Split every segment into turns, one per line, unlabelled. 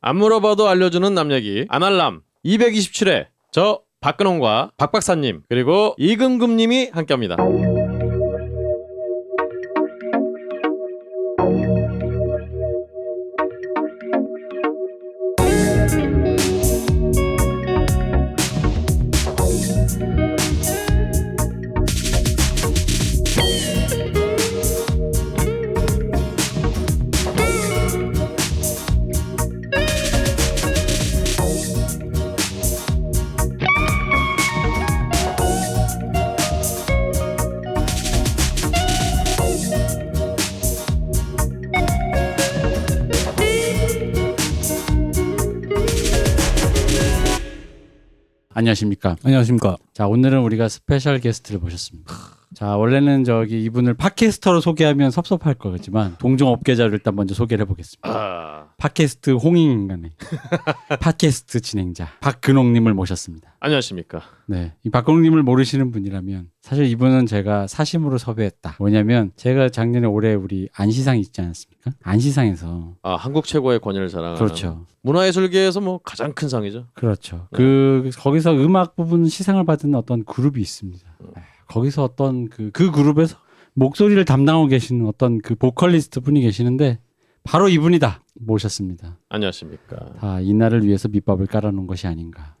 안 물어봐도 알려주는 남 얘기 아날람 227회 저 박근홍과 박박사님 그리고 이금금님이 함께합니다.
안녕하십니까.
안녕하십니까.
자, 오늘은 우리가 스페셜 게스트를 모셨습니다. 자, 원래는 저기 이분을 팟캐스터로 소개하면 섭섭할 거겠지만 동종업계자를 일단 먼저 소개를 해보겠습니다.
아,
팟캐스트 홍익인간의 팟캐스트 진행자 박근홍님을 모셨습니다.
안녕하십니까.
네, 이 박근홍님을 모르시는 분이라면 사실 이분은 제가 사심으로 섭외했다. 뭐냐면 제가 작년에 올해 우리 안시상 있지 않았습니까? 안시상에서
아 한국 최고의 권위를 자랑하는
그렇죠.
문화예술계에서 뭐 가장 큰 상이죠.
그렇죠.
네.
그 거기서 음악 부분 시상을 받은 어떤 그룹이 있습니다.
음.
아, 거기서 어떤 그, 그 그룹에서 목소리를 담당하고 계시는 어떤 그 보컬리스트 분이 계시는데 바로 이분이다 모셨습니다.
음. 안녕하십니까.
다 이날을 위해서 밑밥을 깔아놓은 것이 아닌가.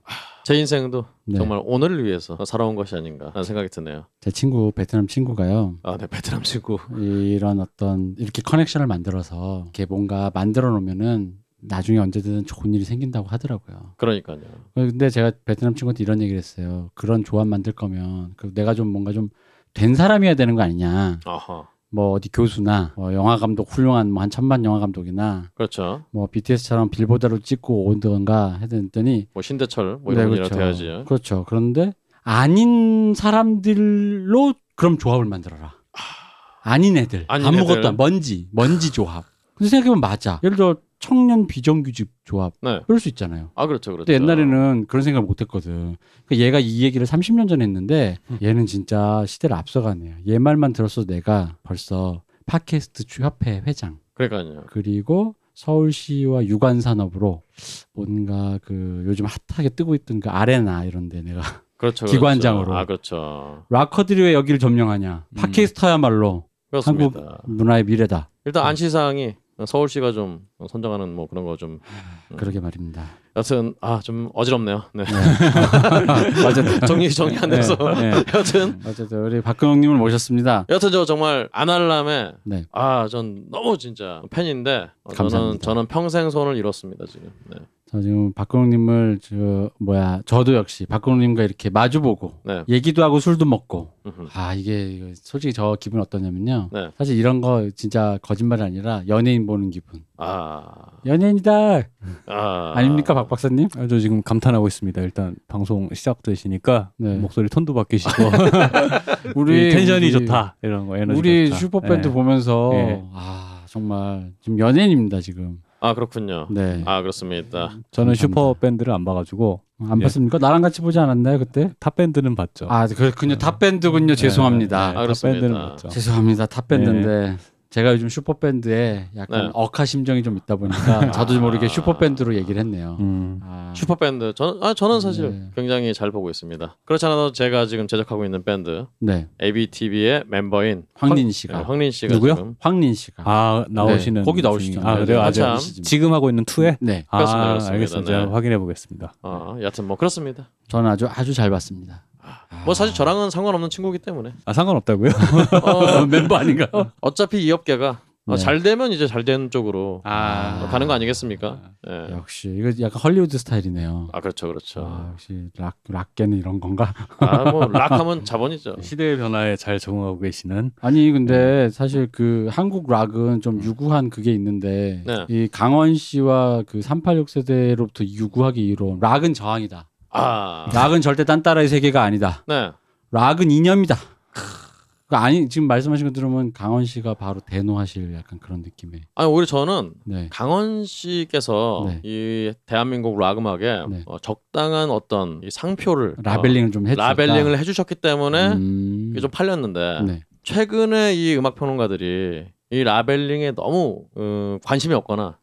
제 인생도
네.
정말 오늘을 위해서 살아온 것이 아닌가라는 생각이 드네요.
제 친구 베트남 친구가요.
아, 네 베트남 친구.
이런 어떤 이렇게 커넥션을 만들어서 이렇게 뭔가 만들어 놓으면은 나중에 언제든 좋은 일이 생긴다고 하더라고요.
그러니까요.
근데 제가 베트남 친구한테 이런 얘기를 했어요. 그런 조합 만들 거면 그 내가 좀 뭔가 좀 된 사람이어야 되는 거 아니냐.
아하.
뭐 어디 교수나 뭐 영화 감독 훌륭한 뭐 한 천만 영화 감독이나
그렇죠.
뭐 BTS처럼 빌보드로 찍고 오던가 했더니
뭐 신대철 뭐 이런 분이라 돼야지.
네, 그렇죠. 그런데 아닌 사람들로 그럼 조합을 만들어라. 아닌 애들
아닌
아무것도
애들.
안 먼지 먼지 조합. 근데 생각해보면 맞아. 예를 들어 청년 비정규직 조합
네.
그럴 수 있잖아요.
아 그렇죠 그렇죠.
근데 옛날에는 그런 생각을 못했거든. 그러니까 얘가 이 얘기를 30년 전에 했는데
음.
얘는 진짜 시대를 앞서가네요. 얘 말만 들었어도 내가 벌써 팟캐스트 주- 협회 회장
그러니까요.
그리고 서울시와 유관 산업으로 뭔가 그 요즘 핫하게 뜨고 있던 그 아레나 이런데 내가
그렇죠. 그렇죠.
기관장으로.
아 그렇죠.
락커들이 왜 여기를 점령하냐?
음.
팟캐스터야말로
그렇습니다.
문화의 미래다.
일단 안시상이 서울시가 좀 선정하는 뭐 그런 거 좀
그러게 말입니다.
여튼 아 좀 어지럽네요. 네.
어쨌든
정리 정리 안 돼서
아, 네, 네.
여튼
어쨌든 우리 박근홍님을 모셨습니다.
여튼 저 정말 안할람에
네.
아 전 너무 진짜 팬인데 어, 저는
감사합니다.
저는 평생 소원을 이뤘습니다 지금. 네.
저 지금 박근홍님을 저 뭐야 저도 역시 박근홍님과 이렇게 마주보고
네.
얘기도 하고 술도 먹고
음흠.
아 이게 이거 솔직히 저 기분 어떠냐면요
네.
사실 이런 거 진짜 거짓말이 아니라 연예인 보는 기분
아,
연예인이다
아
아닙니까 박 박사님
아, 저 지금 감탄하고 있습니다. 일단 방송 시작되시니까
네.
목소리 톤도 바뀌시고
우리
텐션이
예, 우리-
좋다 이런 거 에너지
우리
좋다.
슈퍼밴드
예.
보면서
예.
아 정말 지금 연예인입니다 지금
아 그렇군요.
네
아 그렇습니다.
저는
감사합니다.
슈퍼밴드를 안 봐가지고
안
예.
봤습니까 나랑 같이 보지 않았나요 그때 네.
탑밴드는 봤죠.
아 그렇군요 탑 밴드군요 죄송합니다
아, 그렇습니다.
탑밴드는 봤죠.
죄송합니다. 탑 밴드인데 제가 요즘 슈퍼 밴드에 약간
네. 아.
억하 심정이 좀 있다 보니까 저도 모르게 슈퍼 밴드로 얘기를 했네요.
음.
아,
슈퍼밴드 저는 아 저는 사실
네.
굉장히 잘 보고 있습니다. 그렇지 않아도 제가 지금 제작하고 있는 밴드
네.
ABTV의 멤버인
황린
네,
씨가
황린 씨가
누구요?
지금
황린 씨가
아 나오시는
네, 거기 나오시죠.
중이- 아 그래요. 아,
한참.
제가 지금 하고 있는 투에
네.
아
그렇습니다, 그렇습니다.
알겠습니다.
네.
제가 확인해 보겠습니다.
어, 여튼 뭐 그렇습니다.
저는 아주 아주 잘 봤습니다. 아.
뭐 사실 저랑은 상관없는 친구기 때문에
아 상관없다고요?
어,
멤버 아닌가?
어차피 이 업계가 어,
네.
잘 되면 이제 잘 되는 쪽으로 어,
아.
가는 거 아니겠습니까? 예.
역시 이거 약간 헐리우드 스타일이네요.
아 그렇죠 그렇죠.
아, 역시 락 락계는 이런 건가?
아뭐 락하면 자본이죠.
시대의 변화에 잘 적응하고 계시는
아니
네.
근데 사실 그 한국 락은 좀 유구한 그게 있는데
음. 네.
이 강원 씨와 그 386 세대로부터 유구하게 이론 락은 저항이다.
아
락은 절대 딴 따라의 세계가 아니다.
네.
락은 이념이다. 그 아니 지금 말씀하신 거 들으면 강원 씨가 바로 대노하실 약간 그런 느낌의.
아니 오히려 저는
네.
강원 씨께서
네.
이 대한민국 락 음악에
네.
어, 적당한 어떤 이 상표를
라벨링을 좀
어,
해주다.
라벨링을 해주셨기 때문에
음...
이게 좀 팔렸는데
네.
최근에 이 음악 평론가들이 이 라벨링에 너무 어, 관심이 없거나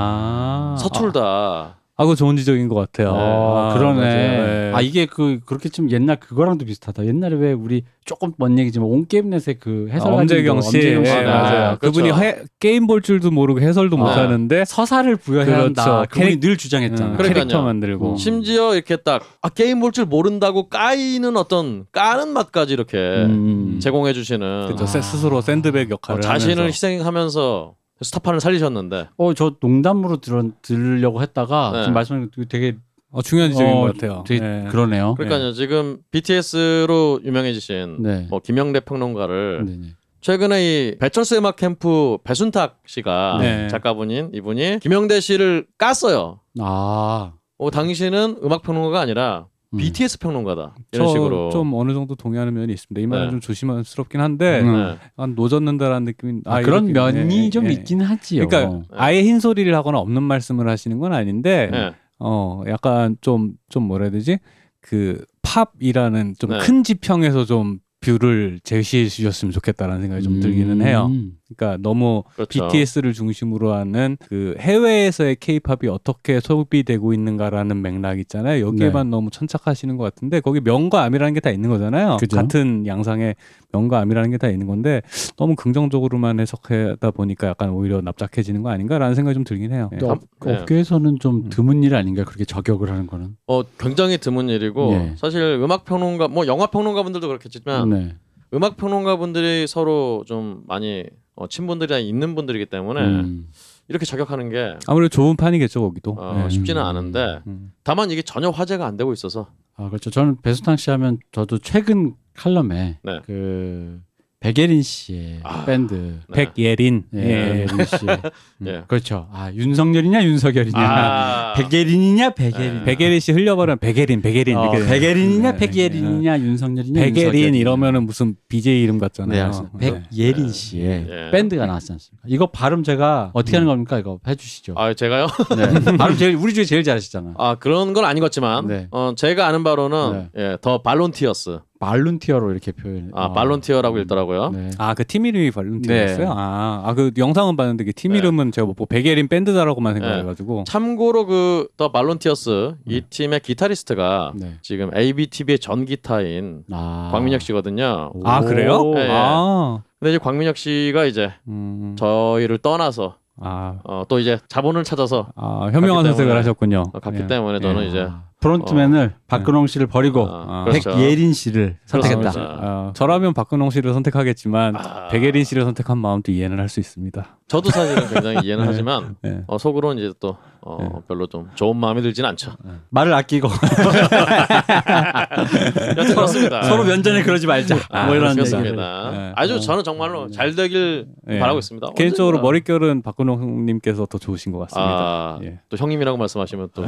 아.
서툴다.
아, 그거 좋은 지적인 것 같아요.
아,
아,
그러네.
맞아요. 네.
아 이게 그 그렇게 치면 옛날 그거랑도 비슷하다. 옛날에 왜 우리 조금 먼 얘기지만 온게임넷의 그 해설
아, 엄재경 씨,
엄재경 네,
씨.
예, 맞아요.
아,
그분이
그렇죠.
해- 게임 볼 줄도 모르고 해설도
아.
못하는데
서사를 부여해야
그렇죠.
한다. 그분이
캐릭-
늘 주장했잖아.
음,
그러니까요.
캐릭터 만들고
음.
심지어 이렇게 딱 아, 게임 볼 줄 모른다고 까이는 어떤 까는 맛까지 이렇게
음.
제공해 주시는 뭐
그죠. 세- 그렇죠. 스스로 샌드백 역할을
자신을
하면서. 네.
희생하면서 스타판을 살리셨는데
어, 저 농담으로 들은, 들으려고 했다가
네.
지금 말씀하신 게 되게
어, 중요한 지적인
어,
것 같아요.
되게
예.
그러네요.
그러니까요 지금 BTS로 유명해지신
네.
뭐 김영래 평론가를
네, 네.
최근에 이 배철수 음악 캠프 배순탁 씨가
네.
작가분인 이분이 김영대 씨를 깠어요.
아.
어, 당신은 음악 평론가가 아니라
음.
BTS 평론가다 이런
저
식으로
좀 어느 정도 동의하는 면이 있습니다. 이 말은
네.
좀 조심스럽긴 한데
음.
네.
한 노젓는다라는 느낌이
아,
아,
그런
이렇게,
면이
예,
좀
예.
있긴 하지요.
그러니까 아예 흰 소리를 하거나 없는 말씀을 하시는 건 아닌데
네.
어 약간 좀 좀 뭐라 해야 되지 그 팝이라는 좀
네.
큰 지평에서 좀 뷰를 제시해 주셨으면 좋겠다라는 생각이 좀
음.
들기는 해요. 그러니까 너무
그렇죠.
BTS를 중심으로 하는 그 해외에서의 K-팝이 어떻게 소비되고 있는가라는 맥락 있잖아요. 여기에만
네.
너무 천착하시는 것 같은데 거기 명과 암이라는 게 다 있는 거잖아요.
그죠.
같은 양상의 명과 암이라는 게 다 있는 건데 너무 긍정적으로만 해석하다 보니까 약간 오히려 납작해지는 거 아닌가라는 생각이 좀 들긴 해요. 예.
또 업,
네.
업계에서는 좀
음.
드문 일 아닌가 그렇게 저격을 하는 거는.
어, 굉장히 드문 일이고
예.
사실 음악 평론가 뭐 영화 평론가 분들도 그렇겠지만
네.
음악 평론가 분들이 서로 좀 많이 어, 친분들이 있는 분들이기 때문에
음.
이렇게 저격하는 게
아무래도 좁은 판이겠죠 거기도.
어,
아,
예.
네.
쉽지는 않은데
음.
다만 이게 전혀 화제가 안 되고 있어서
아 그렇죠. 저는 배수탕 씨 하면 저도 최근 칼럼에
네.
그 백예린 씨의
아.
밴드.
네.
백예린.
예,
예.
백예린 씨.
예.
그렇죠. 아 윤석열이냐 윤석열이냐.
아.
백예린이냐
네.
백예린.
백예린 씨 흘려버리면 백예린, 백예린.
어,
이렇게
백예린이냐
네,
백예린이냐 윤석열이냐
백예린
윤석열이냐.
이러면은 무슨 BJ 이름 같잖아요.
네, 알겠습니다.
네.
백예린 씨의
예.
밴드가 나왔지 않습니까? 이거 발음 제가 어떻게 하는 겁니까? 이거 해주시죠.
아 제가요?
네. 발음 제일 우리 중에 제일 잘하시잖아.
아 그런 건 아닌 것 같지만
네.
어, 제가 아는 바로는 예, 더 발론티어스
발룬티어로 이렇게 표현.
아 발론티어라고
음.
읽더라고요.
네.
아, 그 팀 이름이 발룬티였어요?
네.
아, 아, 그 영상은 봤는데 그 팀
네.
이름은 제가 못 보고 백예린 밴드다라고만
네.
생각해가지고.
참고로 그 더 발론티어스 이 팀의 기타리스트가
네.
지금 ABTV의 전 기타인
아.
아. 광민혁 씨거든요.
오.
아, 그래요?
예, 예.
아,
근데 이제 광민혁 씨가 이제
음,
저희를 떠나서
아,
어, 또 이제 자본을 찾아서
아, 현명한
갔기
선택을
때문에.
하셨군요.
어, 갔기
예.
때문에 저는 이제 어.
아, 프론트맨을 박근홍 씨를 버리고
아,
아,
그렇죠.
백예린 씨를 선택했다.
그렇습니다.
아, 저라면 박근홍 씨를 선택하겠지만
아.
백예린 씨를 선택한 마음도 이해는 할 수 있습니다.
저도 사실은 굉장히
예.
이해는 하지만
네.
어, 속으로는 이제 또 어, 별로 좀 좋은 마음이 들진 않죠.
말을 아끼고
여튼 예, 그렇습니다.
서로 면전에 그러지 말자.
아,
뭐 이런 얘기.
그렇습니다.
네.
아주
어.
저는 정말로 잘 되길
예.
바라고 있습니다.
개인적으로
언제나.
머릿결은 박근홍님께서 더 좋으신 것 같습니다.
아,
예.
또 형님이라고 말씀하시면 또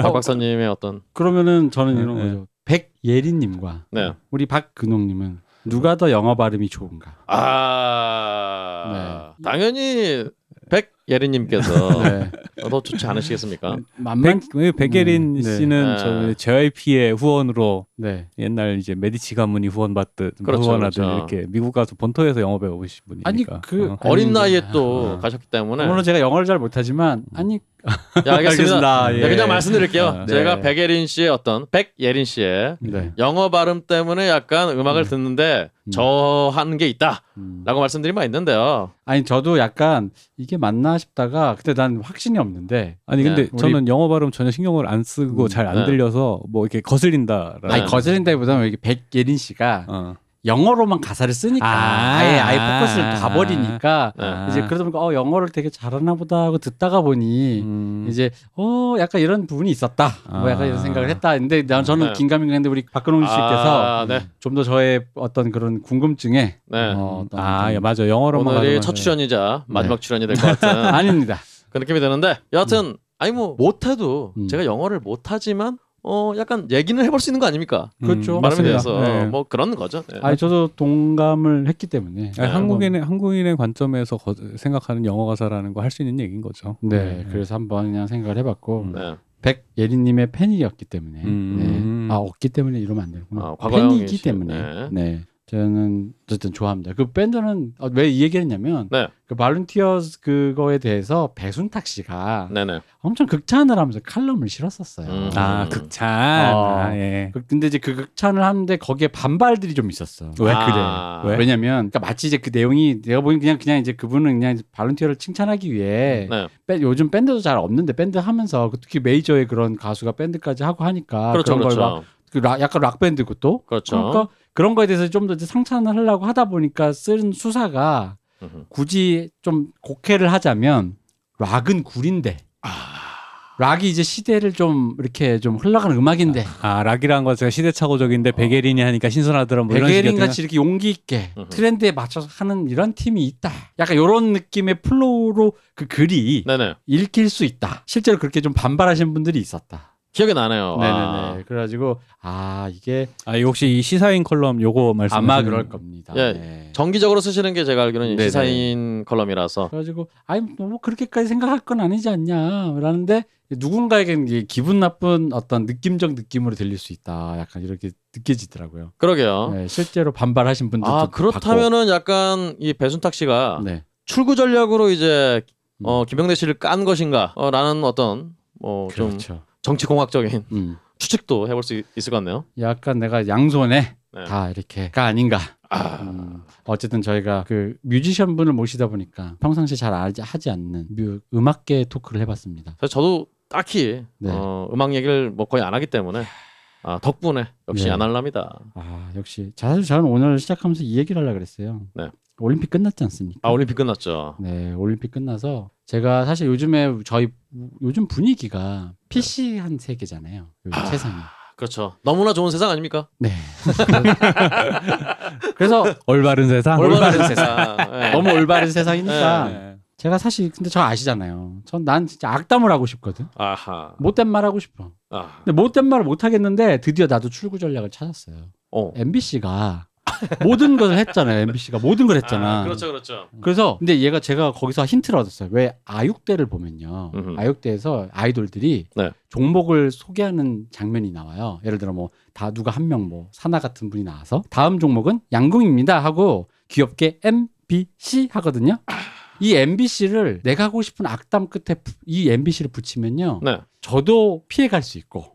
박 박사님의 어떤
그러면은 저는 이런
네.
거죠. 백예린님과
네.
우리 박근홍님은 누가 더 영어 발음이 좋은가? 네.
아 당연히 백예린님께서
네.
어, 더 좋지 않으시겠습니까?
만만
백, 백예린
네.
씨는
네.
저희 JYP의 후원으로
네.
옛날 이제 메디치 가문이 후원받듯
그렇죠,
후원하듯
그렇죠.
이렇게 미국 가서 본토에서 영어 배워보신 분이니까.
아니, 그-
어.
어린
아닙니다.
나이에 또
아.
가셨기 때문에
물론 제가 영어를 잘 못하지만 아니
네. 음. 야, 알겠습니다. 네,
알겠습니다.
그냥 말씀드릴게요.
아,
네.
제가 백예린 씨의 어떤 백예린 씨의
네.
영어 발음 때문에 약간 음악을 듣는데
음.
저 하는 게 있다라고
음.
말씀드린 바 있는데요.
아니 저도 약간 이게 맞나 싶다가 그때 난 확신이 없는데
아니 근데
네,
우리-
저는 영어 발음 전혀 신경을 안 쓰고
음,
잘 안
네.
들려서 뭐 이렇게 거슬린다라는.
아니 거슬린다기보다는 이게 백예린 씨가 영어로만 가사를 쓰니까
어. 아.
아, 예 아예 포커스를 다 버리니까
아.
이제 그러다 보니까 어 영어를 되게 잘하나 보다 하고 듣다가 보니
음.
이제 어 약간 이런 부분이 있었다 뭐 약간
아.
이런 생각을 했다 근데 난 저는
네.
긴가민가 했는데 우리 박근홍 씨께서 음,
아, 네.
좀 더 저의 어떤 그런 궁금증에
네.
어, 어떤-
아, 예, 맞아. 영어로만
오늘이
하는
첫
거는-
출연이자 마지막 출연이 될 것 같은
네. 아닙니다
그런 느낌이 드는데 여하튼 아니 뭐 못해도
음.
제가 영어를 못하지만 어 약간 얘기는 해볼 수 있는 거 아닙니까?
그렇죠.
음,
발음에
맞습니다.
대해서
네.
뭐 그런 거죠. 네.
아니 저도 동감을 했기 때문에
네,
아니, 한국인의 한국인의 관점에서 거- 생각하는 영어 가사라는 거 할 수 있는 얘기인 거죠.
네, 그래서 한번 그냥 생각을 해봤고
음.
네.
백예린님의 팬이었기 때문에
음.
네. 아 없기 때문에 이러면 안 되는구나
아, 과거형이시-
팬이기 때문에 네. 저는 어쨌든 좋아합니다. 그 밴드는 왜 이 얘기를 했냐면
네.
그 발룬티어스 그거에 대해서 배순탁 씨가
네네.
엄청 극찬을 하면서 칼럼을 실었었어요.
음.
아
음.
극찬.
어.
아, 예.
그- 근데 이제 그 극찬을 하는데 거기에 반발들이 좀 있었어.
왜
아.
그래? 왜?
왜냐면 그러니까 마치 이제 그 내용이 내가 보기엔 그냥 그냥 이제 그분은 그냥 이제 발렌티어를 칭찬하기 위해
네.
밴- 요즘 밴드도 잘 없는데 밴드 하면서 그 특히 메이저의 그런 가수가 밴드까지 하고 하니까
그렇죠,
런 아, 걸막
그렇죠.
약간 락 밴드고 또
그렇죠.
러니까 그런 거에 대해서 좀 더 상찬을 하려고 하다 보니까 쓴 수사가
음흠.
굳이 좀 곡해를 하자면 락은 굴인데
아.
락이 이제 시대를 좀 이렇게 좀 흘러가는 음악인데
아 락이라는 건 제가 시대착오적인데 베게린이 하니까 신선하더라 뭐 이런
베게린
식이었나?
같이 이렇게 용기 있게
음흠.
트렌드에 맞춰서 하는 이런 팀이 있다. 약간 이런 느낌의 플로우로 그 글이
네네.
읽힐 수 있다. 실제로 그렇게 좀 반발하시는 분들이 있었다.
기억이 나네요. 아.
네네네. 그래가지고 아 이게
아 이거 혹시 이 시사인 컬럼 요거 말씀
아마 그럴 겁니다.
예.
네.
정기적으로 쓰시는 게 제가 알기로는
네네.
시사인 컬럼이라서
그래가지고 아니 뭐 그렇게까지 생각할 건 아니지 않냐라는데 누군가에게는 이게 기분 나쁜 어떤 느낌적 느낌으로 들릴 수 있다. 약간 이렇게 느껴지더라고요.
그러게요.
네, 실제로 반발하신 분들도
어? 아
봤고.
그렇다면은 약간 이 배순탁 씨가
네.
출구 전략으로 이제 어,
음.
김병대 씨를 깐 것인가라는 어떤 뭐좀
그렇죠.
정치공학적인
음.
추측도 해볼 수 있- 있을 것 같네요.
약간 내가 양손에
네.
다 이렇게가 아닌가. 음, 어쨌든 저희가 그 뮤지션 분을 모시다 보니까 평상시 잘 알지 하지 않는 뮤- 음악계 토크를 해봤습니다.
사실 저도 딱히
네.
어, 음악 얘기를 뭐 거의 안 하기 때문에 아, 덕분에 역시
네.
안 할랍니다.
아 역시 사실 저는 오늘 시작하면서 이 얘기를 하려 그랬어요.
네.
올림픽 끝났지 않습니까?
아 올림픽 끝났죠.
네, 올림픽 끝나서 제가 사실 요즘에 저희 요즘 분위기가 PC 한 세계잖아요. 요즘 세상이.
그렇죠. 너무나 좋은 세상 아닙니까?
네. 그래서
올바른 세상.
올바른 세상. 네.
아, 너무 올바른 세상이니까
네.
제가 사실 근데 저 아시잖아요. 전 난 진짜 악담을 하고 싶거든.
아하.
못된 말 하고 싶어.
아.
근데 못된 말을 못 하겠는데 드디어 나도 출구 전략을 찾았어요.
어.
MBC가 모든 것을 했잖아요. MBC가 모든 걸 했잖아.
아, 그렇죠, 그렇죠.
래서 근데 얘가 제가 거기서 힌트를 얻었어요. 왜 아육대를 보면요.
음흠.
아육대에서 아이돌들이
네.
종목을 소개하는 장면이 나와요. 예를 들어 뭐 다 누가 한 명 뭐 사나 같은 분이 나와서 다음 종목은 양궁입니다 하고 귀엽게 MBC 하거든요. 이 MBC를 내가 하고 싶은 악담 끝에 부- 이 MBC를 붙이면요.
네.
저도 피해갈 수 있고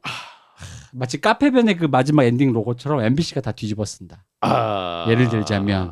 마치 카페변의 그 마지막 엔딩 로고처럼 MBC가 다 뒤집어 쓴다.
아.
예를 들자면.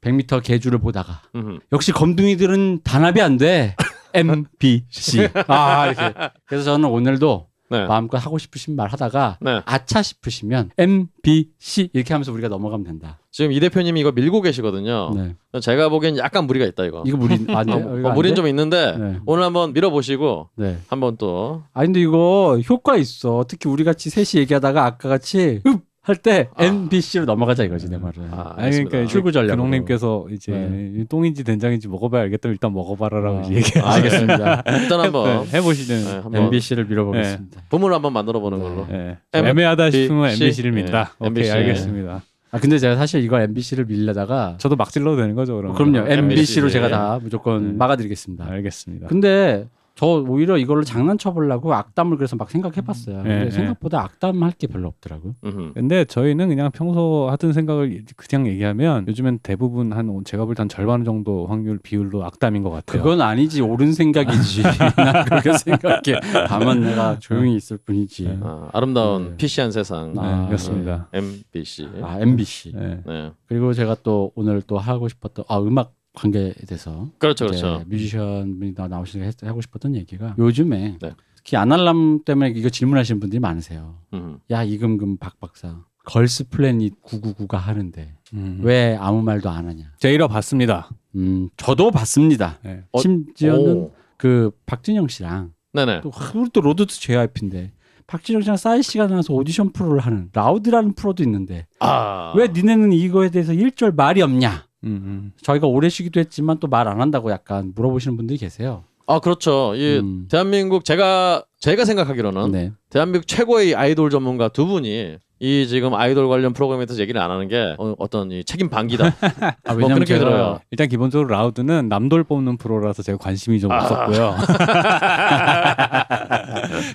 100m 계주를 보다가
음.
역시 검둥이들은 단합이 안 돼. MBC. 아 이렇게. 그래서 저는 오늘도
네.
마음껏 하고 싶으신 말 하다가
네.
아차 싶으시면 MBC 이렇게 하면서 우리가 넘어가면 된다.
지금 이 대표님이 이거 밀고 계시거든요.
네.
제가 보기엔 약간 무리가 있다 이거.
이거 무리 안 돼.
어,
이거 안
무리는
돼?
좀 있는데
네.
오늘 한번 밀어보시고
네.
한번 또
아 근데 이거 효과 있어. 특히 우리 같이 셋이 얘기하다가 아까 같이 할 때
아.
MBC로 넘어가자 이거지 내 말은.
아,
아니 그러니까
알겠습니다.
네. 출- 출구 전략으로.
근홍님께서 이제
네.
이 똥인지 된장인지 먹어봐야 알겠다 일단 먹어봐라라고
아.
이제
아,
얘기해
어.
알겠습니다.
일단 한번
해보시는.
네, 한번
MBC를 밀어보겠습니다.
부문을 한번 만들어 보는
네.
걸로.
예.
M-
애매하다 싶으면
MBC.
MBC를 민다.
예.
오케이
MBC.
알겠습니다.
아 근데 제가 사실 이거 MBC를 밀려다가
저도 막 질러도 되는 거죠 그럼?
그럼요
네.
MBC로
MBC.
제가 다 무조건
네.
음.
막아드리겠습니다.
알겠습니다.
근데 저 오히려 이걸로 장난쳐보려고 악담을 그래서 막 생각해봤어요. 근데
예,
생각보다 악담할 게 별로 없더라고요.
음흠.
근데 저희는 그냥 평소 하던 생각을 그냥 얘기하면 요즘엔 대부분 한 제가 볼 때 한 절반 정도 확률 비율로 악담인 것 같아요.
그건 아니지 옳은 생각이지. 난 그렇게 생각해. 다만 내가 조용히 있을 뿐이지.
아, 아름다운
네.
PC한 세상
네,
아,
그렇습니다.
MBC.
아 MBC.
네.
네.
그리고 제가 또 오늘 또 하고 싶었던 아 음악 관계에 대해서
그렇죠,
이제
그렇죠.
뮤지션 분이 나 나오시게 했- 하고 싶었던 얘기가 요즘에
네.
특히 아날람 때문에 이거 질문하시는 분들이 많으세요.
음흠.
야 이금금 박박사 걸스 플래닛 999가 하는데
음.
왜 아무 말도 안 하냐?
제이러 봤습니다.
음, 저도 봤습니다.
네.
어,
심지어는
오.
그 박진영 씨랑
네네.
또 하, 우리 또 로드 투 JYP인데 박진영 씨랑 싸이 씨가 나와서 오디션 프로를 하는 라우드라는 프로도 있는데
아.
왜 니네는 이거에 대해서 일절 말이 없냐?
음, 음.
저희가 오래 쉬기도 했지만 또 말 안 한다고 약간 물어보시는 분들이 계세요.
아 그렇죠. 이
음.
대한민국 제가 제가 생각하기로는
네.
대한민국 최고의 아이돌 전문가 두 분이 이 지금 아이돌 관련 프로그램에 대해서 얘기를 안 하는 게 어, 어떤 이 책임 방기다.
아,
뭐 그렇게
제가
들어요.
일단 기본적으로
아.
라우드는 남돌 뽑는 프로라서 제가 관심이 좀 없었고요.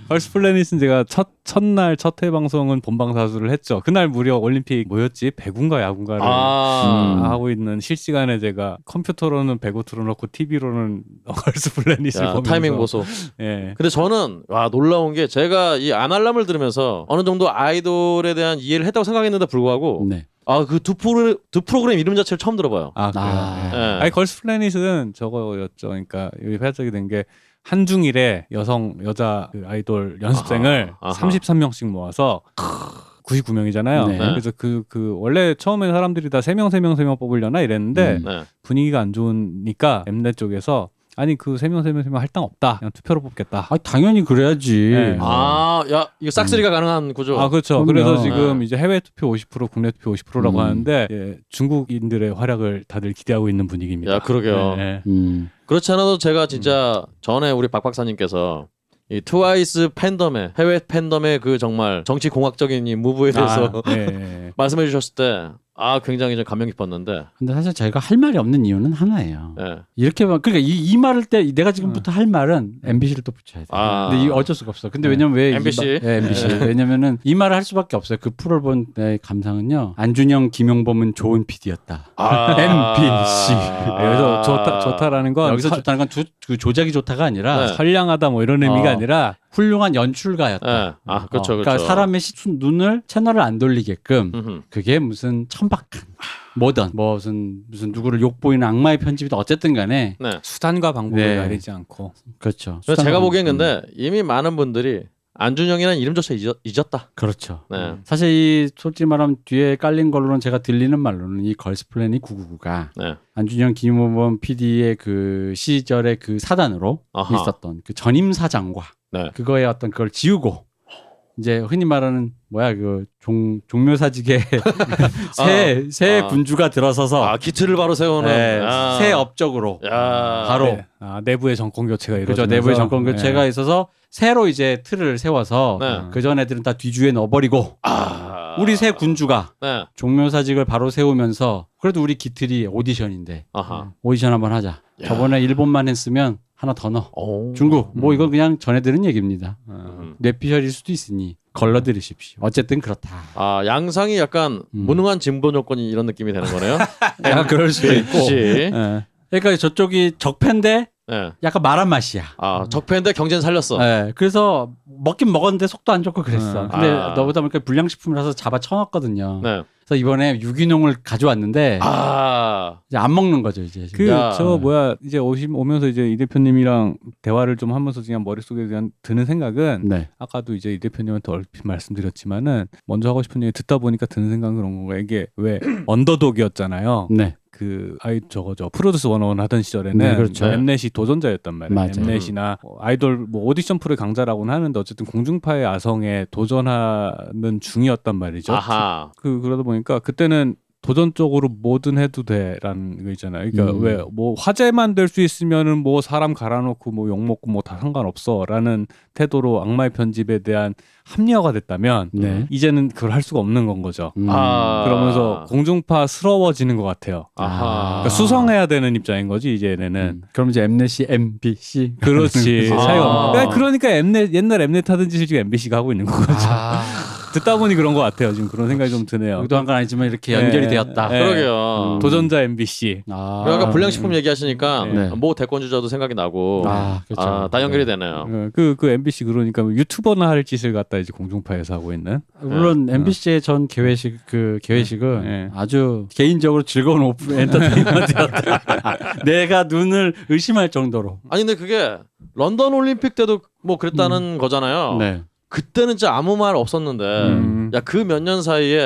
펄스 플래닛은 제가 첫 첫날 첫 회 방송은 본방사수를 했죠. 그날 무려 올림픽 뭐였지 배구인가 야구인가를
아.
아, 하고 있는 실시간에 제가 컴퓨터로는 배구 틀어놓고 TV로는 걸스 플래닛을
야,
보면서
타이밍 보소.
예.
근데 저는 와 놀라운 게 제가 이 아날람을 들으면서 어느 정도 아이돌에 대한 이해를 했다고 생각했는데 불구하고
네.
아 그 두 프로 두 프로그램 이름 자체를 처음 들어봐요.
아, 그래요.
아.
예.
예.
아니 걸스 플래닛은 저거였죠. 그러니까 여기 해석이 된 게 한중일에 여성 여자 그 아이돌 연습생을
아하.
33명씩 모아서 99명이잖아요.
네.
그래서 그 그 원래 처음에 사람들이 다 3명 3명 3명 뽑으려나 이랬는데
음.
네.
분위기가 안 좋으니까 엠넷 쪽에서 아니 그 3명 3명 3명 할당 없다. 그냥 투표로 뽑겠다.
아 당연히 그래야지. 음.
네.
아, 야, 이거 싹쓸이가 가능한 구조.
아 그렇죠.
그럼요.
그래서 지금
네.
이제 해외 투표 50% 국내 투표 50%라고
음.
하는데 예, 중국인들의 활약을 다들 기대하고 있는 분위기입니다.
야, 그러게요.
예, 예.
음.
그렇지 않아도 제가 진짜 전에 우리 박 박사님께서 이 트와이스 팬덤의 해외 팬덤의 그 정말 정치 공학적인 이 무브에 대해서
아, 예, 예.
말씀해 주셨을 때 아 굉장히 좀 감명 깊었는데
근데 사실 저희가 할 말이 없는 이유는 하나예요.
예.
이렇게 막 그러니까 이, 이 말을 때 내가 지금부터 할 말은 MBC를 또 붙여야 돼.
아. 네.
근데 이 어쩔 수가 없어. 근데
네.
왜냐면 왜
MBC?
이, 마- 예, MBC. 왜냐면은 이 말을 할 수밖에 없어요. 그 프로를 본 내 감상은요. 안준영, 김용범은 좋은 PD였다.
아.
MBC.
예, 그래서 좋다 좋다라는 건
아, 여기서
서-
좋다는 건 두, 그 조작이 좋다가 아니라
네.
선량하다 뭐 이런 의미가
어.
아니라
훌륭한 연출가였다.
예. 아 그렇죠
어,
그렇죠.
그러니까 사람의 시춘 눈을 채널을 안 돌리게끔
음흠.
그게 무슨 천박한 뭐든 뭐 무슨 무슨 누구를 욕보이는 악마의 편집이든 어쨌든 간에
네.
수단과 방법을
네.
가리지 않고
그렇죠.
그래서 제가 보기엔
음,
근데 이미 많은 분들이 안준영이라는 이름조차 잊었, 다
그렇죠.
네.
사실 이 솔직히 말하면 뒤에 깔린 걸로는 제가 들리는 말로는 이 걸스플래닛 999가
네.
안준영 김호범 PD의 그 시절의 그 사단으로
아하.
있었던 그 전임 사장과
네.
그거의 어떤 그걸 지우고 이제 흔히 말하는 뭐야 그 종 종묘사직에 새새
아.
군주가 들어서서
아 기틀을 바로 세우는
네,
아.
새 업적으로
야.
바로
네. 아, 그렇죠. 내부의 정권 교체가 이루어지면서
그죠 내부의 정권 교체가
예.
있어서 새로 이제 틀을 세워서
네.
그 전 애들은 다 뒤주에 넣어버리고
아.
우리 새 군주가
네.
종묘사직을 바로 세우면서 그래도 우리 기틀이 오디션인데
아하.
오디션 한번 하자.
야.
저번에 일본만 했으면 하나 더 넣어.
오.
중국 뭐
음.
이건 그냥 전해들은 얘기입니다.
음.
뇌피셜일 수도 있으니 걸러 들으십시오. 어쨌든 그렇다.
아 양상이 약간
음.
무능한 진보 여건이 이런 느낌이 되는 거네요.
약간 네. 그럴 수도 있고.
혹시
예.
그러니까 저쪽이 적팬데
예.
약간 말한 맛이야.
아 적폐인데 경제는 살렸어.
예, 그래서 먹긴 먹었는데 속도 안 좋고 그랬어.
음.
근데
아.
너보다 보니까 불량식품이라서 잡아 쳐놨거든요.
네.
그래서 이번에 유기농을 가져왔는데
아.
이제 안 먹는 거죠 이제. 지금.
야.
그저 뭐야 이제 오심 오면서 이제 이 대표님이랑 대화를 좀 하면서 그냥 머릿속에 그냥 드는 생각은
네.
아까도 이제 이 대표님한테 얼핏 말씀드렸지만은 먼저 하고 싶은 얘기 듣다 보니까 드는 생각은 그런 건가 이게 왜 언더독이었잖아요.
네.
그 아이 저거 저 프로듀스 원원 하던 시절에는
네, 그렇죠.
엠넷이 도전자였단 말이에요.
맞아요.
엠넷이나 어, 아이돌 뭐 오디션 프로의 강자라고는 하는데 어쨌든 공중파의 아성에 도전하는 중이었단 말이죠.
아하.
그 그러다 보니까 그때는 도전 쪽으로 뭐든 해도 돼라는 거 있잖아요. 그러니까
음.
왜 뭐 화제만 될 수 있으면은 뭐 사람 갈아놓고 뭐 욕 먹고 뭐 다 상관없어라는 태도로 악마의 편집에 대한 합리화가 됐다면
네.
이제는 그걸 할 수가 없는 건 거죠.
음.
아.
그러면서 공중파스러워지는 것 같아요.
아하.
아.
그러니까 수성해야 되는 입장인 거지 이제 얘네는.
음. 그럼 이제 엠넷이 MBC.
그렇지
아.
차이가 없네. 그러니까 엠넷 옛날 엠넷 하던 짓을 지금 MBC가 하고 있는 거죠.
아.
듣다 보니 그런 것 같아요. 지금 그런 생각이 좀 드네요.
의도한 건 아니지만 이렇게 연결이
네.
되었다.
네.
그러게요.
음.
도전자 MBC.
아.
그러니까 불량식품 얘기하시니까
네.
모 대권 주자도 생각이 나고 아,
아, 그렇죠. 음.
다 연결이 되네요.
그 그 MBC 그러니까 뭐 유튜버나 할 짓을 갖다 이제 공중파에서 하고 있는.
네. 물론 MBC의 전 개회식 그 개회식은
네.
아주 개인적으로 즐거운 오픈 엔터테인먼트였다. 내가 눈을 의심할 정도로.
아니 근데 그게 런던 올림픽 때도 뭐 그랬다는 거잖아요.
네.
그때는 진짜 아무 말 없었는데
음.
야 그 몇 년 사이에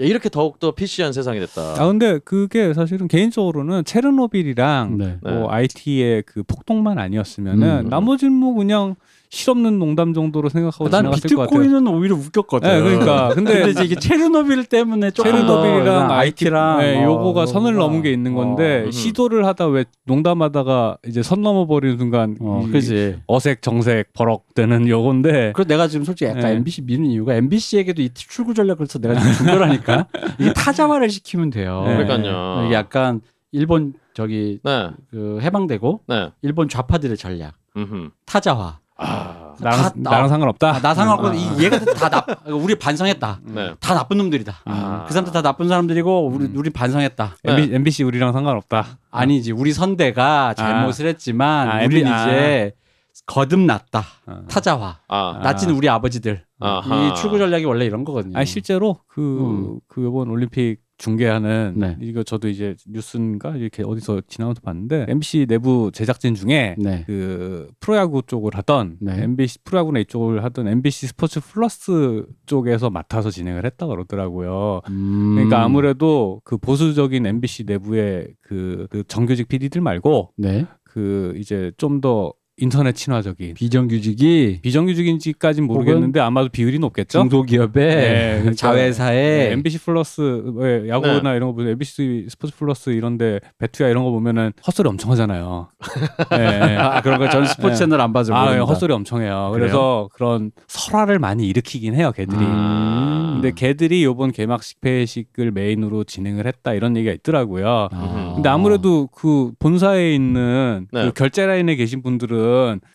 야, 이렇게 더욱 더 PC한 세상이 됐다.
아 근데 그게 사실은 개인적으로는 체르노빌이랑
네.
뭐 IT의 그 폭동만 아니었으면은
음.
나머지는 뭐 그냥 실없는 농담 정도로 어, 생각하고
난
지나갔을 것 같아요.
비트코인은 오히려 웃겼거든.
네, 그러니까 근데,
근데 이제 이게 체르노빌 때문에 아, 조금
체르노빌이랑
더 IT랑 뭐
네, 요거가 선을 넘은 게 있는 건데
어,
음.
시도를 하다 왜 농담하다가 이제 선 넘어버리는 순간
어,
이
그지.
어색 정색 버럭되는 요건데
그래서 내가 지금 솔직히 약간
네.
MBC 미는 이유가 MBC에게도 이 출구 전략을 서 내가 지금
그러니까
중결하니까 이게 타자화를 시키면 돼요.
네.
그러니까요.
이게 약간 일본 저기
네,
그 해방되고
네.
일본 좌파들의 전략
음흠.
타자화.
아. 야.
나랑,
다-
나랑
나-
상관없다.
아, 나 상관없고
음, 아,
이 얘가 다 나, 우리 반성했다.
네.
다 나쁜 놈들이다.
아.
음.
음.
그 사람들 다 나쁜 사람들이고 우리 우리 반성했다.
네.
MBC, MBC 우리랑 상관없다.
아니지 우리 선대가 잘못을 했지만
아,
우리
아.
이제 거듭났다.
아.
타자와
아.
낯진 우리 아버지들.
아하.
이 출구 전략이 원래 이런 거거든요.
아 실제로
음.
그그 이번 올림픽 중계하는
네.
이거 저도 이제 뉴스인가 이렇게 어디서 지나면서 봤는데 MBC 내부 제작진 중에
네.
그 프로야구 쪽을 하던
네.
MBC 프로야구나 이쪽을 하던 MBC 스포츠 플러스 쪽에서 맡아서 진행을 했다 그러더라고요.
음.
그러니까 아무래도 그 보수적인 MBC 내부의 그, 그 정규직 PD들 말고
네.
그 이제 좀 더 인터넷 친화적인
비정규직이
비정규직인지까진 모르겠는데 아마도 비율이 높겠죠.
중소기업에
네, 그러니까
자회사에
네, MBC 플러스 왜 야구나 이런 거 보면 MBC 스포츠 플러스 이런데 배투야 이런 거 보면은 헛소리 엄청 하잖아요. 네, 네.
아 그런 거 저는 스포츠
네.
채널 안 봐서
아, 예,
모릅니다.
헛소리 엄청 해요. 그래서 그런 설화를 많이 일으키긴 해요, 걔들이.
아.
음.
아. 근데 걔들이 요번 개막식 회식을 메인으로 진행을 했다 이런 얘기가 있더라고요.
아.
근데 아무래도 그 본사에 있는
네.
그 결제 라인에 계신 분들은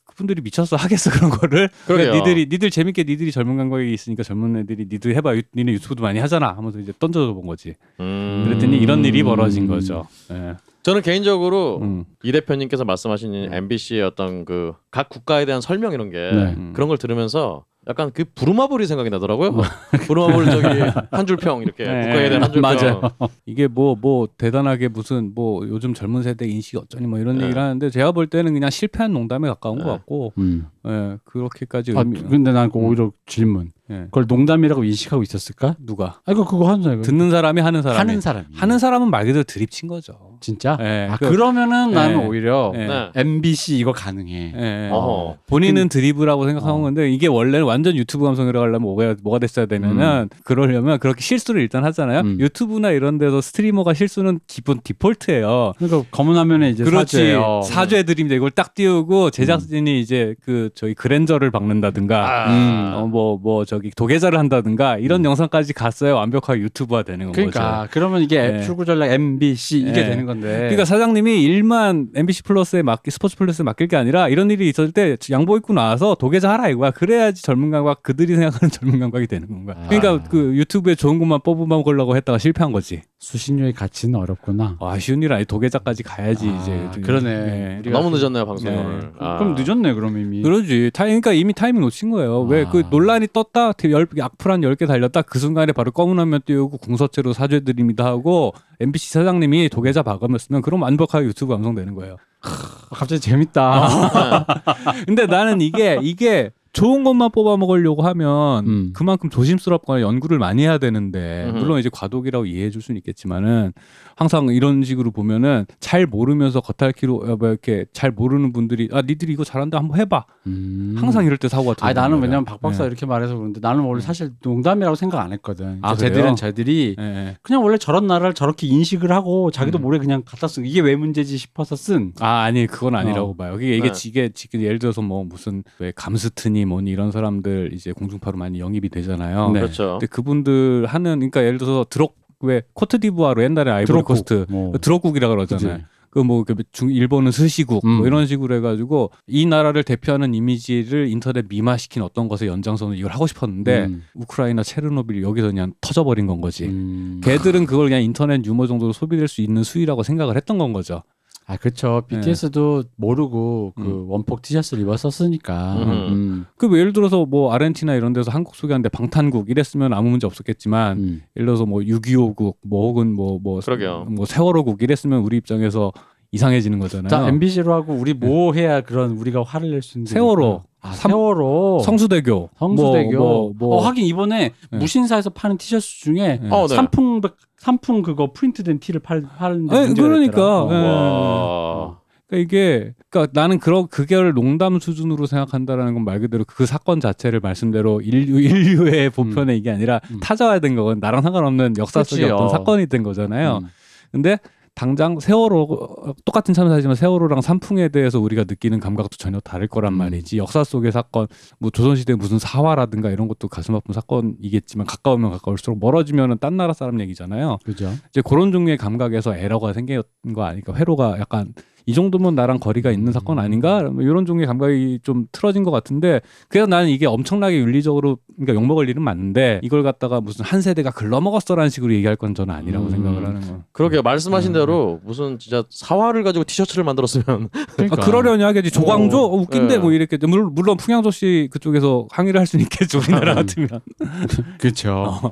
그분들이 미쳤어 하겠어 그런 거를
그러게요.
그러니까 니들이 니들 재밌게 니들이 젊은 감각이 있으니까 젊은 애들이 니들 해봐 유- 니네 유튜브도 많이 하잖아 하면서 이제 던져줘 본 거지
음.
그랬더니 이런 일이 벌어진
음.
거죠 예.
저는 개인적으로
음.
이 대표님께서 말씀하신 이 MBC의 어떤 그 각 국가에 대한 설명 이런 게
네.
음.
그런 걸 들으면서 약간 그 부루마블이 생각이 나더라고요. 부루마블 저기 한 줄평 이렇게
네.
국가에 대한 한 줄평.
맞아요.
이게 뭐 뭐 대단하게 무슨 뭐 요즘 젊은 세대 인식이 어쩌니 뭐 이런
네.
얘기를 하는데 제가 볼 때는 그냥 실패한 농담에 가까운
네.
것 같고
음.
예, 그렇게까지
아,
의미
근데 난 그거 오히려 질문.
예.
그걸 농담이라고 인식하고 있었을까?
누가
아 이거 그거 하는 사람.
듣는 사람이 하는 사람이 음.
하는 사람.
하는 사람은 말 그대로 드립친 거죠.
진짜?
예,
아,
그-
그, 러면은
예.
나는 오히려
예.
네.
MBC 이거 가능해.
예, 예.
어허.
본인은 드리브라고 생각하는
어.
건데 이게 원래는 완전 유튜브 감성이라고 하려면 뭐가, 뭐가 됐어야 되냐면 그러려면 그렇게 실수를 일단 하잖아요.
음.
유튜브나 이런 데서 스트리머가 실수는 기본 디폴트예요.
그러니까 검은 화면에 이제
그렇지
사죄예요.
사죄 드립니다. 이걸 딱 띄우고 제작진이 이제 그 저희 그랜저를 박는다든가
아.
음.
어, 뭐, 뭐, 저기, 도계자를 한다든가, 이런 영상까지 갔어야 완벽하게 유튜브화 되는 거죠.
그러니까 그러면 이게
예.
출구 전략 MBC 이게
예.
되는 건데.
그러니까 사장님이 일만 MBC 플러스에 맡기 스포츠 플러스에 맡길 게 아니라 이런 일이 있을 때 양보 입고 나와서 도계자 하라 이거야. 그래야지 젊은 감각 그들이 생각하는 젊은 감각이 되는 건가.
아.
그러니까 그 유튜브에 좋은 것만 뽑으면 걸려고 했다가 실패한 거지.
수신료의 가치는 어렵구나.
아, 쉬운 일 아니 도계자까지 가야지
아,
이제. 예.
그러네. 우리가
너무 늦었네요 방송
네.
오늘. 아.
그럼 늦었네 그럼 이미.
그러지. 타, 그러니까 이미 타이밍 놓친 거예요. 왜 그
예. 아.
논란이 떴다, 그 열, 악플 한 10개 달렸다, 그 순간에 바로 검은 화면 띄우고 궁서체로 사죄드립니다 하고, MBC 사장님이 도계자 박으면쓰면 그럼 완벽하게 유튜브 감성되는 거예요.
아, 갑자기 재밌다.
네.
근데 나는 이게, 이게 좋은 것만 뽑아 먹으려고 하면,
음.
그만큼 조심스럽거나 연구를 많이 해야 되는데,
음흠.
물론 이제 과도기라고 이해해 줄 수는 있겠지만은, 항상 이런 식으로 보면은, 잘 모르면서 겉핥기로, 어, 뭐 이렇게 잘 모르는 분들이, 아, 니들이 이거 잘한다, 한번 해봐.
음.
항상 이럴 때 사고가
아니
터지는
나는
거예요.
왜냐면 박 박사
예.
이렇게 말해서 그런데 나는 원래 사실 농담이라고 생각 안 했거든.
아,
그러니까 쟤들은
그래요?
쟤들이
예, 예.
그냥 원래 저런 나라를 저렇게 인식을 하고 자기도
음.
모르게 그냥 갖다 쓴 이게 왜 문제지 싶어서 쓴.
아 아니 그건 아니라고
어.
봐요. 이게 이게
네.
지게 지금 예를 들어서 뭐 무슨 왜 감스트니 뭐니 이런 사람들 이제 공중파로 많이 영입이 되잖아요.
네.
그렇죠.
근데 그분들 하는 그러니까 예를 들어서 드럭 왜 코트디부아로 옛날에
드럭국.
아이보리코스트
뭐.
드럭국이라
그치.
그러잖아요. 그 뭐 중 일본은 스시국
음.
뭐 이런 식으로 해가지고 이 나라를 대표하는 이미지를 인터넷 미마시킨 어떤 것의 연장선으로 이걸 하고 싶었는데
음.
우크라이나 체르노빌 여기서 그냥 터져버린 건 거지.
음.
걔들은 그걸 그냥 인터넷 유머 정도로 소비될 수 있는 수위라고 생각을 했던 건 거죠.
아 그렇죠. BTS도 모르고 그
네. 음.
원폭 티셔츠를 입었었으니까.
음.
음.
그뭐 예를 들어서 뭐 아르헨티나 이런 데서 한국 소개하는데 방탄국 이랬으면 아무 문제 없었겠지만
음.
예를 들어서 뭐 6.25국 뭐 혹은 뭐 뭐
그러게요.
세월호국 이랬으면 우리 입장에서 이상해지는 거잖아요.
자 MBC로 하고 우리 뭐 해야 그런 우리가 화를 낼 수 있는 게
네. 세월호.
있나? 아,
삼-
세월호
뭐 성수대교,
성수대교
뭐, 뭐, 뭐
어, 하긴 이번에
네.
무신사에서 파는 티셔츠 중에
네.
어, 네.
삼풍 백- 삼풍 그거 프린트된 티를 팔 파는데
네,
문제가
그러니까.
됐더라.
네.
와.
그러니까 이게 그러니까 나는 그런 그걸 농담 수준으로 생각한다라는 건 말 그대로 그 사건 자체를 말씀대로 인류 인류의 보편의 이게 아니라
음.
타자화된 거건 나랑 상관없는 역사 속의
그치요.
어떤 사건이 된 거잖아요.
음.
근데 당장 세월호 똑같은 참사지만 세월호랑 산풍에 대해서 우리가 느끼는 감각도 전혀 다를 거란
음.
말이지 역사 속의 사건 뭐 조선시대 무슨 사화라든가 이런 것도 가슴 아픈 사건이겠지만 가까우면 가까울수록 멀어지면은 딴 나라 사람 얘기잖아요
그죠.
이제 그런 종류의 감각에서 에러가 생긴 거 아니까 회로가 약간 이 정도면 나랑 거리가 있는
음.
사건 아닌가 뭐 이런 종류의 감각이 좀 틀어진 것 같은데 그래서 나는 이게 엄청나게 윤리적으로 그러니까 욕먹을 일은 맞는데 이걸 갖다가 무슨 한 세대가 글러먹었어라는 식으로 얘기할 건 저는 아니라고
음.
생각을 하는 거.
그러게요. 말씀하신
음.
대로 무슨 진짜 사활을 가지고 티셔츠를 만들었으면
아, 그러려니 하겠지. 조광조
어.
어, 웃긴데
예.
뭐 이랬겠죠. 물론, 물론 풍양조 씨 그쪽에서 항의를 할 수 있겠죠. 우리나라 같으면.
그렇죠.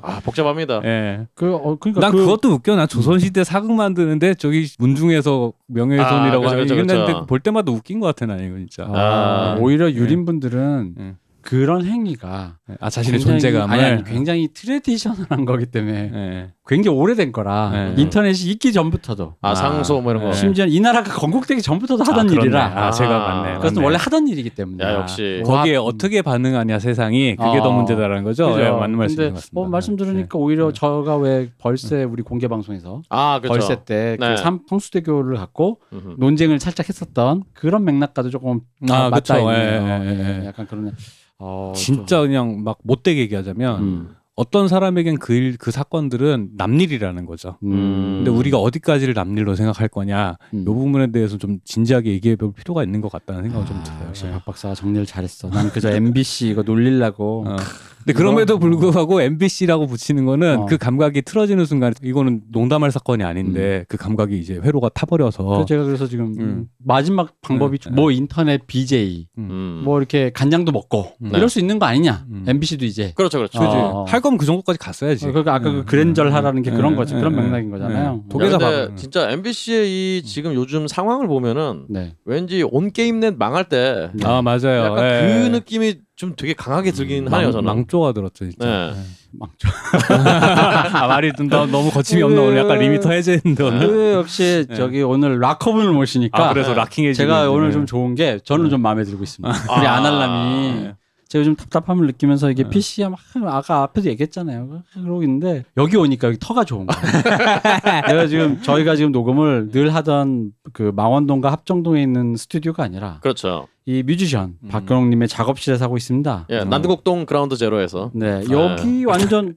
아 복잡합니다.
예.
그 어, 그러니까
난
그-
그, 것도 웃겨. 난 조선시대 사극 만드는데 저기 문중에서 명예훼손이라고
아, 그죠,
하는
그죠,
이건
그죠.
근데 볼 때마다 웃긴 것 같아 나 이거 진짜.
아,
아.
오히려
예.
유림분들은
예.
그런 행위가
아 자신의
굉장히-
존재감을.
아니, 아니, 굉장히 트레디셔널한 거기 때문에
예.
굉장히 오래된 거라
네.
인터넷이 있기 전부터도
아 상소 뭐 이런 거.
네.
심지어 이 나라가 건국되기 전부터도 하던
아, 그렇네.
일이라
아, 제가 맞네.
그것은
맞네.
원래 하던 일이기 네. 때문에
야, 역시.
거기에 어떻게 어. 반응하냐 세상이 그게
아.
더 문제다라는 거죠.
그죠?
예, 맞는 말씀
근데
같습니다. 네. 음.
어, 말씀 들으니까 오히려 저가 왜 벌새 우리 공개 방송에서
아 그렇죠.
벌새 때그
네.
삼- 성수대교를 갖고
음흠.
논쟁을 살짝 했었던 그런 맥락과도 조금
아,
아, 맞다
그쵸.
있네요.
예, 예,
예,
예.
약간 그런 어,
진짜 그냥 막 못되게 얘기하자면
음.
어떤 사람에겐 그 일, 그 사건들은 남일이라는 거죠.
음.
근데 우리가 어디까지를 남일로 생각할 거냐
음.
이 부분에 대해서 좀 진지하게 얘기해 볼 필요가 있는 것 같다는 생각이 좀
아,
들어요. 네.
역시 박 박사가 정리를 잘했어. 나는 그저 MBC 이거 놀리려고
어. 근데 그럼에도 불구하고 MBC라고 붙이는 거는
어.
그 감각이 틀어지는 순간 이거는 농담할 사건이 아닌데 그 감각이 이제 회로가
음. 그래서
타버려서
제가 그래서 지금
음.
마지막 방법이
음.
뭐 인터넷 BJ
음.
뭐 이렇게 간장도 먹고
음.
이럴 수 있는 거 아니냐?
음.
MBC도 이제
그렇죠 그렇죠.
아.
그지 할 거면 그 정도까지 갔어야지.
어, 그러니까 아까
음.
그 그랜절 하라는 게 그런 거지. 그런 맥락인 거잖아요. 음.
네. 독일사
야,
봐.
근데 진짜 MBC의 이 지금 요즘 상황을 보면은
네.
왠지 온 게임넷 망할 때
아 맞아요.
약간
예. 음,
그 느낌이 좀 되게 강하게 들긴 하네요
망,
저는.
망조가 들었죠 진짜. 예.
네.
망조.
아, 말이 좀 더, 너무 거침이 없나 오늘 약간 리미터 해제했는데 오늘.
그 역시
네.
저기 오늘 락커분을 모시니까 네.
아 그래서 락킹해
그러니까 제가 오늘
네.
좀 좋은 게 저는 좀 마음에 들고 있습니다. 우리
아.
아날람이 제가 요즘 답답함을 느끼면서 이게
네.
PC야 막 아까 앞에도 얘기했잖아요. 그러고 있는데 여기 오니까 여기 터가 좋은 거예요. 내가 지금 저희가 지금 녹음을 늘 하던 그 망원동과 합정동에 있는 스튜디오가 아니라
그렇죠.
이 뮤지션
음.
박근홍님의 작업실에서 하고 있습니다.
예,
음.
난드곡동 그라운드 제로에서
아.
네 여기 완전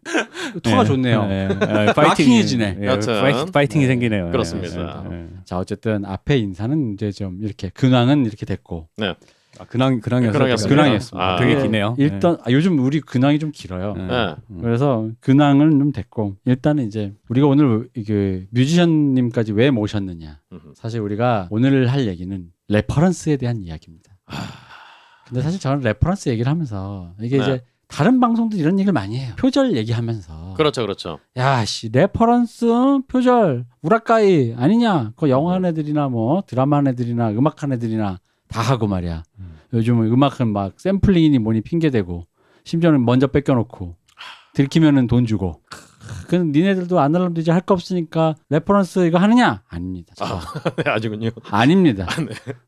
터가 좋네요. 락킹해지네.
여튼.
파이팅, 파이팅이
네.
생기네요. 예,
그렇습니다.
예, 예.
자 어쨌든 앞에 인사는 이제 좀 이렇게 근황은 이렇게 됐고
아, 근황 근황이었어요.
근황이었습니다.
근황이었습니다.
아.
되게 기네요.
일단 아, 요즘 우리 근황이 좀 길어요.
네.
예.
음.
그래서 근황은 좀 됐고 일단은 이제 우리가 오늘 이게 뮤지션님까지 왜 모셨느냐
음흠.
사실 우리가 오늘 할 얘기는 레퍼런스에 대한 이야기입니다.
아.
근데 사실 저는 레퍼런스 얘기를 하면서 이게
네.
이제 다른 방송도 이런 얘기를 많이 해요. 표절 얘기하면서
그렇죠 그렇죠.
야씨 레퍼런스 표절 우라카이 아니냐 그 영화한 애들이나 뭐 드라마한 애들이나 음악한 애들이나 다 하고 말이야.
음.
요즘은 음악은 막 샘플링이니 뭐니 핑계대고 심지어는 먼저 뺏겨놓고 들키면은 돈 주고. 그 니네들도 안날람도 이제 할 거 없으니까 레퍼런스 이거 하느냐? 아닙니다.
네, 아직은요.
아, 닙니다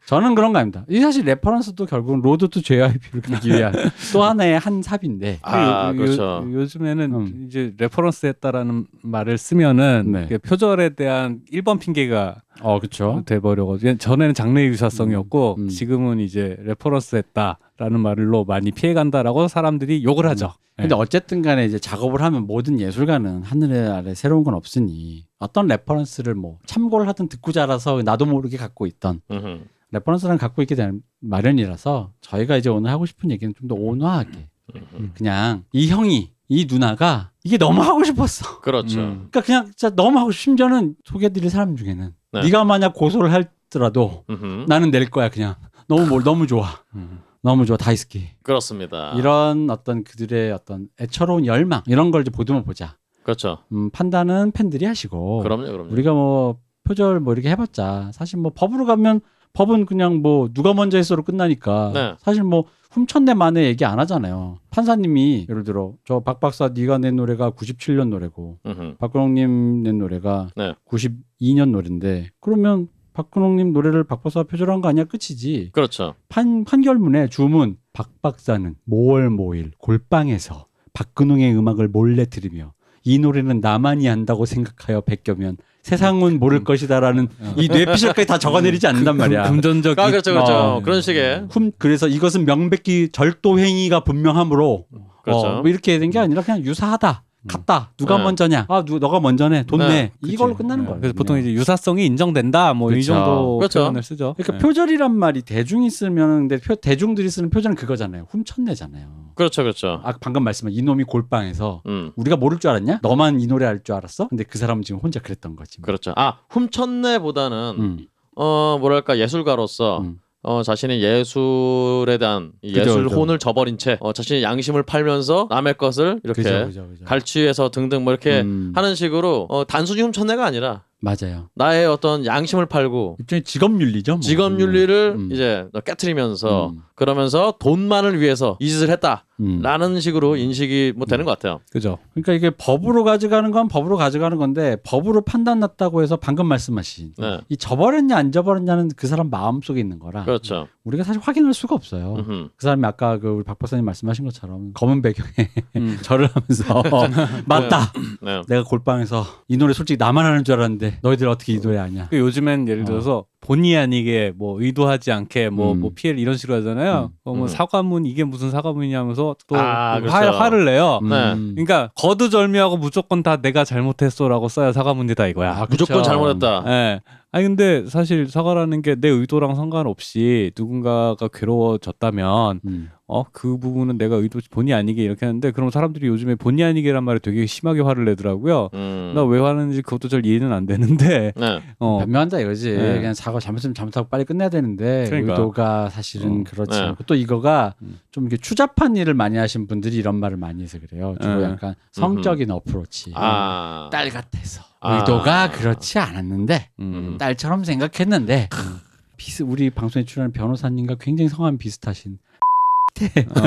저는 그런 거 아닙니다. 이 사실 레퍼런스도 결국은 로드 투 JYP를 가기 위한 또 하나의 한 삽인데.
아
요-
그렇죠.
요, 즘에는
음.
이제 레퍼런스 했다라는 말을 쓰면은
네.
그 표절에 대한 1번 핑계가
어, 그렇죠.
돼버려고 전에는 장르의 유사성이었고
음, 음.
지금은 이제 레퍼런스 했다라는 말로 많이 피해간다라고 사람들이 욕을 하죠.
네.
근데 어쨌든 간에 이제 작업을 하면 모든 예술가는 하늘의 아래 새로운 건 없으니 어떤 레퍼런스를 뭐 참고를 하든 듣고 자라서 나도 모르게 갖고 있던
음흠.
레퍼런스랑 갖고 있게 된 마련이라서 저희가 이제 오늘 하고 싶은 얘기는 좀 더 온화하게
음흠.
그냥 이 형이 이 누나가 이게 너무 하고 싶었어.
그렇죠.
음.
그러니까 그냥 진짜 너무 하고 싶- 심지어는 소개드릴 사람 중에는
네.
네. 가 만약 고소를 할더라도
음흠.
나는 낼 거야 그냥 너무 뭘 너무 좋아
음.
너무 좋아 다이스키
그렇습니다.
이런 어떤 그들의 어떤 애처로운 열망 이런 걸 이제 보듬어 보자.
그렇죠.
음, 판단은 팬들이 하시고
그럼요 그럼요.
어, 우리가 뭐 표절 뭐 이렇게 해봤자 사실 뭐 법으로 가면 법은 그냥 뭐 누가 먼저 했어로 끝나니까
네.
사실 뭐 훔쳤네 만에 얘기 안 하잖아요. 판사님이 예를 들어 저 박 박사 네가 낸 노래가 97년 노래고
음흠.
박근홍님 낸 노래가
네.
92년 노래인데 그러면 박근홍님 노래를 박 박사 표절한 거 아니야 끝이지
그렇죠.
판 판결문에 주문 박 박사는 5월 모일 골방에서 박근홍의 음악을 몰래 들으며 이 노래는 나만이 안다고 생각하여 베껴면
음,
세상은 모를 것이다라는 이 뇌피셜까지 다 적어내리지 않는단 말이야.
금전적
아 그렇죠 그렇죠.
음. 어.
그런
음.
식의
훔- 그래서 이것은 명백히 절도 행위가 분명하므로
그렇죠.
어, 뭐 이렇게 된 게 아니라 그냥 유사하다. 같다. 누가
네.
먼저냐? 아, 누, 너가 먼저네. 돈
네.
내.
그치.
이걸로 끝나는
음. 네.
거예요.
그래서
그냥.
보통 이제 유사성이 인정된다 뭐 이
그쵸.
정도
그렇죠.
표현을 쓰죠.
그러니까
네.
표절이란 말이 대중이 쓰면 근데 표, 대중들이 쓰는 표절은 그거잖아요. 훔쳤네잖아요.
그렇죠, 그렇죠.
아, 방금 말씀한 이놈이 골방에서
음,
우리가 모를 줄 알았냐? 너만 이 노래 알 줄 알았어? 근데 그 사람은 지금 혼자 그랬던 거지. 뭐.
그렇죠. 아 훔쳤네보다는
음.
어 뭐랄까 예술가로서
음.
어 자신의 예술에 대한 이
그죠,
예술
그죠.
혼을 저버린 채 어, 자신의 양심을 팔면서 남의 것을 이렇게
그죠, 그죠, 그죠.
갈취해서 등등 뭐 이렇게
음,
하는 식으로 어, 단순히 훔쳤네가 아니라
맞아요.
나의 어떤 양심을 팔고
일종의 직업 윤리죠. 뭐.
직업 윤리를
음.
이제 깨트리면서
음.
그러면서 돈만을 위해서 이 짓을 했다라는
음.
식으로 인식이 뭐 되는 것 같아요.
그죠.
그러니까 이게 법으로 가져가는 건 법으로 가져가는 건데 법으로 판단 났다고 해서 방금 말씀하신
네.
이 저버렸냐 안 저버렸냐는 그 사람 마음 속에 있는 거라
그렇죠.
우리가 사실 확인할 수가 없어요.
음흠.
그 사람이 아까 그 우리 박 박사님 말씀하신 것처럼 검은 배경에
음.
절을 하면서 맞다.
네.
내가 골방에서 이 노래 솔직히 나만 아는 줄 알았는데 너희들 어떻게 이 노래 아냐?
그 요즘엔 예를 들어서 본의 아니게 뭐 의도하지 않게 뭐,
음.
뭐 피해를 이런 식으로 하잖아요.
음.
어, 뭐
음.
사과문 이게 무슨 사과문이냐면서 또뭐
아,
화,
그렇죠.
화를 내요.
음.
네.
그러니까 거두절미하고 무조건 다 내가 잘못했어라고 써야 사과문이다 이거야.
아, 그쵸.
무조건 잘못했다.
예. 아니 근데 사실 사과라는 게 내 의도랑 상관없이 누군가가 괴로워졌다면
음.
어 그 부분은 내가 의도 본의 아니게 이렇게 하는데 그럼 사람들이 요즘에 본의 아니게란 말에 되게 심하게 화를 내더라고요.
음.
나 왜 화내는지 그것도 잘 이해는 안 되는데
네.
어
변명한다 이거지.
네.
그냥 사과 잘못하면 잘못하고 빨리 끝내야 되는데
그러니까.
의도가 사실은
음.
그렇지.
네.
않고 또 이거가
음.
좀 이렇게 추잡한 일을 많이 하신 분들이 이런 말을 많이 해서 그래요. 주로
네.
약간 성적인 어프로치.
아.
딸 같아서
아.
의도가 그렇지 않았는데
음.
딸처럼 생각했는데 비스 우리 방송에 출연한 변호사님과 굉장히 성함 비슷하신
네.
음.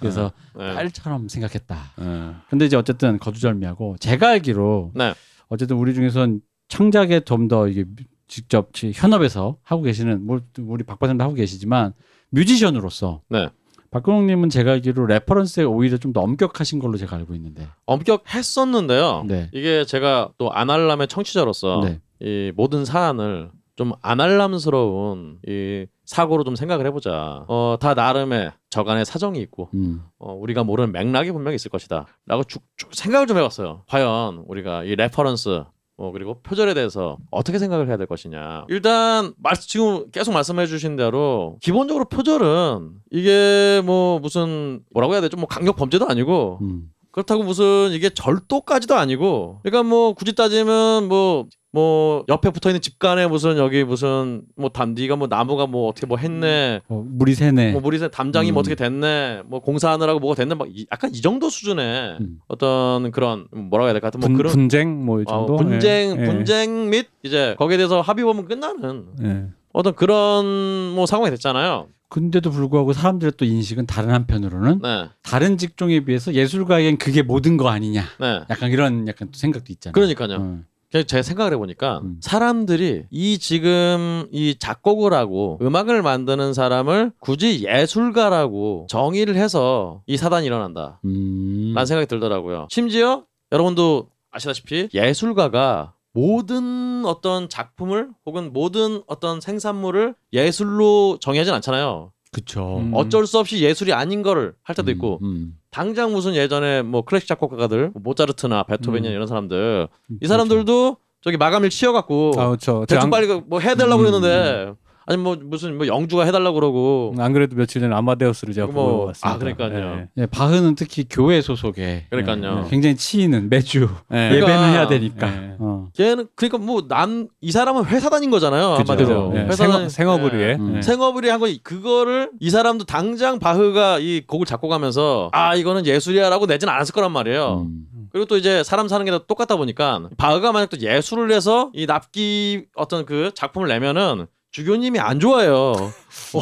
그래서
네.
딸처럼 생각했다.
예.
근데 이제 어쨌든 거두절미하고 제가 알기로
네.
어쨌든 우리 중에선 창작에 좀 더 이게 뮤- 직접 지- 현업에서 하고 계시는 뭐 우리 박바장도 하고 계시지만 뮤지션으로서
네.
박근홍님은 제가 알기로 레퍼런스에 오히려 좀 더 엄격하신 걸로 제가 알고 있는데
엄격했었는데요.
네.
이게 제가 또 아날람의 청취자로서
네.
이 모든 사안을 좀 아날람스러운 이 사고로 좀 생각을 해보자. 어, 다 나름의 저간의 사정이 있고
음.
어, 우리가 모르는 맥락이 분명히 있을 것이다.라고 쭉쭉 생각을 좀 해봤어요. 과연 우리가 이 레퍼런스 어, 그리고 표절에 대해서 어떻게 생각을 해야 될 것이냐. 일단 말 지금 계속 말씀해주신 대로 기본적으로 표절은 이게 뭐 무슨 뭐라고 해야 되죠? 뭐 강력 범죄도 아니고
음.
그렇다고 무슨 이게 절도까지도 아니고 그러니까 뭐 굳이 따지면 뭐 뭐 옆에 붙어 있는 집간에 무슨 여기 무슨 뭐 단디가 뭐 나무가 뭐 어떻게 뭐 했네
어, 물이 새네.
뭐 물이 새 담장이
음.
뭐 어떻게 됐네 뭐 공사하느라고 뭐가 됐네 막 이- 약간 이 정도 수준의
음.
어떤 그런 뭐라고 해야 될까 하여튼 뭐
분,
그런
분쟁 뭐 이
어,
정도
분쟁
예.
분쟁 및 이제 거기에 대해서 합의 보면 끝나는
예. 예.
어떤 그런 뭐 상황이 됐잖아요
근데도 불구하고 사람들의 또 인식은 다른 한편으로는
네
다른 직종에 비해서 예술가에겐 그게 모든 거 아니냐.
네.
약간 이런 약간 또 생각도 있잖아요.
그러니까요.
음.
그냥 제 생각을 해보니까
음.
사람들이 이 지금 이 작곡을 하고 음악을 만드는 사람을 굳이 예술가라고 정의를 해서 이 사단이 일어난다
음.
라는 생각이 들더라고요 심지어 여러분도 아시다시피 예술가가 모든 어떤 작품을 혹은 모든 어떤 생산물을 예술로 정의하진 않잖아요
그쵸.
음.
어쩔 수 없이 예술이 아닌 거를 할 때도 있고
음.
당장 무슨 예전에 뭐 클래식 작곡가들 모차르트나 베토벤이나
음. 그렇죠.
이런 사람들
음.
이 사람들도 저기 마감일 치여갖고
아 그렇죠.
뭐 대충
안,
빨리 그뭐 해달라고
음,
그러는데 아니 뭐 무슨 뭐 영주가 해달라고 그러고
안 그래도 며칠 전에 아마데우스를 제가
뭐,
보고 왔습니다.
아, 그러니까요.
예, 바흐는 특히 교회 소속에
그러니까요.
예, 굉장히 치이는 매주
네, 예. 예.
그러니까-
예배는 해야 되니까.
예.
어.
얘는 그러니까 뭐 남 이 사람은 회사 다닌 거잖아요
그죠.
한마디로
그죠. 예,
회사
어, 네. 생업,
다니-
생업을
예.
위해
음.
예.
생업을 위해 한거 그거를 이 사람도 당장 바흐가 이 곡을 작곡하면서 아 이거는 예술이야라고 내진 않았을 거란 말이에요
어.
음.
그리고 또 이제 사람 사는 게 다 똑같다 보니까 바흐가 만약 또 예술을 해서 이 납기 어떤 그 작품을 내면은 주교님이 안 좋아해요. 어,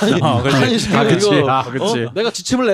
아니,
아, 그렇지.
아니,
아,
지금
그치.
이거,
아,
어?
그치.
내가 지침을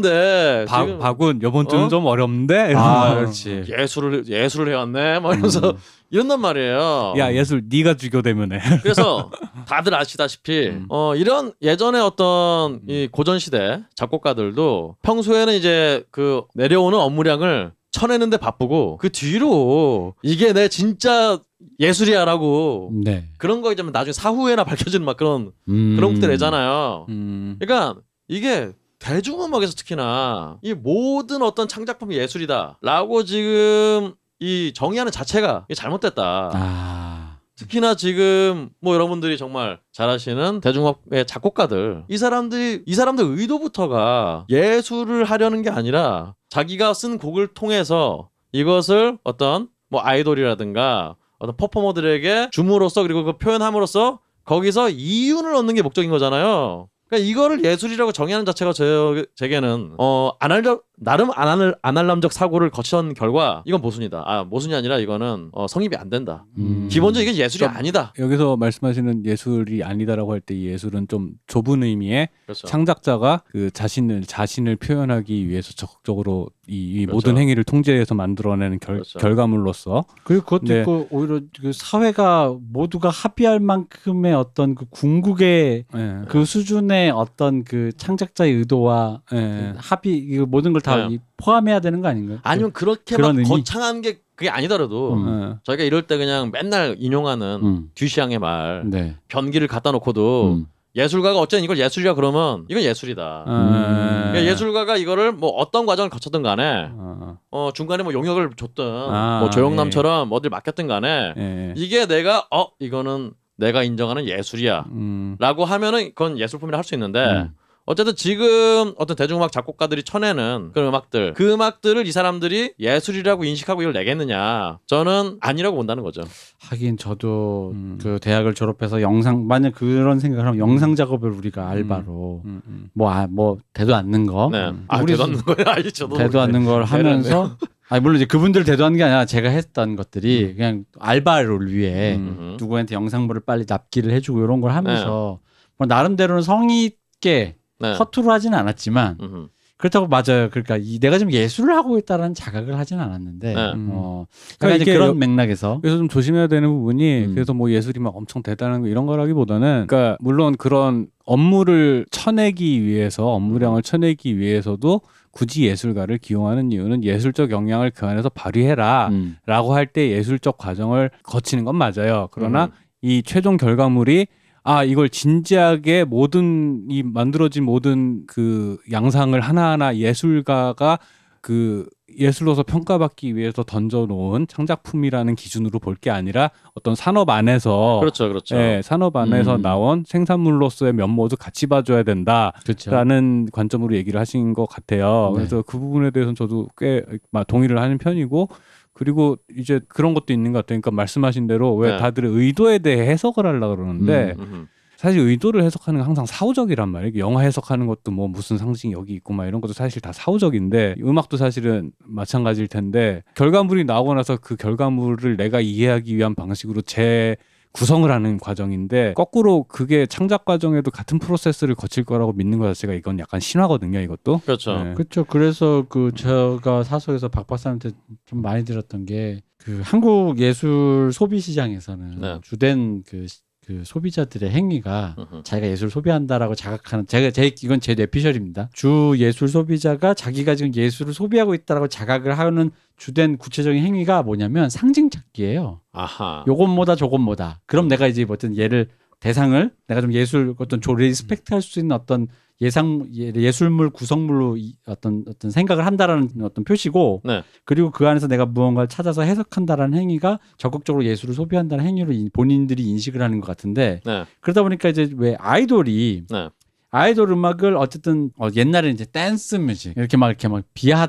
내려줬는데
바,
지금
바군, 요번 주는
어?
좀 어렵는데?
아,
이러면서.
그렇지.
예술을 예술을 해왔네 막 이러면서 이런단 말이에요.
음. 야, 예술, 네가 주교되면 해.
그래서 다들 아시다시피 어 이런 예전에 어떤 이 고전 시대 작곡가들도 평소에는 이제 그 내려오는 업무량을 쳐내는데 바쁘고 그 뒤로 이게 내 진짜 예술이야라고
네.
그런 거에 좀 나중에 사후에나 밝혀지는 막 그런
음.
그런 곡들 내잖아요.
음.
그러니까 이게 대중음악에서 특히나 이 모든 어떤 창작품이 예술이다라고 지금 이 정의하는 자체가 이게 잘못됐다.
아.
특히나 지금 뭐 여러분들이 정말 잘 아시는 대중음악의 작곡가들 이 사람들이 이 사람들 의도부터가 예술을 하려는 게 아니라 자기가 쓴 곡을 통해서 이것을 어떤 뭐 아이돌이라든가 어떤 퍼포머들에게 줌으로써 그리고 그 표현함으로써 거기서 이윤을 얻는 게 목적인 거잖아요. 그러니까 이거를 예술이라고 정의하는 자체가 제, 제게는 어 안할적 나름 안할 안할람적 사고를 거친 결과 이건 모순이다. 아 모순이 아니라 이거는 어, 성립이 안 된다.
음.
기본적으로 이게 예술이
그러니까
아니다.
여기서 말씀하시는 예술이 아니다라고 할 때 이 예술은 좀 좁은 의미의
그렇죠.
창작자가 그 자신을 자신을 표현하기 위해서 적극적으로 이, 이
그렇죠.
모든 행위를 통제해서 만들어내는 결,
그렇죠.
결과물로서
그리고 그것도
네.
있고 오히려 그 사회가 모두가 합의할 만큼의 어떤 그 궁극의
예,
그 수준의 어떤 그 창작자의 의도와
음.
그
예.
합의 이 모든 걸 다
네.
포함해야 되는 거 아닌가요?
아니면 그렇게 막
그런 의미?
거창한 게 그게 아니더라도
음.
예.
저희가 이럴 때 그냥 맨날 인용하는
음.
듀시앙의 말
네.
변기를 갖다 놓고도
음.
예술가가 어쨌든 이걸 예술이라 그러면 이건 예술이다.
아.
네.
그러니까 예술가가 이거를 뭐 어떤 과정을 거쳤든
음.
간에
어,
어 중간에 뭐 용역을 줬든
아,
뭐 조영남처럼
예.
어딜 맡겼든 간에
예.
이게 내가 어 이거는 내가 인정하는 예술이야
음,
라고 하면은 그건 예술품이라 할 수 있는데
음.
어쨌든 지금 어떤 대중음악 작곡가들이 쳐내는 그런 음악들 그 음악들을 이 사람들이 예술이라고 인식하고 이걸 내겠느냐 저는 아니라고 본다는 거죠
하긴 저도
음.
그 대학을 졸업해서 영상 만약 그런 생각을 하면 영상 작업을 우리가 알바로
음, 음.
뭐 아 뭐 대도 않는 거
네.
음.
아
우리
대도 않는 거예요 아니 저도
대도 않는 걸 하면서 아니 모르 이제 그분들 대도하는 게 아니라 제가 했던 것들이 그냥 알바를 위해
음.
음.
누구한테 영상물을 빨리 납기를 해주고 이런 걸 하면서
네.
뭐 나름대로는 성의 있게
네.
허투루 하진 않았지만
음.
그렇다고 맞아요. 그러니까 이 내가 지금 예술을 하고 있다라는 자각을 하진 않았는데
네.
음.
어
그러니까
약간 이제
이게
그런
여-
맥락에서
그래서 좀 조심해야 되는 부분이
음.
그래서 뭐 예술이 막 엄청 대단한 거 이런 거라기보다는 그러니까 물론 그런 업무를 쳐내기 위해서 업무량을 쳐내기 위해서도 굳이 예술가를 기용하는 이유는 예술적 영향을 그 안에서 발휘해라
음.
라고 할 때 예술적 과정을 거치는 건 맞아요 그러나
음.
이 최종 결과물이 아 이걸 진지하게 모든 이 만들어진 모든 그 양상을 하나하나 예술가가 그 예술로서 평가받기 위해서 던져놓은 창작품이라는 기준으로 볼 게 아니라 어떤 산업 안에서
그렇죠 그렇죠
예, 산업 안에서
음.
나온 생산물로서의 면모도 같이 봐줘야 된다.
그렇죠.
라는 관점으로 얘기를 하신 것 같아요.
네.
그래서 그 부분에 대해서는 저도 꽤 마- 동의를 하는 편이고, 그리고 이제 그런 것도 있는 것 같아요. 그러니까 말씀하신 대로 왜
네.
다들 의도에 대해 해석을 하려고
네.
그러는데,
음.
사실 의도를 해석하는 건 항상 사후적이란 말이에요. 영화 해석하는 것도 뭐 무슨 상징이 여기 있고 막 이런 것도 사실 다 사후적인데 음악도 사실은 마찬가지일 텐데 결과물이 나오고 나서 그 결과물을 내가 이해하기 위한 방식으로 재 구성을 하는 과정인데 거꾸로 그게 창작 과정에도 같은 프로세스를 거칠 거라고 믿는 것 자체가 이건 약간 신화거든요. 이것도.
그렇죠
네.
그렇죠. 그래서 그 제가 사석에서 박 박사한테 좀 많이 들었던 게 그 한국 예술 소비 시장에서는
네.
주된 그, 시- 그 소비자들의 행위가
음.
자기가 예술 소비한다라고 자각하는 제가 제 이건 제 뇌피셜입니다. 주 예술 소비자가 자기가 지금 예술을 소비하고 있다라고 자각을 하는 주된 구체적인 행위가 뭐냐면 상징 찾기예요.
아하
요건 뭐다 저건 뭐다. 그럼 내가 이제 뭐 어떤 얘를 대상을 내가 좀 예술 어떤 조 리스펙트 할 수 있는 어떤 예상 예- 예술물 구성물로 이- 어떤 어떤 생각을 한다라는 어떤 표시고
네.
그리고 그 안에서 내가 무언가를 찾아서 해석한다라는 행위가 적극적으로 예술을 소비한다는 행위로 인- 본인들이 인식을 하는 것 같은데
네.
그러다 보니까 이제 왜 아이돌이
네.
아이돌 음악을 어쨌든 어, 옛날에 이제 댄스 뮤직 이렇게 막 이렇게 막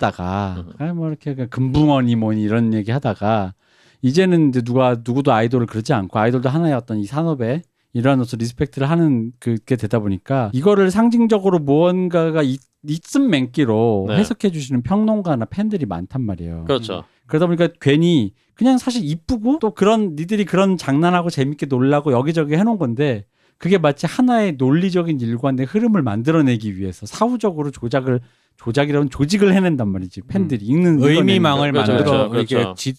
비하하다가
음.
아 뭐 이렇게 그냥 금붕어니 뭐니 이런 얘기 하다가 이제는 이제 누가 누구도 아이돌을 그러지 않고 아이돌도 하나의 어떤 이 산업에 이러한 어떤 리스펙트를 하는 그게 되다 보니까 이거를 상징적으로 무언가가 있, 있음 맹기로
네.
해석해 주시는 평론가나 팬들이 많단 말이에요.
그렇죠
그러다 보니까 괜히 그냥 사실 이쁘고 또 그런 니들이 그런 장난하고 재밌게 놀라고 여기저기 해놓은 건데 그게 마치 하나의 논리적인 일관된 흐름을 만들어내기 위해서 사후적으로 조작을 조작이라면 조직을 해낸단 말이지 팬들이 읽는
음. 의미망을
그렇죠,
만들어
그렇죠,
이게
그렇죠.
지-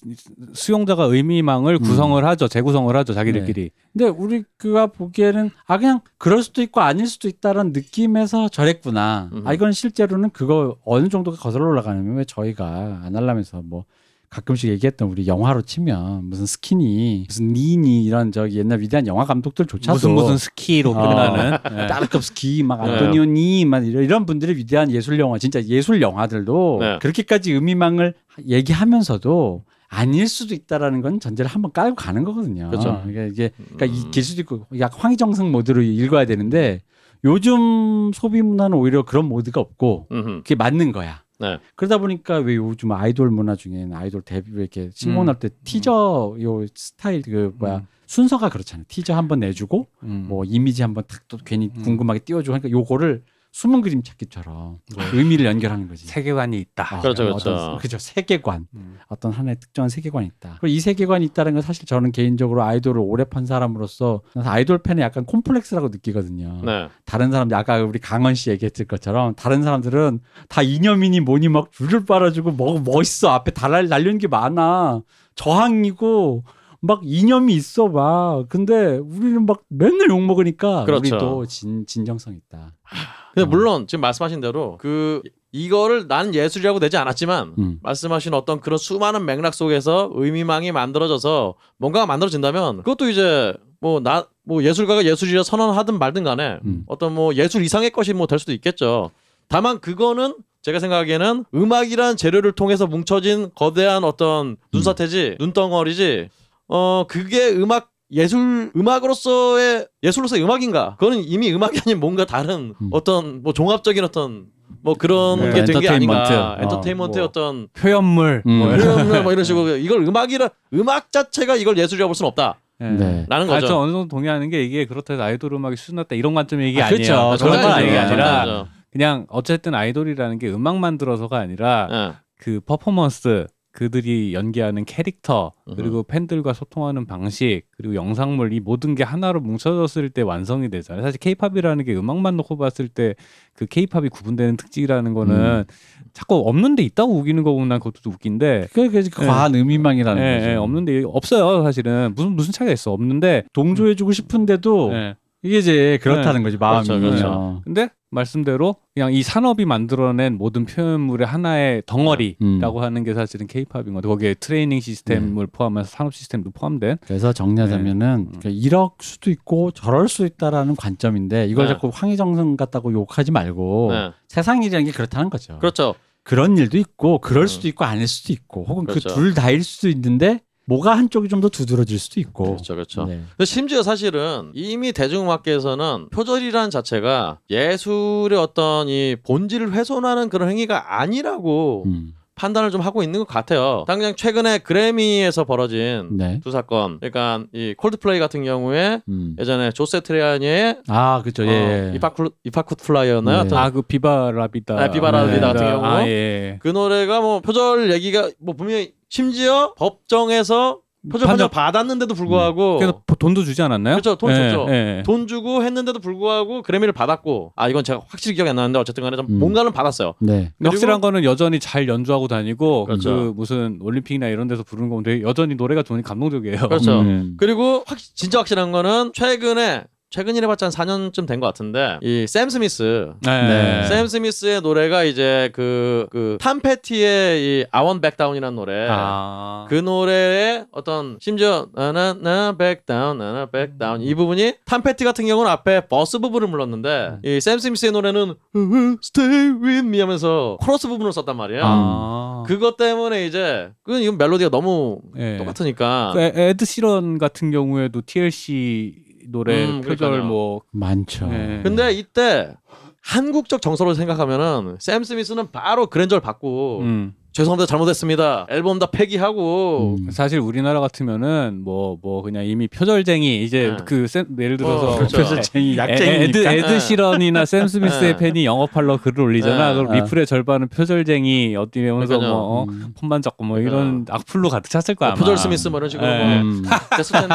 수용자가 의미망을
음.
구성을 하죠. 재구성을 하죠. 자기들끼리.
근데 우리가 보기에는 아 그냥 그럴 수도 있고 아닐 수도 있다라는 느낌에서 저랬구나.
음.
아 이건 실제로는 그거 어느 정도가 거슬러 올라가냐면 왜 저희가 안 하려면서 뭐 가끔씩 얘기했던 우리 영화로 치면 무슨 스키니 무슨 니니 이런 저기 옛날 위대한 영화 감독들조차도 어,
무슨 무슨 스키로 끝나는 네.
따르급 스키 막
네.
안토니오니 막 이런, 이런 분들의 위대한 예술 영화 진짜 예술 영화들도
네.
그렇게까지 의미망을 얘기하면서도 아닐 수도 있다라는 건 전제를 한번 깔고 가는 거거든요.
그렇죠.
그러니까 이게 그러니까
음.
이길 수도 있고 약 황희정성 모드로 읽어야 되는데 요즘 소비 문화는 오히려 그런 모드가 없고
음흠.
그게 맞는 거야.
네.
그러다 보니까 왜 요즘 아이돌 문화 중에는 아이돌 데뷔 왜 이렇게 신곡날 때 티저 요 스타일 그 뭐야
음.
순서가 그렇잖아요. 티저 한번 내주고
음.
뭐 이미지 한번 탁 또 괜히
음.
궁금하게 띄워주고 하니까 요거를 숨은 그림 찾기처럼 의미를 연결하는 거지.
네. 세계관이 있다.
아,
그렇죠, 그렇죠.
어떤- 그죠. 세계관.
음.
어떤 하나의 특정한 세계관이 있다. 그리고 이 세계관이 있다는 건 사실 저는 개인적으로 아이돌을 오래 판 사람으로서 아이돌 팬의 약간 콤플렉스라고 느끼거든요.
네.
다른 사람들 아까 우리 강원 씨 얘기했을 것처럼 다른 사람들은 다 이념이니 뭐니 막 줄을 빨아주고 뭐 멋있어 앞에 달랄 날리는 게 많아 저항이고 막 이념이 있어 막 근데 우리는 막 맨날 욕 먹으니까
그렇죠.
우리도 진 진정성 있다.
근데
어.
물론 지금 말씀하신 대로 그 이거를 나는 예술이라고 내지 않았지만
음.
말씀하신 어떤 그런 수많은 맥락 속에서 의미망이 만들어져서 뭔가가 만들어진다면 그것도 이제 뭐 나 뭐 예술가가 예술이라 선언하든 말든 간에
음.
어떤 뭐 예술 이상의 것이 뭐 될 수도 있겠죠. 다만 그거는 제가 생각하기에는 음악이란 재료를 통해서 뭉쳐진 거대한
음.
어떤 눈사태지 눈덩어리지 어 그게 음악 예술 음악으로서의 예술로서의 음악인가? 그거는 이미 음악이 아닌 뭔가 다른
음.
어떤 뭐 종합적인 어떤 뭐 그런
네,
게 된 게 아닌가?
엔터테인먼트.
엔터테인먼트의
어, 뭐.
어떤
표현물
음.
뭐 이런.
표현을 뭐 이런 식으로 이걸 음악이라 음악 자체가 이걸 예술이라고 볼 수는 없다라는
네.
거죠.
아, 저 어느 정도 동의하는 게 이게 그렇다고 해서 아이돌 음악이 순났다 이런 관점의 얘기
아,
아, 니에요
그렇죠.
아,
그런
정말
건
아니죠.
아니, 게 아니라
정말
그냥 어쨌든 아이돌이라는 게 음악만 들어서가 아니라
아니죠. 예.
그 퍼포먼스 그들이 연기하는 캐릭터
음흠.
그리고 팬들과 소통하는 방식 그리고 영상물 이 모든 게 하나로 뭉쳐졌을 때 완성이 되잖아요. 사실 케이팝이라는 게 음악만 놓고 봤을 때 그 케이팝이 구분되는 특징이라는 거는 자꾸 없는데 있다고 우기는 거 보면 난 그것도 웃긴데
그게 그게 과한 의미망이라는
네,
예,
거죠.
예, 없는데 없어요 사실은 무슨 무슨 차이가 있어 없는데
동조해주고 싶은데도
네.
예.
이게 이제 그렇다는 거지 마음이.
그렇죠, 그렇죠.
어.
근데 말씀대로 그냥 이 산업이 만들어낸 모든 표현물의 하나의
음.
덩어리라고 하는 게 사실은 케이팝인 건데 거기에 트레이닝
네.
시스템을 포함해서 산업 시스템도 포함된
그래서 정리하자면은 그러니까 이럴 수도 있고 저럴 수 있다라는 관점인데 이걸
네.
자꾸 황희정성 같다고 욕하지 말고
네.
세상이라는 게 그렇다는 거죠.
그렇죠.
그런 일도 있고 그럴
음.
수도 있고 아닐 수도 있고 혹은 그
그렇죠.
둘 다일 수도 있는데 뭐가 한쪽이 좀 더 두드러질 수도 있고.
그렇죠. 그렇죠.
네.
근데 심지어 사실은 이미 대중음악계에서는 표절이라는 자체가 예술의 어떤 이 본질을 훼손하는 그런 행위가 아니라고
음.
판단을 좀 하고 있는 것 같아요. 당장 최근에 그래미에서 벌어진
네.
두 사건, 그러니까 이 콜드플레이 같은 경우에
음.
예전에 조세트리아니의
아 그렇죠. 예. 예.
어, 이파쿠 이파쿠 플라이어나
네.
어떤
아 그 비바라비다
아, 비바라비다 같은 경우.
아, 예.
그 노래가 뭐 표절 얘기가 뭐 분명히 심지어 법정에서 표절 판정
판정- 음.
받았는데도 불구하고
그래서 보- 돈도 주지 않았나요?
그렇죠, 돈
예,
줬죠.
예.
돈 주고 했는데도 불구하고 그래미를 받았고 아 이건 제가 확실히 기억이 안 나는데 어쨌든 간에 좀
음.
뭔가는 받았어요.
네.
근데 확실한 거는 여전히 잘 연주하고 다니고 그
그렇죠.
무슨 올림픽이나 이런 데서 부르는 건 되게 여전히 노래가 좋으니 감동적이에요.
그렇죠.
음.
그리고 확- 진짜 확실한 거는 최근에 최근이라 봤자 한 4년쯤 된 것 같은데 이 샘 스미스
네.
네.
샘 스미스의 노래가 이제 그그탐 패티의 이 아원 백다운이라는 노래
아.
그 노래의 어떤 심지어 나나나 백다운 나나
음.
백다운 이 부분이 탐패티 같은 경우는 앞에 버스 부분을
음.
불렀는데 이샘 스미스의 노래는 Stay with me 하면서 코러스 부분을 썼단 말이에요.
아.
그것 때문에 이제 그건 이건 멜로디가 너무
예.
똑같으니까
그 에- 에드 시런 같은 경우에도 TLC 노래
음,
표절
그러니까요.
뭐
많죠.
네.
근데 이때 한국적 정서로 생각하면은 샘 스미스는 바로 그랜저를 받고
음.
죄송합니다 잘못했습니다 앨범 다 폐기하고
음.
사실 우리나라 같으면은 뭐 뭐 그냥 이미 표절쟁이 이제
네.
그 샘- 예를 들어서
어, 그렇죠.
표절-
표절쟁이
에- 에드
약쟁이니까.
에드 시런이나 샘 스미스의
네.
팬이 영업하러 글을 올리잖아.
네.
그럼 리플의 절반은 표절쟁이 어디 면서
그러니까요.
뭐 어,
음.
폰만 잡고 뭐 이런 악플로 가득 찼을 거야.
뭐
그러니까 아마.
표절 스미스 뭐 이런 식으로
네. 그
뭐
음.
됐을 텐데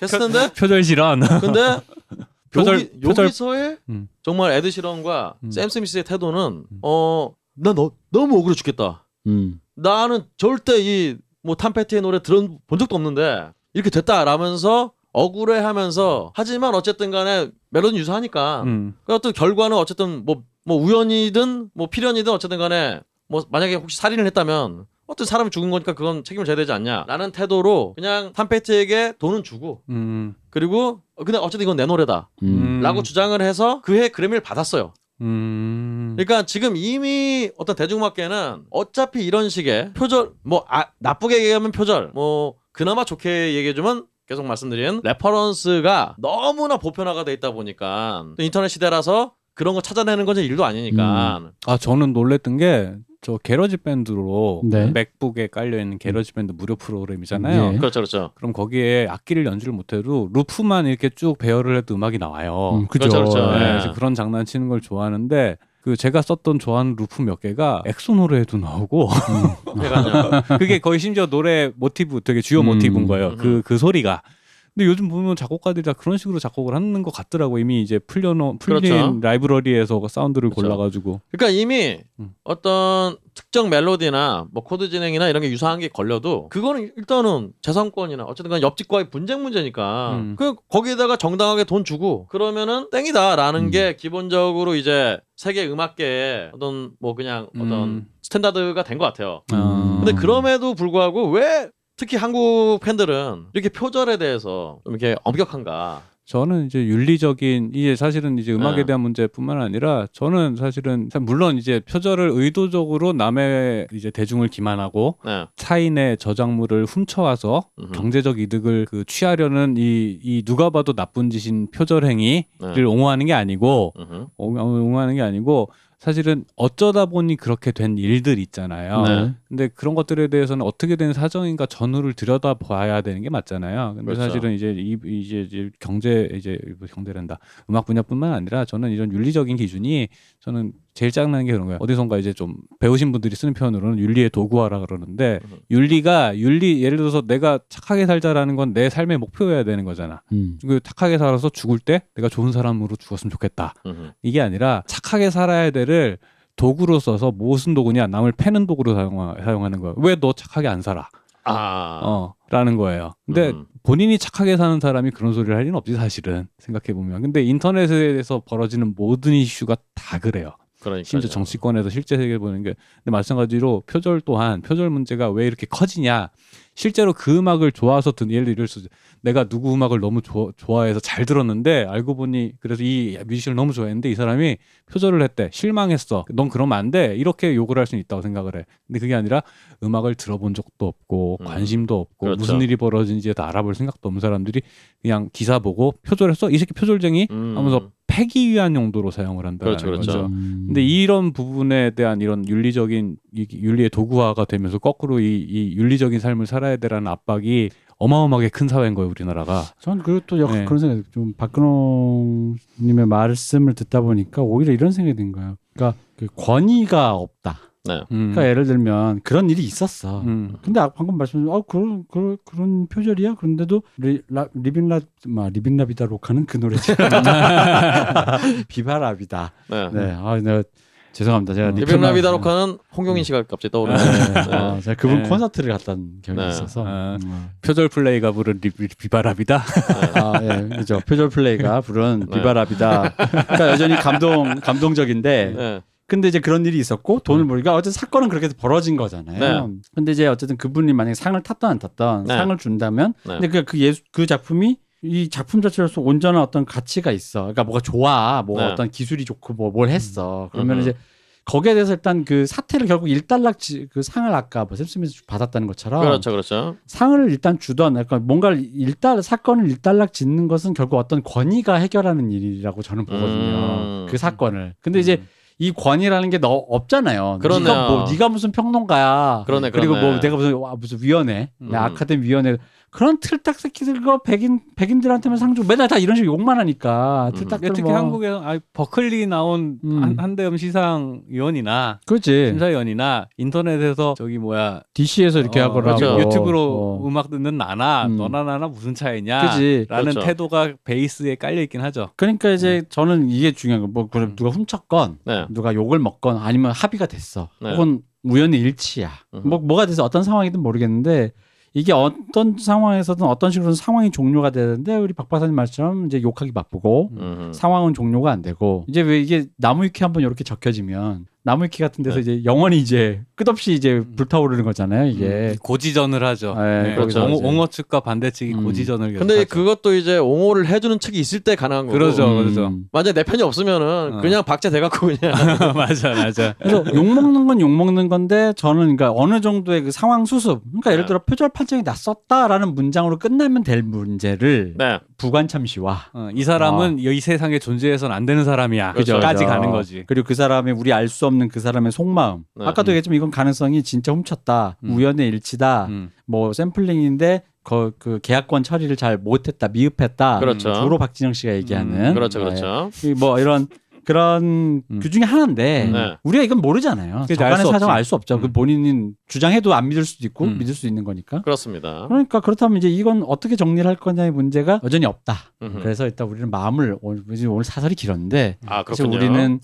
됐을 텐데
표절 시런.
근데
표절-
여기,
표절-
여기서의
음.
정말 에드 시런과
음.
샘 스미스의 태도는 어나 너, 너무 억울해 죽겠다.
음.
나는 절대 이뭐 탐패티의 노래 들은 본 적도 없는데 이렇게 됐다라면서 억울해하면서 하지만 어쨌든간에 멜로디 유사하니까
음.
그 어떤 결과는 어쨌든 뭐 뭐 우연이든 뭐 필연이든 어쨌든간에 뭐 만약에 혹시 살인을 했다면 어떤 사람이 죽은 거니까 그건 책임을 져야 되지 않냐라는 태도로 그냥 탐페트에게 돈은 주고
음.
그리고 어, 근데 어쨌든 이건 내 노래다라고
음.
주장을 해서 그해 그래미를 받았어요.
음.
그러니까 지금 이미 어떤 대중음악계는 어차피 이런 식의 표절 뭐 아, 나쁘게 얘기하면 표절 뭐 그나마 좋게 얘기해주면 계속 말씀드린 레퍼런스가 너무나 보편화가 돼 있다 보니까 또 인터넷 시대라서 그런 거 찾아내는 건 이제 일도 아니니까
아 저는 놀랬던 게 저 게러지 밴드로
네.
맥북에 깔려 있는 게러지 밴드 무료 프로그램이잖아요.
예.
그렇죠 그렇죠
그럼 거기에 악기를 연주를 못해도 루프만 이렇게 쭉 배열을 해도 음악이 나와요.
음, 그죠.
그렇죠, 그렇죠.
네,
예.
그래서 그런 장난치는 걸 좋아하는데 그 제가 썼던 좋아하는 루프 몇 개가 엑소 노래에도 나오고
그러니까요.
그게 거의 심지어 노래 모티브 되게 주요
음.
모티브인 거예요. 그
음.
그 소리가. 근데 요즘 보면 작곡가들이 다 그런 식으로 작곡을 하는 것 같더라고 이미 이제 풀려놓 풀린
그렇죠.
라이브러리에서 사운드를
그렇죠.
골라가지고
그러니까 이미
음.
어떤 특정 멜로디나 뭐 코드 진행이나 이런 게 유사한 게 걸려도 그거는 일단은 재산권이나 어쨌든 간 옆집과의 분쟁 문제니까
음.
그 거기에다가 정당하게 돈 주고 그러면은 땡이다라는
음.
게 기본적으로 이제 세계 음악계의 어떤 뭐 그냥 어떤
음.
스탠다드가 된 것 같아요.
아.
근데
음.
그럼에도 불구하고 왜 특히 한국 팬들은 이렇게 표절에 대해서 좀 이렇게 엄격한가?
저는 이제 윤리적인 이게 사실은 이제 음악에
네.
대한 문제뿐만 아니라 저는 사실은 참 물론 이제 표절을 의도적으로 남의 이제 대중을 기만하고
네.
타인의 저작물을 훔쳐와서
음흠.
경제적 이득을 그 취하려는 이, 이 누가 봐도 나쁜 짓인 표절 행위를
네.
옹호하는 게 아니고
음흠.
어, 옹호하는 게 아니고 사실은 어쩌다 보니 그렇게 된 일들 있잖아요.
네.
근데 그런 것들에 대해서는 어떻게 된 사정인가 전후를 들여다 봐야 되는 게 맞잖아요. 근데
그렇죠.
사실은 이제 이, 이제, 이제 경제 이제 뭐 경제란다 음악 분야뿐만 아니라 저는 이런 윤리적인 기준이 저는 제일 짜증나는 게 그런 거예요. 어디선가 이제 좀 배우신 분들이 쓰는 표현으로는 윤리의 도구화라 그러는데
음.
윤리가 윤리 예를 들어서 내가 착하게 살자라는 건 내 삶의 목표여야 되는 거잖아.
음.
그 착하게 살아서 죽을 때 내가 좋은 사람으로 죽었으면 좋겠다.
음흠.
이게 아니라 착하게 살아야 될을 도구로 써서 무슨 도구냐 남을 패는 도구로 사용하, 사용하는 거예요 왜 너 착하게 안 살아
아.
어 라는 거예요 근데
음.
본인이 착하게 사는 사람이 그런 소리를 할 리는 없지 사실은 생각해 보면 근데 인터넷에서 벌어지는 모든 이슈가 다 그래요
그러니까
심지어 정치권에서 실제 세계 보는 게 근데 마찬가지로 표절 또한 표절 문제가 왜 이렇게 커지냐 실제로 그 음악을 좋아서 듣 예를 들어 이럴 수 있- 내가 누구 음악을 너무 좋아, 좋아해서 잘 들었는데 알고 보니 그래서 이 뮤지션을 너무 좋아했는데 이 사람이 표절을 했대 실망했어 넌 그러면 안 돼 이렇게 욕을 할 수는 있다고 생각을 해 근데 그게 아니라 음악을 들어본 적도 없고
음.
관심도 없고
그렇죠.
무슨 일이 벌어진지에 다 알아볼 생각도 없는 사람들이 그냥 기사 보고 표절했어 이 새끼 표절쟁이
음.
하면서 패기 위한 용도로 사용을 한다는
그렇죠, 그렇죠.
거죠.
음.
근데 이런 부분에 대한 이런 윤리적인 이- 윤리의 도구화가 되면서 거꾸로 이, 이 윤리적인 삶을 살아야 되라는 압박이 어마어마하게 큰 사회인 거예요 우리나라가.
전 그리고 또 약간
네.
그런 생각이 좀 박근홍님의 말씀을 듣다 보니까 오히려 이런 생각이 든 거예요. 그러니까 그 권위가 없다.
음.
그러니까 예를 들면 그런 일이 있었어.
음.
근데 아- 방금 말씀하신 어 그런 그런 그런 표절이야. 그런데도 리, 라, 리빈라 마 리빈라비다 로카는 그 노래지. 비바라비다.
네.
네. 아, 내가 죄송합니다. 제가
음.
리병
리빈라비다
라비다 로카는 홍경인 씨가 갑자기 떠오르네.
네. 아, 제가 그분
네.
콘서트를 갔던 기억이
네.
있어서.
아.
음.
표절 플레이가 부른 리, 리, 비바람이다.
아, 예, 그죠. 표절 플레이가 부른
네.
비바라비다. 그러니까 여전히 감동, 감동적인데.
네.
근데 이제 그런 일이 있었고 돈을 모으니까 어쨌든 사건은 그렇게 해서 벌어진 거잖아요.
네.
근데 이제 어쨌든 그분이 만약에 상을 탔던 안 탔던
네.
상을 준다면
네.
근데 그, 그 예술 그 작품이 이 작품 자체로서 온전한 어떤 가치가 있어. 그러니까 뭐가 좋아, 뭐가
네.
어떤 기술이 좋고 뭐 뭘 했어. 그러면
음.
이제 거기에 대해서 일단 그 사태를 결국 일단락 지- 그 상을 아까 뭐샘 스미스 받았다는
아.
것처럼
그렇죠, 그렇죠.
상을 일단 주던 약간 뭔가를 일단 사건을 일단락 짓는 것은 결국 어떤 권위가 해결하는 일이라고 저는 보거든요.
음.
그 사건을. 근데 이제
음.
이 권위라는 게 너 없잖아요.
그러네요.
네가 뭐 네가 무슨 평론가야.
그러네,
그리고
그러네.
뭐 내가 무슨 와, 무슨 위원회, 내
음.
아카데미 위원회 그런 틀딱 새끼들과 백인 백인들한테만 상주 맨날 다 이런 식으로 욕만 하니까 뭐.
음.
틀딱
특히 한국에서 아, 버클리 나온
음.
한, 한대음 시상 위원이나
그렇지
심사위원이나 인터넷에서 저기 뭐야
DC에서 이렇게
어,
하거나
그렇죠.
뭐,
유튜브로 음.
뭐.
음악 듣는 나나
음.
너나 나나 무슨 차이냐
그지.
라는
그렇죠.
태도가 베이스에 깔려 있긴 하죠.
그러니까 이제 저는 이게 중요한 거뭐 그럼
네. 음.
누가 훔쳤건
네.
누가 욕을 먹건 아니면 합의가 됐어.
네.
혹은 우연의 일치야.
음흠.
뭐 뭐가 돼서 어떤 상황이든 모르겠는데 이게 어떤 상황에서든 어떤 식으로든 상황이 종료가 되는데 우리 박 박사님 말처럼 이제 욕하기 바쁘고
음.
상황은 종료가 안 되고 이제 왜 이게 나무 위키 한번 이렇게 적혀지면 나무위키 같은
네.
데서 이제 영원히 이제 끝없이 이제
음.
불타오르는 거잖아요. 이게
고지전을 하죠.
네,
그렇죠.
옹- 옹어 측과 반대 측이
음.
고지전을 계속
근데
하죠.
그것도 이제 옹호를 해주는 측이 있을 때 가능한 거고.
그러죠.
음.
그렇죠.
만약 내 편이 없으면은
어.
그냥 박제 돼갖고 그냥
맞아, 맞아.
그래서 욕 먹는 건 욕 먹는 건데 저는 그러니까 어느 정도의 그 상황 수습, 그러니까
네.
예를 들어 표절 판정이 났었다라는 문장으로 끝나면 될 문제를
네.
부관참시와
어, 이 사람은 이 세상에 존재해선 안 되는 사람이야.
아. 그죠, 어.
까지
그죠.
가는 거지.
그리고 그 사람의 우리 알 수 없는 그 사람의 속마음.
네.
아까도 얘기했지만 이건 가능성이 진짜 훔쳤다,
음.
우연의
아,
일치다,
음.
뭐 샘플링인데 거- 그 계약권 처리를 잘 못했다, 미흡했다.
그렇죠.
주로 박진영 씨가 얘기하는
음,
그렇죠,
네.
그렇죠.
이뭐 이런 그런
음.
규 중에 하나인데
네.
우리가 이건 모르잖아요.
그치, 알수
정간의
없지.
사정 알 수 없죠. 그
음.
본인은 주장해도 안 믿을 수도 있고
음.
믿을 수 있는 거니까.
그렇습니다.
그러니까 그렇다면 이제 이건 어떻게 정리를 할 거냐의 문제가 여전히 없다.
음흠.
그래서 일단 우리는 마음을 오늘, 오늘 사설이 길었는데
아
사실
그렇군요.
우리는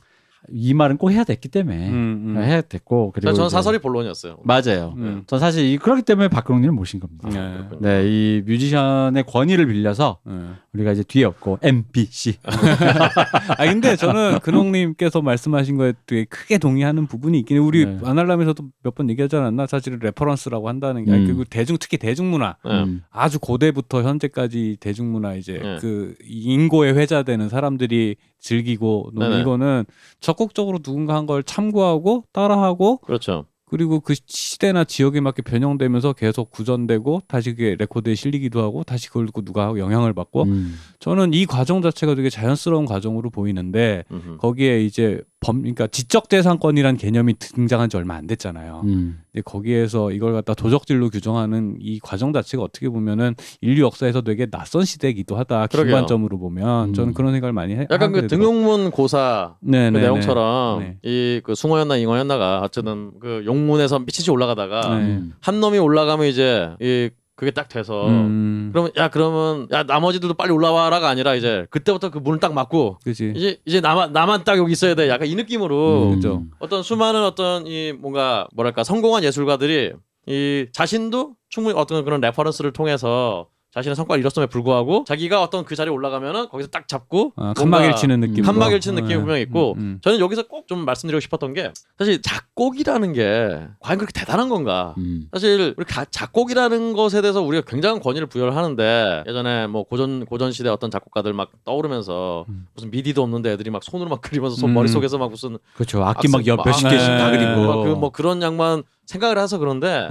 이 말은 꼭 해야 됐기
네.
때문에
음, 음.
해야 됐고 그리고
사실 저는
이제-
사설이 본론이었어요.
맞아요.
음.
전 사실 이 그렇기 때문에 박근홍님을 모신 겁니다.
네.
그렇군요.
네, 이 뮤지션의 권위를 빌려서
음.
우리가 이제 뒤에 없고 MBC
아 근데 저는 근홍님께서 말씀하신 거에 되게 크게 동의하는 부분이 있긴 해요. 우리
네.
아날람에서도 몇 번 얘기하지 않았나? 사실은 레퍼런스라고 한다는 게
음.
그리고 대중 특히 대중문화
네.
음.
아주 고대부터 현재까지 대중문화 이제
네.
그 인고에 회자되는 사람들이 즐기고 노는
네네.
이거는 적극적으로 누군가 한 걸 참고하고 따라하고
그렇죠.
그리고 그 시대나 지역에 맞게 변형되면서 계속 구전되고 다시 그게 레코드에 실리기도 하고 다시 그걸 또 누가 하고 영향을 받고
음.
저는 이 과정 자체가 되게 자연스러운 과정으로 보이는데
음흠.
거기에 이제 범 그러니까 지적 재산권이란 개념이 등장한 지 얼마 안 됐잖아요.
음.
근데 거기에서 이걸 갖다 도적질로 규정하는 이 과정 자체가 어떻게 보면은 인류 역사에서 되게 낯선 시대이기도 하다.
그러게요.
기관점으로 보면 저는
음.
그런 생각을 많이 해.
약간 그 등용문 고사
네,
그 내용처럼
네.
이 그 숭어였나 잉어였나가 어쨌든 그 용문에서 미치지 올라가다가
네.
음.
한 놈이 올라가면 이제 이 그게 딱 돼서
음,
그러면 야 그러면 야 나머지들도 빨리 올라와라가 아니라 이제 그때부터 그 문을 딱 막고
그지.
이제 이제 나만 나만 딱 여기 있어야 돼 약간 이 느낌으로
음.
그죠.
어떤 수많은 어떤 이 뭔가 뭐랄까 성공한 예술가들이 이 자신도 충분히 어떤 그런 레퍼런스를 통해서 자신의 성과를 이뤘음에 불구하고 자기가 어떤 그 자리에 올라가면은 거기서 딱 잡고
아,
뭔가 음,
칸막이를 치는 느낌.
칸막이를 치는 느낌이 분명히 있고
음, 음.
저는 여기서 꼭 좀 말씀드리고 싶었던 게 사실 작곡이라는 게 과연 그렇게 대단한 건가
음.
사실 우리 가- 작곡이라는 것에 대해서 우리가 굉장한 권위를 부여를 하는데 예전에 뭐 고전 고전 시대 어떤 작곡가들 막 떠오르면서
음.
무슨 미디도 없는데 애들이 막 손으로 막 그리면서 손
음.
머릿속에서 막 무슨
그렇죠. 악기 막
악세-
몇- 몇십
아,
개씩 다
네.
그리고
막 그 뭐 그런 양만 생각을 해서 그런데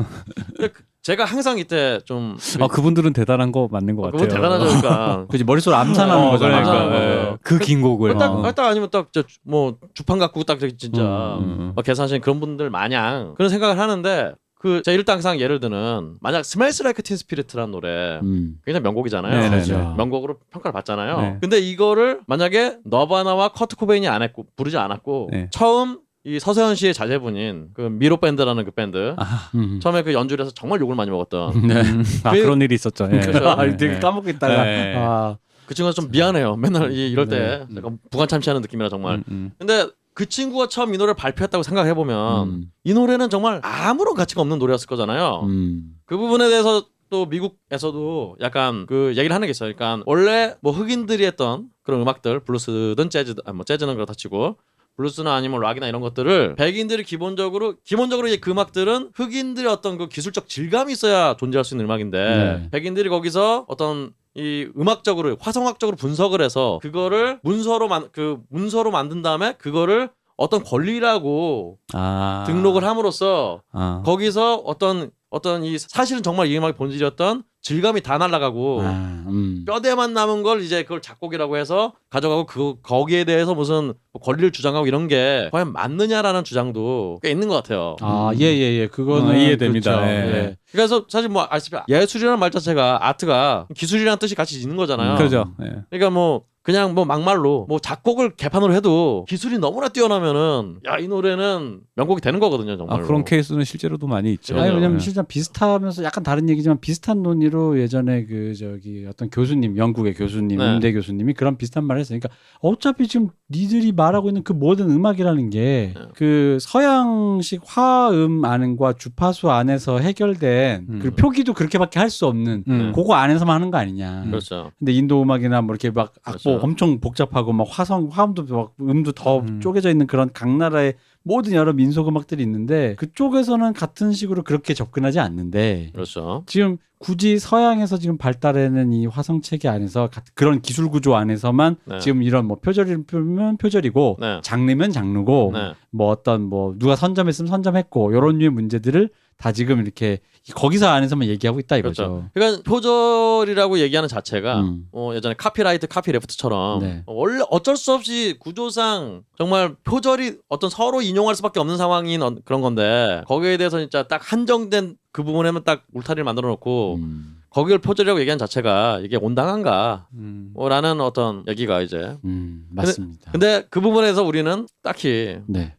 근데 그- 제가 항상 이때 좀
아, 그분들은 대단한 거 맞는 것 같아요.
뭐 그거 대단하죠 그러니까
그지 머릿속으로 암산하는
어,
거잖아요.
암산하는
그러니까
거죠.
예. 그긴 곡을.
딱,
어.
딱 아니면 딱 뭐 주판 갖고 딱 저기 진짜
음, 음, 음.
막 계산하시는 그런 분들 마냥 그런 생각을 하는데 그 제가 일단 항상 예를 드는 만약 스멜스 라이크 틴 스피릿이라는 노래
음.
굉장히
네,
명곡이잖아요
네,
그죠.
네.
명곡으로 평가를 받잖아요.
네.
근데 이거를 만약에 너바나와 커트 코베인이 안 했고 부르지 않았고
네. 처음
이 서세현 씨의 자제분인 그 미로 밴드라는 그 밴드
아,
음.
처음에 그 연주를 해서 정말 욕을 많이 먹었던
네.
아,
그-
그런 일이 있었죠. 예.
그죠.
아,
예,
되게
예.
까먹고 있다가
네.
아,
그 친구가 좀 미안해요. 맨날 이, 럴
네.
때 약간 부관 참시하는 느낌이라 정말.
음, 음.
근데 그 친구가 처음 이 노래를 발표했다고 생각해 보면
음.
이 노래는 정말 아무런 가치가 없는 노래였을
어.
거잖아요.
음.
그 부분에 대해서 또 미국에서도 약간 그 얘기를 하는 게 있어요. 그러니까 원래 뭐 흑인들이 했던 그런 음악들, 블루스든 재즈, 아, 뭐 재즈는 그렇다 치고 블루스나 아니면 락이나 이런 것들을 백인들이 기본적으로 기본적으로 이제 그 음악들은 흑인들의 어떤 그 기술적 질감이 있어야 존재할 수 있는 음악인데
네.
백인들이 거기서 어떤 이 음악적으로 화성학적으로 분석을 해서 그거를 문서로 만 그 문서로 만든 다음에 그거를 어떤 권리라고
아.
등록을 함으로써
아.
거기서 어떤 어떤 이 사실은 정말 이 음악의 본질이었던 질감이 다
어.
날아가고
아, 음.
뼈대만 남은 걸 이제 그걸 작곡이라고 해서 가져가고 그 거기에 대해서 무슨 뭐 권리를 주장하고 이런 게 과연 맞느냐라는 주장도 꽤 있는 것 같아요.
아, 예, 예, 예. 그거는
어, 이해됩니다.
그렇죠.
예.
예. 그래서 사실 뭐 아시피 예술이라는 말 자체가 아트가 기술이라는 뜻이 같이 있는 거잖아요.
그죠. 예.
그러니까 뭐 그냥 뭐 막말로 뭐 작곡을 개판으로 해도 기술이 너무나 뛰어나면은 야 이 노래는 명곡이 되는 거거든요
아
정말로.
그런 케이스는 실제로도 많이 있죠.
그러네요.
아니 왜냐면
네.
실제 비슷하면서 약간 다른 얘기지만 비슷한 논의로 예전에 그 저기 어떤 교수님 영국의 교수님
네.
음대 교수님이 그런 비슷한 말을 했어요. 그러니까 어차피 지금 니들이 말하고 있는 그 모든 음악이라는 게
네.
그 서양식 화음 안과 주파수 안에서 해결된
음.
그 표기도 그렇게밖에 할 수 없는
음.
그거 안에서만 하는 거 아니냐.
음.
그렇죠.
근데 인도 음악이나 뭐 이렇게 막 악보
그렇죠.
엄청 복잡하고 막 화성 화음도 막 음도 더
음.
쪼개져 있는 그런 각 나라의 모든 여러 민속 음악들이 있는데 그쪽에서는 같은 식으로 그렇게 접근하지 않는데
그렇죠.
지금 굳이 서양에서 지금 발달하는 이 화성 체계 안에서 가- 그런 기술 구조 안에서만
네.
지금 이런 뭐 표절이면 표절이고
네.
장르면 장르고
네.
뭐 어떤 뭐 누가 선점했으면 선점했고 이런 류의 문제들을 다 지금 이렇게 거기서 안에서만 얘기하고 있다 이거죠.
그러니까 표절이라고 얘기하는 자체가
음.
어, 예전에 카피라이트, 카피레프트처럼
네.
어, 원래 어쩔 수 없이 구조상 정말 표절이 어떤 서로 인용할 수밖에 없는 상황인 어- 그런 건데 거기에 대해서 진짜 딱 한정된 그 부분에만 딱 울타리를 만들어 놓고
음.
거기를 표절이라고 얘기한 자체가 이게 온당한가?
음.
뭐 라는 어떤 얘기가 이제
음, 맞습니다.
근데 그 부분에서 우리는 딱히
네.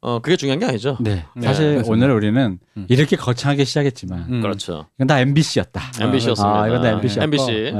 어 그게 중요한 게 아니죠.
네.
네.
사실
그렇습니다.
오늘 우리는
음.
이렇게 거창하게 시작했지만
음.
그렇죠.
이건 다 MBC였다.
MBC였습니다.
아, 이건 다 아, 어. MBC였고.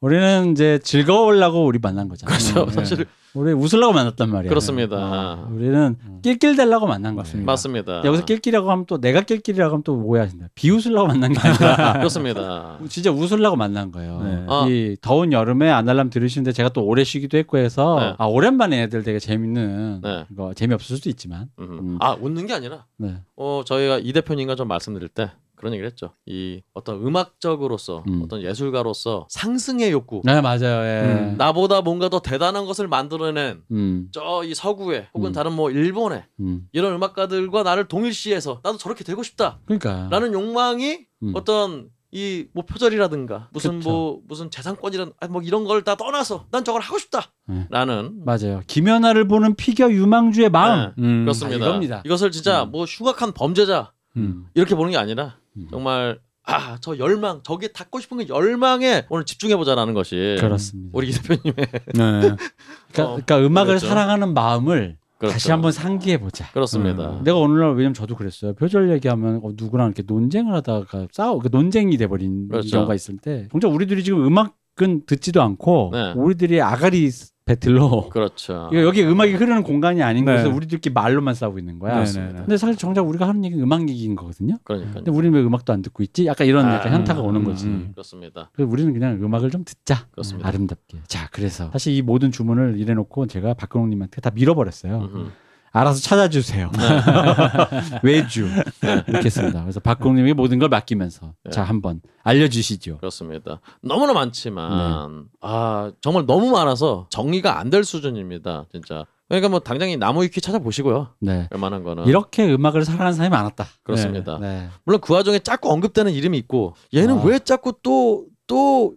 우리는 이제 즐거우려고 우리 만난 거잖아요.
음. 그렇죠.
네.
사실
우리 웃으려고 만났단 말이야.
그렇습니다.
네.
네,
아, 우리는
음.
낄낄대려고 만난 거예요.
맞습니다.
맞습니다.
여기서 낄끼라고 하면 또 내가 낄끼라고 하면 또 오해하신다. 비웃으려고 만난 게 아니라
그렇습니다.
진짜 웃으려고 만난 거예요.
네.
아.
이 더운 여름에 아날람 들으시는데 제가 또 오래 쉬기도 했고 해서
네.
아 오랜만에 애들 되게 재밌는
네.
이거 재미없을 수도 있지만
음. 아 웃는 게 아니라
네.
어 저희가 이 대표님과 좀 말씀드릴 때 그런 얘기를 했죠. 이 어떤 음악적으로서
음.
어떤 예술가로서 상승의 욕구
네 맞아요. 예.
음.
나보다 뭔가 더 대단한 것을 만들어낸
음,
저 이 서구에 혹은
음.
다른 뭐 일본에
음.
이런 음악가들과 나를 동일시해서 나도 저렇게 되고 싶다라는
그러니까
욕망이
음.
어떤 이 뭐 표절이라든가 무슨
그쵸.
뭐 무슨 재산권이란 아니, 뭐 이런 걸 다 떠나서 난 저걸 하고
네.
싶다라는
맞아요. 김연아를 보는 피겨 유망주의 마음.
음.
네, 그렇습니다.
아, 이겁니다.
이것을 진짜
음.
뭐 흉악한 범죄자
음.
이렇게 보는 게 아니라
음.
정말 아 저 열망 저게 닿고 싶은 그 열망에 오늘 집중해 보자라는 것이
그렇습니다.
우리 이 대표님의
네.
그러니까,
예. 어,
그러니까 음악을
그렇죠.
사랑하는 마음을 다시
그렇죠.
한번 상기해 보자.
그렇습니다.
음.
내가 오늘날 왜냐면 저도 그랬어요. 표절 얘기하면 어, 누구랑 이렇게 논쟁을 하다가 싸우 그 논쟁이 돼버린
그렇죠.
경우가 있을 때 진짜 우리들이 지금 음악은 듣지도 않고
네.
우리들이 아가리 배틀로
그렇죠.
이거 여기 음악이 흐르는 공간이 아닌
네.
곳에서 우리들끼리 말로만 싸우고 있는 거야.
네, 네, 네.
근데 사실 정작 우리가 하는 얘기는 음악 얘기인 거거든요.
그러니까
근데 우리는 왜 음악도 안 듣고 있지? 약간 이런
아,
약간 현타가
음,
오는
음,
거지.
음.
그렇습니다.
그래서 우리는 그냥 음악을 좀 듣자.
그렇습니다.
아름답게. 자, 그래서 사실 이 모든 주문을 이래놓고 제가 박근홍님한테 다 밀어버렸어요.
음흠. 네.
알아서 찾아주세요. 외주 이렇게 했습니다. 그래서 박근홍님이 모든 걸 맡기면서
네.
자 한번 알려주시죠.
그렇습니다. 너무나
네.
많지만 아 정말 너무 많아서 정리가 안 될 수준입니다. 진짜. 그러니까 뭐 당장 이 나무 위키 찾아보시고요.
네.
웬만한 거는
이렇게 음악을 사랑하는 사람이 많았다.
어. 그렇습니다.
네.
물론 그 와중에 자꾸 언급되는 이름이 있고 얘는
아.
왜 자꾸 또 또 또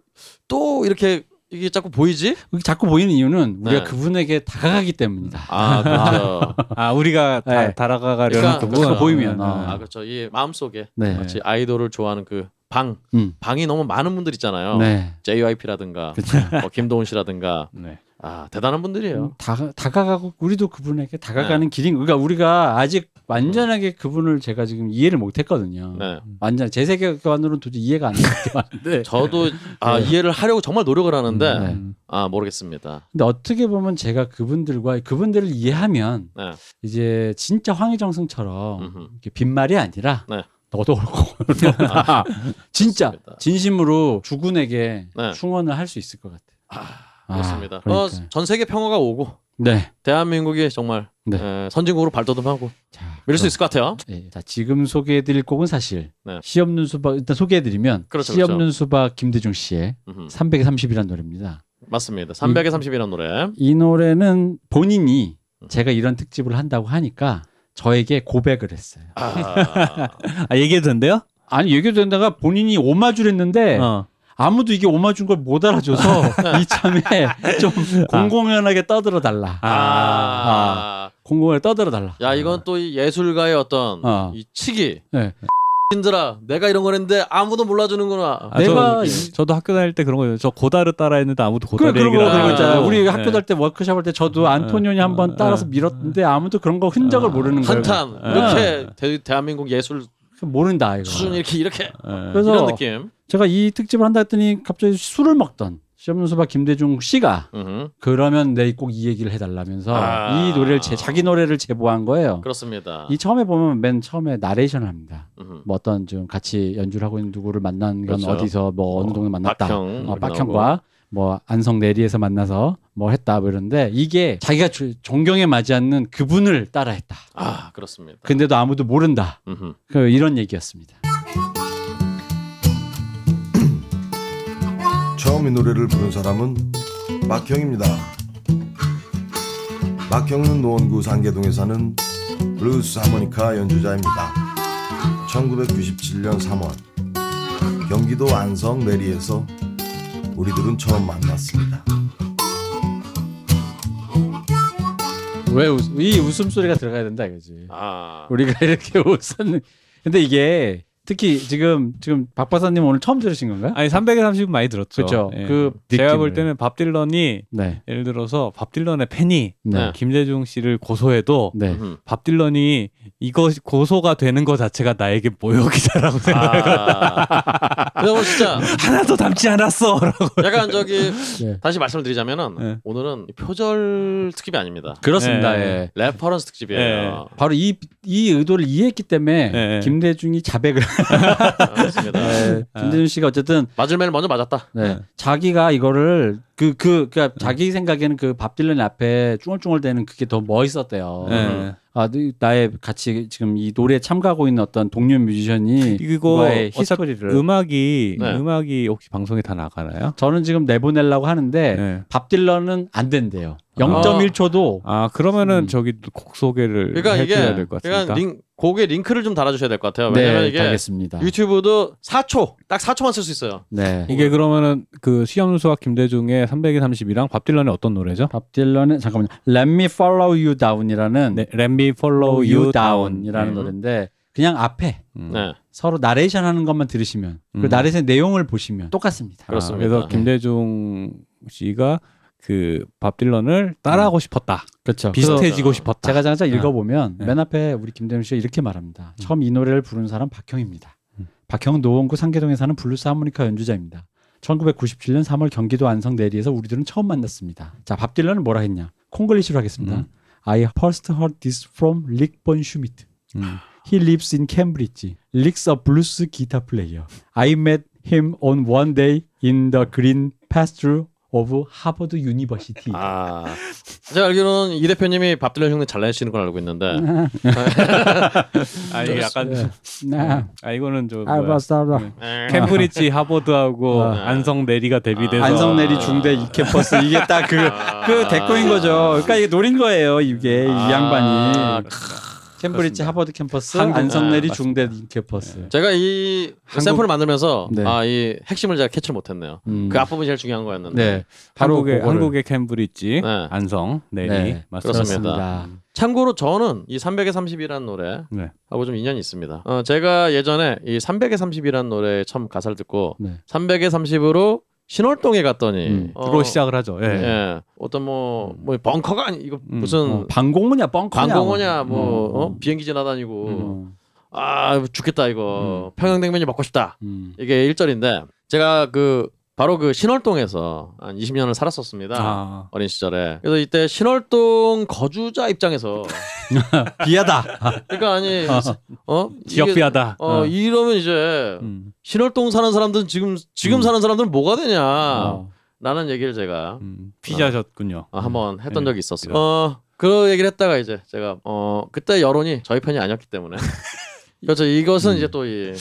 이렇게 이게 자꾸 보이지?
여기 네. 자꾸 보이는 이유는 우리가
네.
그분에게 다가가기 때문이다.
아 그렇죠.
아 우리가 다,
네.
달아가려는
그러니까
부분
그렇죠.
보이면,
네,
어.
아 그렇죠. 이 마음속에
네.
마치 아이돌을 좋아하는 그 방
음.
방이 너무 많은 분들 있잖아요.
네.
JYP라든가
그렇죠.
뭐 김도훈 씨라든가
네.
아 대단한 분들이에요.
음,
네.
다, 다가가고 우리도 그분에게 다가가는 길인 그러니까 우리가 아직 완전하게 그분을 제가 지금 이해를 못했거든요.
네.
완전 제 세계관으로는 도저히 이해가 안 되는데
저도 아, 이해를 하려고 정말 노력을 하는데
네.
음.
아 모르겠습니다.
근데 어떻게 보면 제가 그분들과 그분들을 이해하면
네.
이제 진짜 황희정승처럼
음흠.
이렇게 빈말이 아니라
네.
너도 옳고 아, 진짜
그렇습니다.
진심으로 주군에게
네.
충원을 할 수 있을 것 같아요. 아,
그렇습니다. 어,
그러니까요.
전 세계 평화가 오고
네.
대한민국이 정말
네.
에, 선진국으로 발돋움하고
자,
이럴 수 있을 것 같아요.
예, 자 지금 소개해드릴 곡은 사실
네.
시 없는 수박 일단 소개해드리면
그렇죠,
시
그렇죠.
없는 수박 김대중 씨의
음흠.
330이라는 노래입니다.
맞습니다. 300에 30이라는 노래.
이 노래는 본인이
음.
제가 이런 특집을 한다고 하니까 저에게 고백을 했어요.
아,
아 얘기해도 된대요?
아니 얘기도 된다가 본인이 오마주를 했는데
어.
아무도 이게 오마주인 걸 못 알아줘서 이참에 좀 공공연하게 떠들어 달라.
아.
아. 공공연하게 떠들어 달라.
야 이건 또 이 예술가의 어떤
어.
이 치기.
아. 네.
인들아 내가 이런 걸 했는데 아무도 몰라주는구나.
아,
내가
저,
이-
저도 학교 다닐 때 그런 거예요. 저 고다르 따라했는데 아무도
그
고다르
그런 거
얘기를 안
그런 거
하고.
있잖아.
하고.
우리
네.
학교 다닐 때 워크숍 할 때 저도 안토니오니 한 번 따라서 밀었는데 네. 아무도 그런 거 흔적을 모르는 거예요.
한탄 이렇게 대, 대한민국 예술
모른다 아. 이거.
수준 이렇게 이렇게
네.
그래서
이런 느낌.
제가 이 특집을 한다 했더니 갑자기 술을 먹던 시험연수박 김대중 씨가
음흠.
그러면 내 꼭 이 얘기를 해달라면서
아.
이 노래를 제 자기 노래를 제보한 거예요.
그렇습니다.
이 처음에 보면 맨 처음에 나레이션을 합니다.
음흠.
뭐 어떤 좀 같이 연주를 하고 있는 누구를 만난 건
그렇죠.
어디서 뭐 어느 동네 만났다.
박형
어, 박형과 뭐 안성 내리에서 만나서 뭐 했다 뭐 이런데 이게 자기가 주- 존경에 맞지 않는 그분을 따라했다.
아 그렇습니다.
근데도 아무도 모른다.
음흠.
그 이런 얘기였습니다.
처음 이 노래를 부른 사람은 막형입니다. 막형은 노원구 상계동에 사는 블루스 하모니카 연주자입니다. 1997년 3월 경기도 안성 내리에서 우리들은 처음 만났습니다.
왜 웃- 이 웃음소리가 들어가야 된다 이거지.
아
우리가 이렇게 웃었는 근데 이게 특히 지금 지금 박 박사님 오늘 처음 들으신 건가요?
아니 330은 많이 들었죠.
그렇죠.
예.
그
제가
느낌을.
볼 때는 밥 딜런이
네.
예를 들어서 밥 딜런의 팬이
네.
네.
김대중 씨를 고소해도
네.
음흠.
밥 딜런이 이거 고소가 되는 것 자체가 나에게 모욕이다라고 생각.
아 근데 뭐 진짜
하나도 담지 않았어라고.
약간 저기
네.
다시 말씀드리자면은
네.
오늘은 표절 특집이 아닙니다.
그렇습니다.
네.
예.
레퍼런스 특집이에요.
바로 이 이 의도를 이해했기 때문에
네.
김대중이 자백을
맞습니다.
네.
아.
김대중 씨가 어쨌든
아, 맞을 매를 먼저 맞았다.
네. 자기가 이거를 그 그 그러니까 자기 생각에는 그 밥 딜런 앞에 쭈얼쭈얼대는 그게 더 멋있었대요.
예.
아, 네, 나의 같이 지금 이 노래에 참가하고 있는 어떤 동료 뮤지션이
이거
그거의
어차피
히스토리를
음악이
네.
음악이 혹시 방송에 다 나가나요?
저는 지금 내보내려고 하는데
네.
밥 딜런은 안 된대요.
아.
0.1초도
아 그러면은
음.
저기 곡 소개를
그러니까
해드려야
이게
될 것
그러니까
같습니다.
링 곡에 링크를 좀 달아주셔야 될 것 같아요. 왜냐면
네,
이게
알겠습니다.
유튜브도 4초 딱 4초만 쓸 수 있어요.
네.
이게 그러면은 그 시험수학 김대중의 330이랑 밥 딜런의 어떤 노래죠?
밥 딜런은 잠깐만요. Let me follow you down이라는
네, Let Me Follow
follow
You
you
Down이라는
down이라는
네.
노래인데 그냥 앞에
음.
네.
서로 나레이션 하는 것만 들으시면
음.
그 나레이션 내용을 보시면 똑같습니다.
그렇- 그렇습니다.
그래서
네.
김대중 씨가 그 밥 딜런을 따라하고 싶었다.
그렇죠.
비슷해지고
그래서
싶었다.
제가 잠깐 읽어보면
아, 네.
맨 앞에 우리 김대중 씨가 이렇게 말합니다.
음.
처음 이 노래를 부른 사람 박형입니다.
음.
박형 노원구 상계동에 사는 블루스 하모니카 연주자입니다. 1997년 3월 경기도 안성 내리에서 우리들은 처음 만났습니다. 자, 밥 딜런은 뭐라 했냐? 콩글리시로 하겠습니다.
음.
I first heard this from Rick von Schmidt.
음.
He lives in Cambridge. Rick's a blues guitar player. I met him on one day in the green pasture of Harvard University.
아 제가 알기로는 이 대표님이 밥 들려 형님 잘 내시는 걸 알고 있는데
음.
아 이게 약간
네.
아 이거는 좀
I
뭐야.
was a
네.
캠브리지 하버드하고
아.
안성 내리가 대비돼서
안성 내리
아.
중대 이캠퍼스 이게 딱 그 그
아.
대꾸인 거죠. 그러니까 이게 노린 거예요. 이게
아,
이 양반이
크.
캠브리지
그렇습니다.
하버드 캠퍼스,
한국-
안성 내리
아,
중대 캠퍼스.
제가 이
한국-
샘플을 만들면서
네.
아 이 핵심을 제가 캐치를 못했네요.
음.
그 앞부분이 제일 중요한 거였는데
네, 바로
한국의
그거를-
한국의 캠브리지
네.
안성 내리
네,
맞습니다. 음.
그렇습니다.
참고로 저는 이 300에 30이라는 노래
네.
하고 좀 인연이 있습니다. 어, 제가 예전에 이 300에 30이라는 노래 처음 가사를 듣고
네.
300에 30으로 신월동에 갔더니
음. 네.
어,
로 시작을 하죠. 예.
예. 어떤 뭐, 뭐 벙커가 아니 이거
음,
무슨
어, 방공호냐 뻥커냐.
관공어냐 뭐
음,
어? 뭐. 비행기 지나다니고
음,
아 죽겠다 이거 평양냉면이 먹고 싶다
음.
이게 1절인데 제가 그 바로 그 신월동에서 한 20년을 살았었습니다.
아.
어린 시절에 그래서 이때 신월동 거주자 입장에서
비하다.
그러니까 아니 어
지역
이게-
비하다.
어
어.
이러면 이제
음.
신월동 사는 사람들은 지금 지금
음.
사는 사람들은 뭐가 되냐
어.
라는 얘기를 제가
음. 피자셨군요.
어, 한번 했던
네.
적이 있었어요. 어, 그 얘기를 했다가 이제 제가 어, 그때 여론이 저희 편이 아니었기 때문에. 그렇죠. 이것은 이제 또 이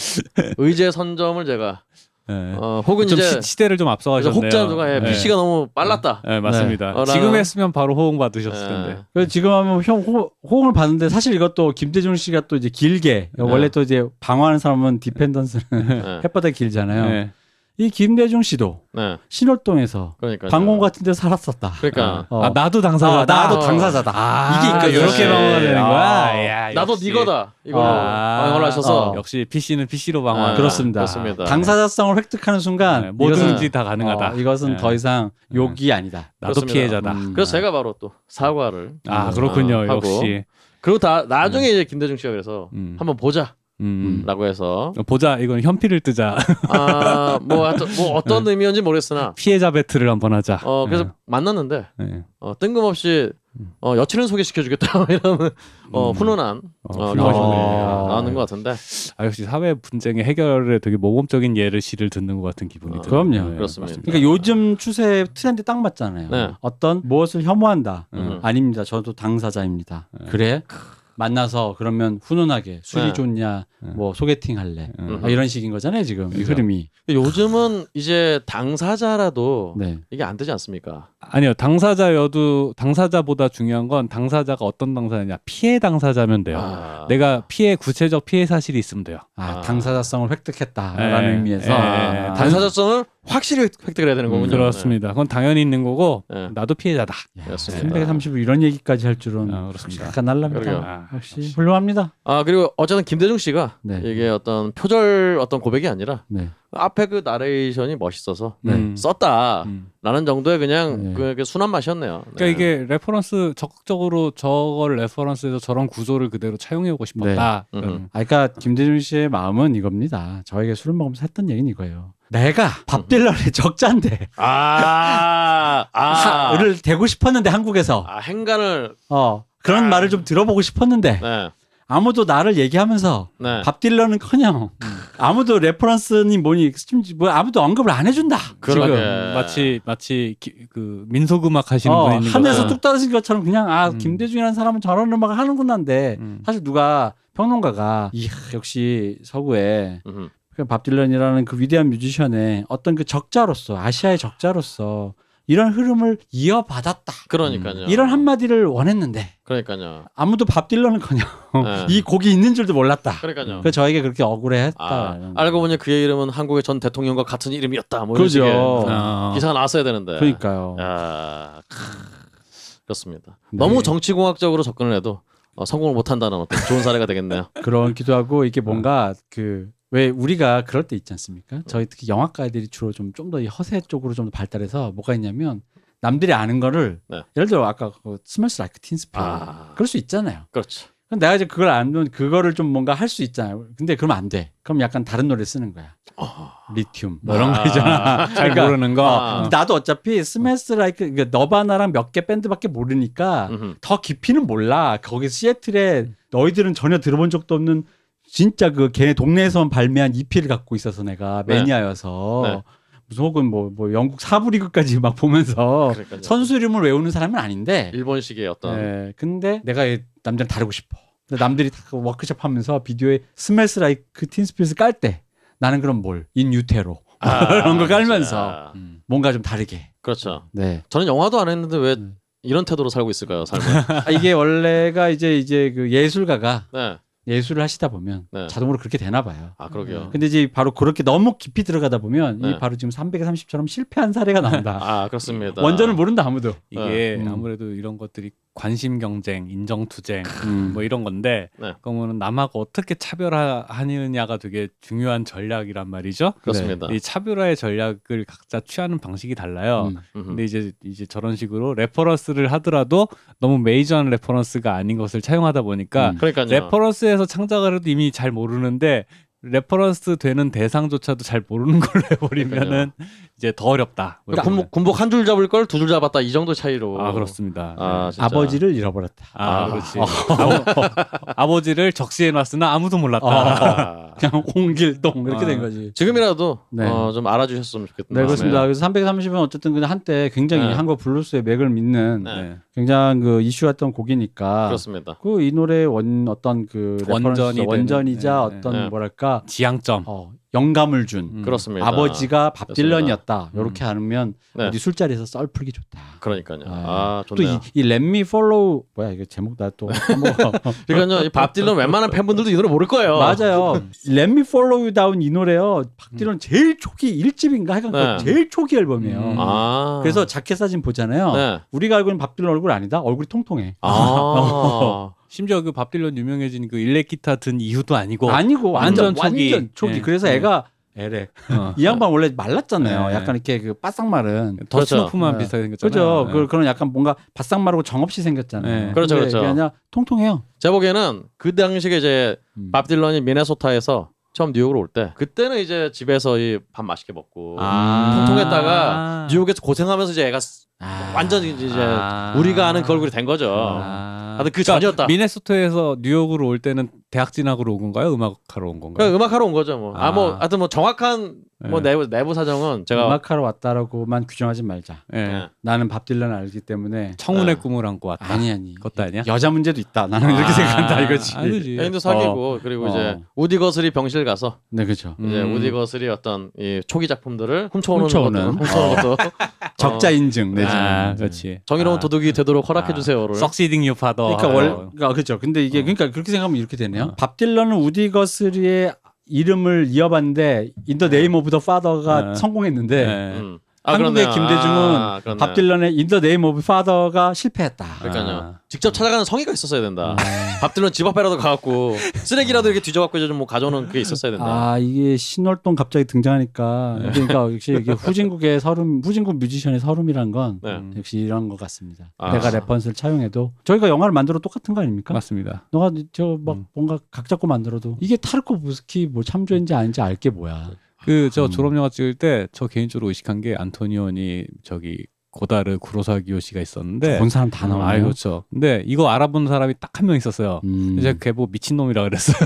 의제 선점을 제가
예.
어, 혹은
좀
이제
시, 시대를 좀
그래서
앞서가셨네요.
혹자 누가 예,
예.
PC가 너무 빨랐다.
예, 맞습니다.
네. 어, 나는-
지금 했으면 바로 호응 받으셨을
예.
텐데.
그래서 지금 하면 형 호, 호응을 받는데 사실 이것도 김대중 씨가 또 이제 길게
네.
원래 또 이제 방어하는 사람은 디펜던스는
예,
햇바닥 길잖아요.
예.
이 김대중 씨도
네.
신월동에서
그러니까
방공 같은 데 살았었다.
그러니까
어.
아, 나도 당사자다.
아, 나도
어.
당사자다.
아,
이게 있거든.
이렇게
예.
방어가 되는 거야.
아,
야,
나도
역시.
니거다 이거
아.
방어를 하셔서
어.
역시 PC는 PC로
아,
방어.
그렇습니다.
그렇습니다.
당사자성을 획득하는 순간
뭐든지
이것은-
다 가능하다.
어, 이것은
예.
더 이상 욕이 아니다.
나도
그렇습니다.
피해자다.
음.
네. 그래서 제가 바로 또 사과를
아 그렇군요.
어, 하고.
역시.
그리고 다 나중에 이제 김대중 씨가 그래서
음.
한번 보자라고
음.
해서
보자. 이건 현피를 뜨자.
아, 뭐, 하여튼 뭐
네.
어떤 의미였는지 모르겠으나
피해자 배틀을 한번 하자.
어 그래서 만났는데
예. 예.
어, 뜬금없이 어, 여친을 소개시켜주겠다 이런 어,
음.
훈훈한
어,
어,
훌륭하시네.
나오는 나오는 것 같은데
아, 역시 사회 분쟁의 해결에 되게 모범적인 예를 시를 듣는 것 같은 기분이
어,
들어요.
그럼요.
예,
그렇습니다.
맞습니다.
그러니까 요즘 추세 트렌드 딱 맞잖아요.
네.
어떤 무엇을 혐오한다.
음.
아닙니다. 저도 당사자입니다. 그래? 만나서 그러면 훈훈하게 술이
네. 그렇죠.
좋냐, 뭐 소개팅 할래.
음.
아, 이런 식인 거잖아요 지금 이 흐름이.
요즘은 이제 당사자라도
네.
이게 안 되지 않습니까?
아니요 당사자여도 당사자보다 중요한 건 당사자가 어떤 당사자냐 피해 당사자면 돼요.
아.
내가 피해 구체적 피해 사실이 있으면 돼요.
아,
아. 네.
당사자성을 획득했다라는
예,
의미에서
예,
아,
예.
당사자성을 확실히 획득을 해야 되는 거군요.
음, 그렇습니다. 그건 당연히 있는 거고
네.
나도 피해자다.
네, 그렇습니다.
330을 이런 얘기까지 할 줄은
아, 그렇습니다.
약간 날랍니다.
그러게요.
아,
역시 훌륭합니다.
아 그리고 어쨌든 김대중 씨가
네.
이게 어떤 표절 어떤 고백이 아니라
네.
앞에 그 나레이션이 멋있어서
네.
음.
썼다라는
음.
정도의 그냥
네.
그, 그 순한 맛이었네요.
그러니까 이게 레퍼런스 적극적으로 저걸 레퍼런스해서 저런 구조를 그대로 차용해 오고 싶었다.
네.
음.
아, 그러니까 김대중 씨의 마음은 이겁니다. 저에게 술을 먹으면서 했던 얘기는 이거예요. 내가 밥 딜러의 적자인데
아아 아,
를 대고 싶었는데 한국에서
아, 행간을
어
아.
그런 말을 좀 들어보고 싶었는데
네.
아무도 나를 얘기하면서
네.
밥 딜러는커녕
음.
아무도 레퍼런스니 뭐니 심지 뭐 아무도 언급을 안 해준다.
그러게.
지금 마치 마치 기- 그 민속음악 하시는
어,
분인
하늘에서
거잖아.
뚝 떨어진 것처럼 그냥 아
음.
김대중이라는 사람은 저런 음악을 하는구나인데
음.
사실 누가 평론가가 이야, 역시 서구에
음.
그밥 딜런이라는 그 위대한 뮤지션의 어떤 그 적자로서 아시아의 적자로서 이런 흐름을 이어받았다.
그러니까요.
음. 이런 한마디를 원했는데
그러니까요.
아무도 밥 딜런은커녕
네.
이 곡이 있는 줄도 몰랐다.
그러니까요.
그 저에게 그렇게 억울해했다.
아, 알고 보니 그의 이름은 한국의 전 대통령과 같은 이름이었다. 뭐 이런
그죠.
식의
아.
기사가 나왔어야 되는데.
그러니까요.
야, 아, 크, 그렇습니다.
네.
너무 정치공학적으로 접근을 해도 어, 성공을 못한다는 어떤 좋은 사례가 되겠네요. 네.
그런 기도하고 이게 뭔가 그 왜 우리가 그럴 때 있지 않습니까? 저희 특히 영화과들이 주로 좀 좀 더 허세 쪽으로 좀 더 발달해서 뭐가 있냐면 남들이 아는 거를
네.
예를 들어 아까 그 스멜스 라이크 틴스피
아.
그럴 수 있잖아요.
그렇죠.
그럼 내가 이제 그걸 알면 그거를 좀 뭔가 할 수 있잖아요. 근데 그러면 안 돼. 그럼 약간 다른 노래 쓰는 거야. 리튬 뭐 이런 거 있잖아.
잘
그러니까-
모르는 거.
아.
근데 나도 어차피 스매스 라이크 그러니까 너바나랑 몇 개 밴드밖에 모르니까
음흠.
더 깊이는 몰라. 거기 시애틀에 너희들은 전혀 들어본 적도 없는 진짜 그 걔네 동네에서만 발매한 EP를 갖고 있어서 내가
네.
매니아여서
네.
무슨 혹은 뭐, 뭐 영국 사부리그까지 막 보면서
그러니까요.
어, 선수 이름을 외우는 사람은 아닌데
일본식의 그렇죠. 어떤
예, 근데 내가 이 남자를 다루고 싶어. 근데 남들이 다그 워크숍 하면서 비디오에 스멜스 라이크 틴스피스 깔 때 나는 그럼 뭘? 인 유테로 이런 거 깔면서
아,
음.
뭔가 좀 다르게.
그렇죠.
네.
저는 영화도 안 했는데 왜
음.
이런 태도로 살고 있을까요, 삶을?
아, 이게 원래가 이제 이제 그 예술가가
네.
예술을 하시다 보면
네.
자동으로 그렇게 되나 봐요.
아 그러게요.
근데 이제 바로 그렇게 너무 깊이 들어가다 보면 이
네.
바로 지금 330처럼 실패한 사례가 나온다.
아 그렇습니다.
원전을 모른다 아무도.
이게
음.
아무래도 이런 것들이 관심 경쟁, 인정 투쟁
음.
뭐 이런 건데
네.
그러면 남하고 어떻게 차별화하느냐가 되게 중요한 전략이란 말이죠.
그렇습니다.
이 차별화의 전략을 각자 취하는 방식이 달라요.
음.
음흠.
근데 이제 이제 저런 식으로 레퍼런스를 하더라도 너무 메이저한 레퍼런스가 아닌 것을 차용하다 보니까
음.
그러니까요.
레퍼런스에서 창작을 해도 이미 잘 모르는데 레퍼런스 되는 대상조차도 잘 모르는 걸로 해버리면은 이제 더 어렵다. 뭐 이런.
군복, 군복 한 줄 잡을 걸 두 줄 잡았다 이 정도 차이로.
아 그렇습니다.
아, 진짜.
아버지를 잃어버렸다.
아,
아.
그렇지. 아버, 지를 적시해 놨으나 아무도 몰랐다.
아.
그냥 홍길동 뭐 이렇게
아.
된 거지.
지금이라도
네.
어, 좀 알아주셨으면 좋겠다.
네, 그렇습니다. 그래서 330은 어쨌든 그냥 한때 굉장히
네.
한국 블루스의 맥을 믿는
네.
네.
굉장히 그 이슈였던 곡이니까
그렇습니다.
그 이 노래의 원 어떤 그
원전이
레퍼런스,
되는,
원전이자
네, 네.
어떤
네.
뭐랄까
지향점.
어, 영감을 준
음.
그렇습니다.
아버지가
그렇습니다.
밥
음.
딜런이었다. 이렇게 하면
네.
어디 술자리에서 썰 풀기 좋다.
그러니까요.
네.
아
또 이
좋네요.
렛미 폴로우 뭐야 이거 제목 나또
그러니까요. 이 밥 딜런 웬만한 팬분들도 이 노래 모를 거예요.
그렇죠. 맞아요. 렛미 폴로우 다운 이 노래요. 박 딜런 제일 초기 1집인가 하여간
음. 네.
그 제일 초기 앨범이에요.
음.
아.
그래서 자켓 사진 보잖아요.
네.
우리가 알고 있는 밥 딜런 얼굴 아니다. 얼굴이 통통해.
아.
심지어 그 밥 딜런 유명해진 그 일렉 기타 든 이유도
그
아니고
아니고 완전
완전 초기.
완전 초기.
예.
그래서
음.
예.
애가 에레
어.
이 양반 원래 말랐잖아요.
예.
약간 이렇게 그 바싹
네.
마른.
그렇죠.
더스노프만
네.
비슷하게 생겼잖아요.
그죠? 그 그런 약간 뭔가 바싹 마르고 정없이 생겼잖아요.
예.
그렇죠,
근데
그렇죠.
그게 아니라 통통해요.
제 보기에는 그 당시에 이제
음.
밥 딜런이 미네소타에서 처음 뉴욕으로 올 때 그때는 이제 집에서 이 밥 맛있게 먹고
아.
통통했다가 뉴욕에서 고생하면서 이제 애가
아.
완전히 이제
아.
우리가 아는 그 얼굴이 된 거죠.
아.
하여튼
그러니까
그 전이었다.
미네소타에서 뉴욕으로 올 때는 대학 진학으로 온 건가요? 음악하러 온 건가요?
그러니까 음악하러 온 거죠 뭐. 아 뭐
아.
하여튼 뭐 정확한 뭐
네.
내부 내부 사정은 제가
음악하러 왔다라고만 규정하지 말자.
예.
네.
나는 밥 딜런 알기 때문에
청운의
네.
꿈을 안고 왔다.
아니 아니.
그것도 아니야?
여자 문제도 있다. 나는 이렇게 생각한다 이거지.
아, 그지.
애인도 예, 사귀고 그리고 이제 우디 거슬이 병실 가서
네 그렇죠.
이제
음.
우디 거슬이 어떤 이 초기 작품들을 훔쳐오는,
훔쳐오는.
것도 훔쳐오는 것도
적자
어,
인증 내
아,
아,
그렇지.
정의로운
아.
도둑이 되도록 허락해 주세요를
석시딩 유파더.
그러니까
어.
원 그러니까 그렇죠. 근데 이게 그러니까 그렇게 생각하면 이렇게 되네요. 밥 딜런은 우디 거스리의 이름을 이어봤는데 인더 네임 오브 더 파더가
네.
성공했는데
음.
한국의
그러네요.
김대중은
아, 그러네.
밥 딜런의 인더 네임 오브 파더가 실패했다.
그러니까요.
아.
직접 찾아가는 성의가 있었어야 된다. 밥 들면 집 앞에라도 가갖고 쓰레기라도 이렇게 뒤져갖고 이제 좀뭐 가져오는 그게 있었어야 된다.
아 이게 신월동 갑자기 등장하니까 이게 그러니까 역시 이게 후진국의 서름 후진국 뮤지션의 서름이란 건
네.
음, 역시 이런 것 같습니다.
아.
내가 레퍼런스를 차용해도 저희가 영화를 만들어 똑같은 거 아닙니까?
맞습니다.
너가 저 막
음.
뭔가 각 잡고 만들어도 이게 타르코 부스키 뭐 참조인지 아닌지 알 게 뭐야.
그 저
음.
졸업 영화 찍을 때 저 개인적으로 의식한 게 안토니오니 저기 고다르 구로사 기요시가 있었는데.
본 사람 다
아,
나와요.
그렇죠. 근데 이거 알아본 사람이 딱 한 명 있었어요.
음.
이제 걔뭐 미친놈이라 그랬어요.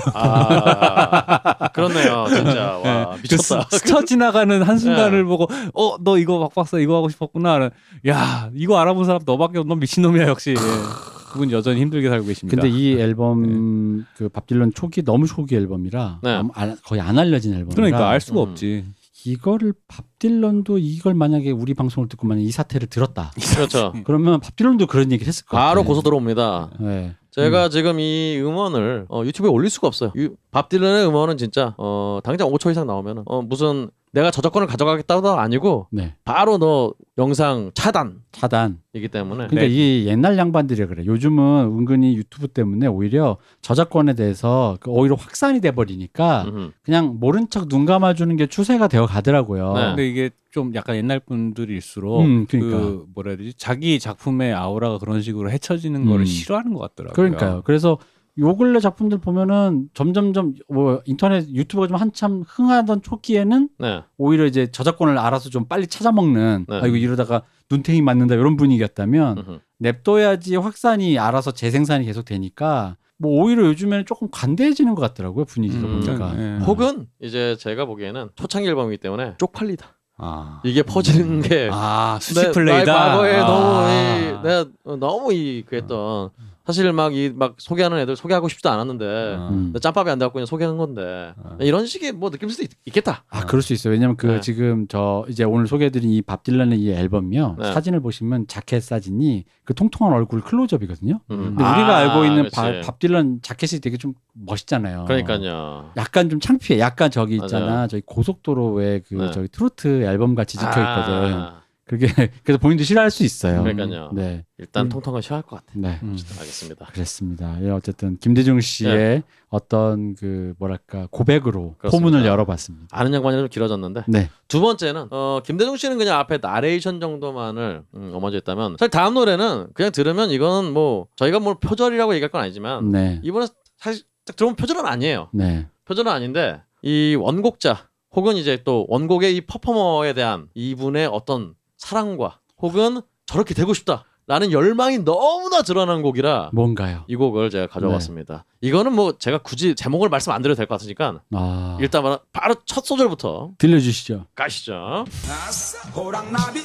아, 그렇네요. 진짜 와
예.
미쳤다.
그 스- 스쳐 지나가는 한 순간을
예.
보고 어 너 이거 막박사 이거 하고 싶었구나. 야 이거 알아본 사람 너밖에 없는 미친놈이야 역시. 예. 그분 여전히 힘들게 살고 계십니다.
근데 이 앨범 그 밥 딜런 초기 너무 초기 앨범이라
네.
아무- 알- 거의 안 알려진 앨범이라
그러니까 알 수가
음.
없지.
이거를 밥 딜런도 이걸 만약에 우리 방송을 듣고 만약 이 사태를 들었다.
그렇죠.
그러면 밥 딜런도 그런 얘기를 했을 거예요.
바로 고소 들어옵니다.
네.
제가
음.
지금 이 음원을 어, 유튜브에 올릴 수가 없어요. 유, 밥 딜런의 음원은 진짜 어, 당장 5초 이상 나오면 어, 무슨 내가 저작권을 가져가겠다도 아니고
네.
바로 너 영상 차단이기
차단.
때문에
네.
그러니까 이게 옛날 양반들이 그래. 요즘은 은근히 유튜브 때문에 오히려 저작권에 대해서 그 오히려 확산이 돼 버리니까
음,
그냥 모른 척 눈 감아 주는 게 추세가 되어 가더라고요.
네.
근데 이게 좀 약간 옛날 분들일수록
음, 그러니까.
그 뭐라 해야 되지 자기 작품의 아우라가 그런 식으로 헤쳐지는
음.
거를 싫어하는 것 같더라고요.
그러니까요. 그래서 요 근래 작품들 보면은 점점점 뭐 인터넷 유튜브가 좀 한참 흥하던 초기에는
네.
오히려 이제 저작권을 알아서 좀 빨리 찾아먹는
네.
아이고 이러다가 눈탱이 맞는다 이런 분위기였다면
음흠.
냅둬야지 확산이 알아서 재생산이 계속 되니까 뭐 오히려 요즘에는 조금 관대해지는 것 같더라고요 분위기가
음.
보니까
네.
혹은 이제 제가 보기에는 초창기 앨범이기 때문에 쪽팔리다.
아,
이게 퍼지는 게
아
내-
수치
나의
플레이다.
과거에
아.
너무 이, 내가 어, 너무 이 그랬던
음.
사실 막 이 막 소개하는 애들 소개하고 싶지도 않았는데
아.
음.
나 짬밥이 안 돼갖고 그냥 소개한 건데
아.
이런 식의 뭐 느낄 수도 있, 겠다
아 그럴 수 있어요 왜냐면 그
네.
지금 저 이제 오늘 소개해드린 이 밥 딜런의 이 앨범이요
네.
사진을 보시면 자켓 사진이 그 통통한 얼굴 클로즈업이거든요
음.
근데
아,
우리가 알고 있는 바- 밥 딜런 자켓이 되게 좀 멋있잖아요
그러니까요.
약간 좀 창피해 약간 저기
맞아요.
있잖아 저기 고속도로에 그
네.
저기 트로트 앨범 같이 찍혀있거든
아,
그게 그래서 본인도 싫어할 수 있어요.
그러니까요.
네,
일단
음.
통통은 싫어할 것 같아.
네,
음.
알겠습니다.
그랬습니다. 예, 어쨌든 김대중 씨의 어떤 그 뭐랄까 고백으로
네. 그렇습니다.
포문을 열어봤습니다.
아는 양반이 좀 길어졌는데
네,
두 번째는 어, 김대중 씨는 그냥 앞에 나레이션 정도만을 음, 어머지했다면 사실 다음 노래는 그냥 들으면 이건 뭐 저희가 뭐 표절이라고 얘기할 건 아니지만
네,
이번에 사실 딱 들어보면 표절은 아니에요.
네,
표절은 아닌데 이 원곡자 혹은 이제 또 원곡의 이 퍼포머에 대한 이분의 어떤 사랑과 혹은 저렇게 되고 싶다라는 열망이 너무나 드러난 곡이라
뭔가요?
이 곡을 제가 가져왔습니다.
네.
이거는 뭐 제가 굳이 제목을 말씀 안 드려도 될 것 같으니까
아,
일단 바로- 바로 첫 소절부터
들려주시죠.
가시죠.
아싸 호랑나비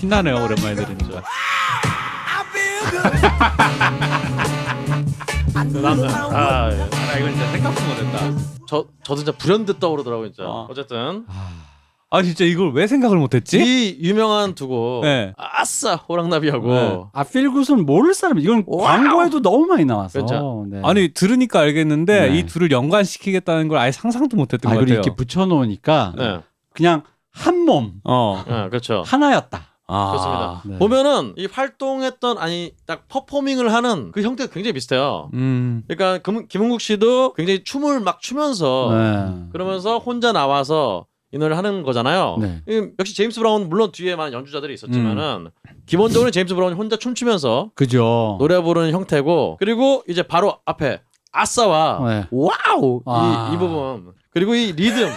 신나네요 오랜만에 들으니까.
I feel good
아, 예.
아 이건 진짜 생각도 못했다.
저 저도 진짜 불현듯 떠오르더라고요, 진짜.
어.
어쨌든
아 진짜 이걸 왜 생각을 못했지?
이 유명한 두 곡,
네.
아싸 호랑나비하고
네.
아, 필굿은 모를 사람 이건 광고에도 너무 많이 나와서.
그렇죠.
네.
아니 들으니까 알겠는데
네.
이 둘을 연관시키겠다는 걸 아예 상상도 못했던
아,
것
그리고
같아요.
이렇게 붙여놓으니까
네,
그냥 한 몸
어.
네, 그렇죠.
하나였다.
아.
그렇습니다.
네.
보면은 이 활동했던 아니 딱 퍼포밍을 하는 그 형태가 굉장히 비슷해요.
음.
그러니까 금, 김은국 씨도 굉장히 춤을 막 추면서
네.
그러면서 혼자 나와서 이 노래를 하는 거잖아요.
네.
이- 역시 제임스 브라운 물론 뒤에 많은 연주자들이 있었지만은
음.
기본적으로 제임스 브라운이 혼자 춤추면서
그죠.
노래 부르는 형태고 그리고 이제 바로 앞에 아싸와
네.
와우
아.
이, 이 부분 그리고 이 리듬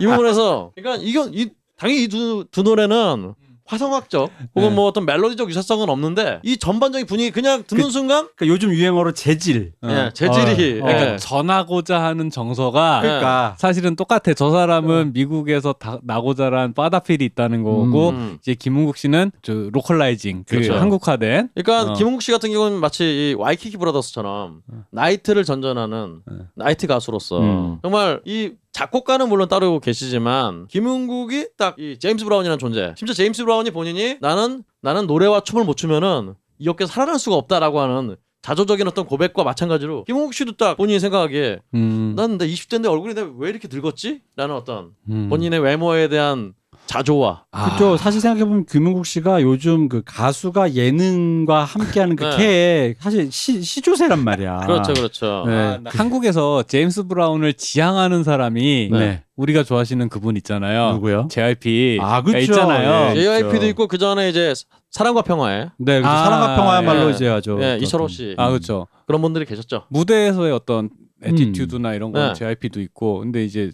이 부분에서 그러니까 이건 이 당연히 이 두 두 노래는 화성학적 혹은
네.
뭐 어떤 멜로디적 유사성은 없는데 이 전반적인 분위기 그냥 듣는 순간
그러니까 요즘 유행어로 재질.
예, 재질이
어, 어.
예.
그러니까 전하고자 하는 정서가
그러니까. 어.
사실은 똑같아. 저 사람은 미국에서 다, 나고 자란 바다필이 있다는 거고
음.
이제 김은국 씨는 저 로컬라이징, 그
그렇죠.
한국화된
그러니까
어.
김홍국 씨 같은 경우는 마치 이 와이키키 브라더스처럼 나이트를 전전하는 나이트 가수로서
네. 음.
정말 이 작곡가는 물론 따로 계시지만 김흥국이 딱 이 제임스 브라운이라는 존재 심지어 제임스 브라운이 본인이 나는 나는 노래와 춤을 못 추면은 이 업계 살아날 수가 없다라고 하는 자조적인 어떤 고백과 마찬가지로 김흥국 씨도 딱 본인이 생각하기에
음,
난 내 20대인데 얼굴이 내가 왜 이렇게 늙었지? 라는 어떤
음.
본인의 외모에 대한 자조와
그렇죠. 사실 생각해보면 김은국 씨가 요즘 그 가수가 예능과 함께하는 그
네.
캐에 사실 시, 시조세란 말이야.
그렇죠 그렇죠
네.
아, 나- 한국에서 제임스 브라운을 지향하는 사람이
네.
우리가 좋아하시는 그분 있잖아요.
누구요?
JYP
아, 그쵸.
있잖아요.
예.
JYP도 있고 그 전에 이제 사랑과 평화에
네, 그렇죠.
아,
사랑과 평화야말로
예.
이제 아주
예,
어떤-
이철호 씨
아 그렇죠.
그런 분들이 계셨죠.
무대에서의 어떤 에티튜드나 이런 건
음. 네.
JYP도 있고 근데 이제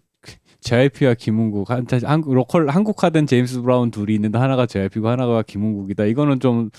JYP와 김은국 한, 사실 한국 로컬 한국화된 제임스 브라운 둘이 있는데 하나가 JYP고 하나가 김은국이다. 이거는 좀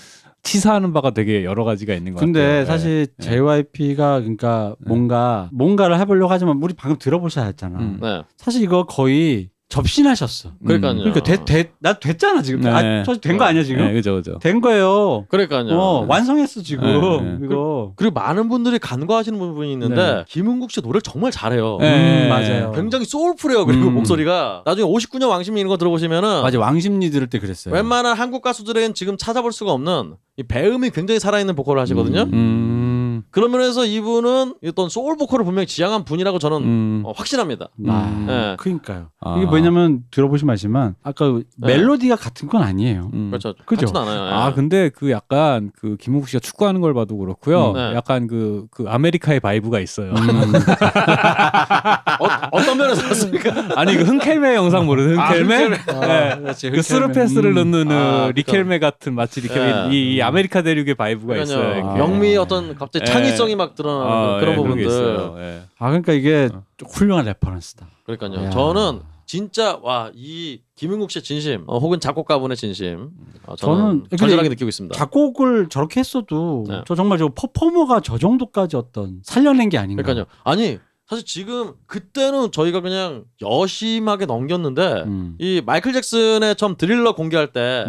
치사하는 바가 되게 여러 가지가 있는 것 같아요.
근데
예.
사실 JYP가 그러니까 뭔가 뭔가를 해보려고 하지만 우리 방금 들어보셔야 했잖아.
음.
네.
사실 이거 거의 접신하셨어.
그러니까요.
그러니까 되, 되, 나 됐잖아 지금.
네.
아, 저 된 거 아니야 지금?
네, 그죠 그죠.
된 거예요.
그러니까요.
어, 완성했어 지금
네, 네.
이거.
그리고 많은 분들이 간과하시는 부분이 있는데
네.
김은국 씨 노래를 정말 잘해요.
네.
음, 맞아요.
굉장히 소울풀해요. 그리고
음.
목소리가 나중에 59년 왕심이 이런 거 들어보시면은
맞아 왕심리 들을 때 그랬어요.
웬만한 한국 가수들은 지금 찾아볼 수가 없는 이 배음이 굉장히 살아있는 보컬을 하시거든요.
음.
그런 면에서 이분은 어떤 소울 보컬을 분명히 지향한 분이라고 저는
음.
어, 확신합니다.
아,
네.
그러니까요.
아. 네.
이게 뭐냐면 들어보시면 알지만 아까 멜로디가 같은 건 아니에요.
음.
그렇죠.
그죠?
같진 않아요. 예.
아 근데 그 약간 그 김은국 씨가 축구하는 걸 봐도 그렇고요.
음, 네. 음.
약간 그, 그 아메리카의 바이브가 있어요.
어, 어떤 면에서 그렇습니까?
아니 그 흔켈메 영상 모르세요? 흔켈메? 네. 아, 그 스루 패스를 넣는 그
아, 그쵸.
리켈메 같은 마치 리켈메
예.
이, 이 아메리카 대륙의 바이브가 있어요.
그러니까요.
이렇게.
영미의 어떤 갑자기
예.
창의성이 막 드러나는 그런
아, 예, 그런 게
부분들.
있어요. 예.
아 그러니까 이게 훌륭한 레퍼런스다.
그러니까요.
야.
저는 진짜 와 이 김윤국 씨의 진심 어, 혹은 작곡가분의 진심 어, 저는
저는- 근데
절절하게
이-
느끼고 있습니다.
작곡을 저렇게 했어도
네.
저 정말 저 퍼포머가 저 정도까지 어떤 살려낸 게 아닌가.
그러니까요. 아니 사실 지금 그때는 저희가 그냥 여심하게 넘겼는데
음.
이 마이클 잭슨의 처음 드릴러 공개할 때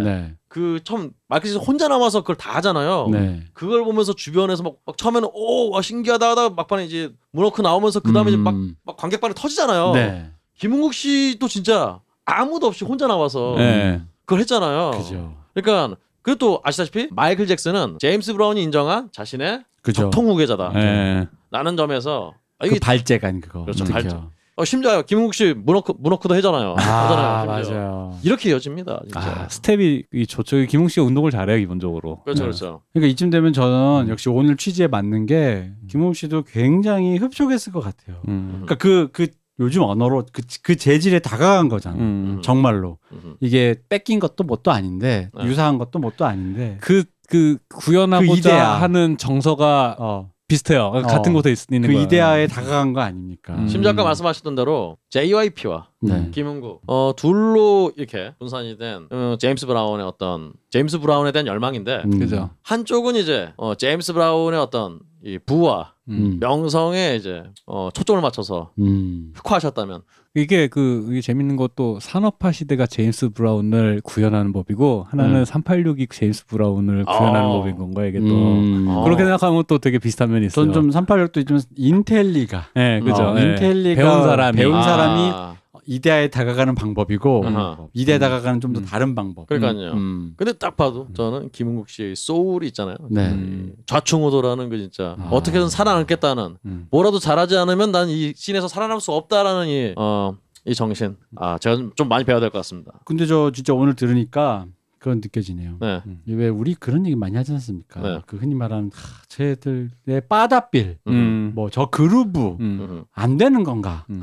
그
네.
처음 마이클 잭슨 혼자 남아서 그걸 다 하잖아요.
네.
그걸 보면서 주변에서 막, 막 처음에는 오 와, 신기하다 하다가 막판에 이제 문워크 나오면서 그 다음에 이제 막,
음.
막 관객반이 터지잖아요.
네.
김은국 씨도 진짜 아무도 없이 혼자 나와서
예.
그걸 했잖아요.
네. 어. 그죠.
그러니까 그리고 또 아시다시피 마이클 잭슨은 제임스 브라운이 인정한 자신의
그죠.
적통 후계자다
예.
라는 점에서 아,
그
이게
발재간 그거.
그렇죠,
특히요.
발재. 어, 심지어 김웅국 씨 문어크 문어크도 해잖아요.
아
하잖아요, 심지어.
맞아요.
이렇게 이어집니다. 진짜.
아, 스텝이 이 좋죠. 김웅 씨가 운동을 잘해요 기본적으로. 예.
그렇죠, 그렇죠.
그러니까 이쯤 되면
음.
저는 역시 오늘 취지에 맞는 게 김홍 씨도 굉장히 흡족했을 것 같아요.
음.
그러니까 그, 그 요즘 언어로 그, 그 재질에 다가간 거잖아.
음.
정말로.
음.
이게 뺏긴 것도 뭣도 아닌데,
네.
유사한 것도 뭣도 아닌데.
그, 그
그
구현하고자
이데아.
하는 정서가
어,
비슷해요. 같은 곳에 있, 있는
그
거예요.
이데아에 다가간 거 아닙니까?
음.
심지어 아까 말씀하셨던 대로 JYP와
네.
김웅국 어, 둘로 이렇게 분산이 된 어, 제임스 브라운의 어떤 제임스 브라운에 대한 열망인데
음.
그죠.
한쪽은 이제 어, 제임스 브라운의 어떤 이 부와
음.
명성에 이제 어, 초점을 맞춰서
음.
흑화하셨다면
이게 그 이게 재밌는 것도 산업화 시대가 제임스 브라운을 구현하는 법이고 하나는 386이 제임스 브라운을 구현하는
아.
법인 건가 이게 또
음.
어.
그렇게 생각하면 또 되게 비슷한 면이 있어요.
전좀 386도 좀 인텔리가.
예, 그죠.
어,
예.
인텔리가
배운 사람이
배운
아,
사람이 이데아에 다가가는 방법이고,
아하.
이데아에 다가가는 좀 더
음.
다른 방법.
그러니까요.
음.
근데 딱 봐도 저는 김은국 씨의 소울이 있잖아요.
네.
이 좌충우돌하는 그 진짜
아.
어떻게든 살아남겠다는
음.
뭐라도 잘하지 않으면 난 이 씬에서 살아남을 수 없다라는 이 어. 이 정신 아 제가 좀- 좀 많이 배워야 될 것 같습니다.
근데 저 진짜 오늘 들으니까 그건 느껴지네요. 음.
네,
왜 우리 그런 얘기 많이 하지 않습니까?
네.
그 흔히 말하는 하, 쟤들의 빠다빌,
음.
뭐 저 그루브
음.
음. 아.
안 되는 건가?
음.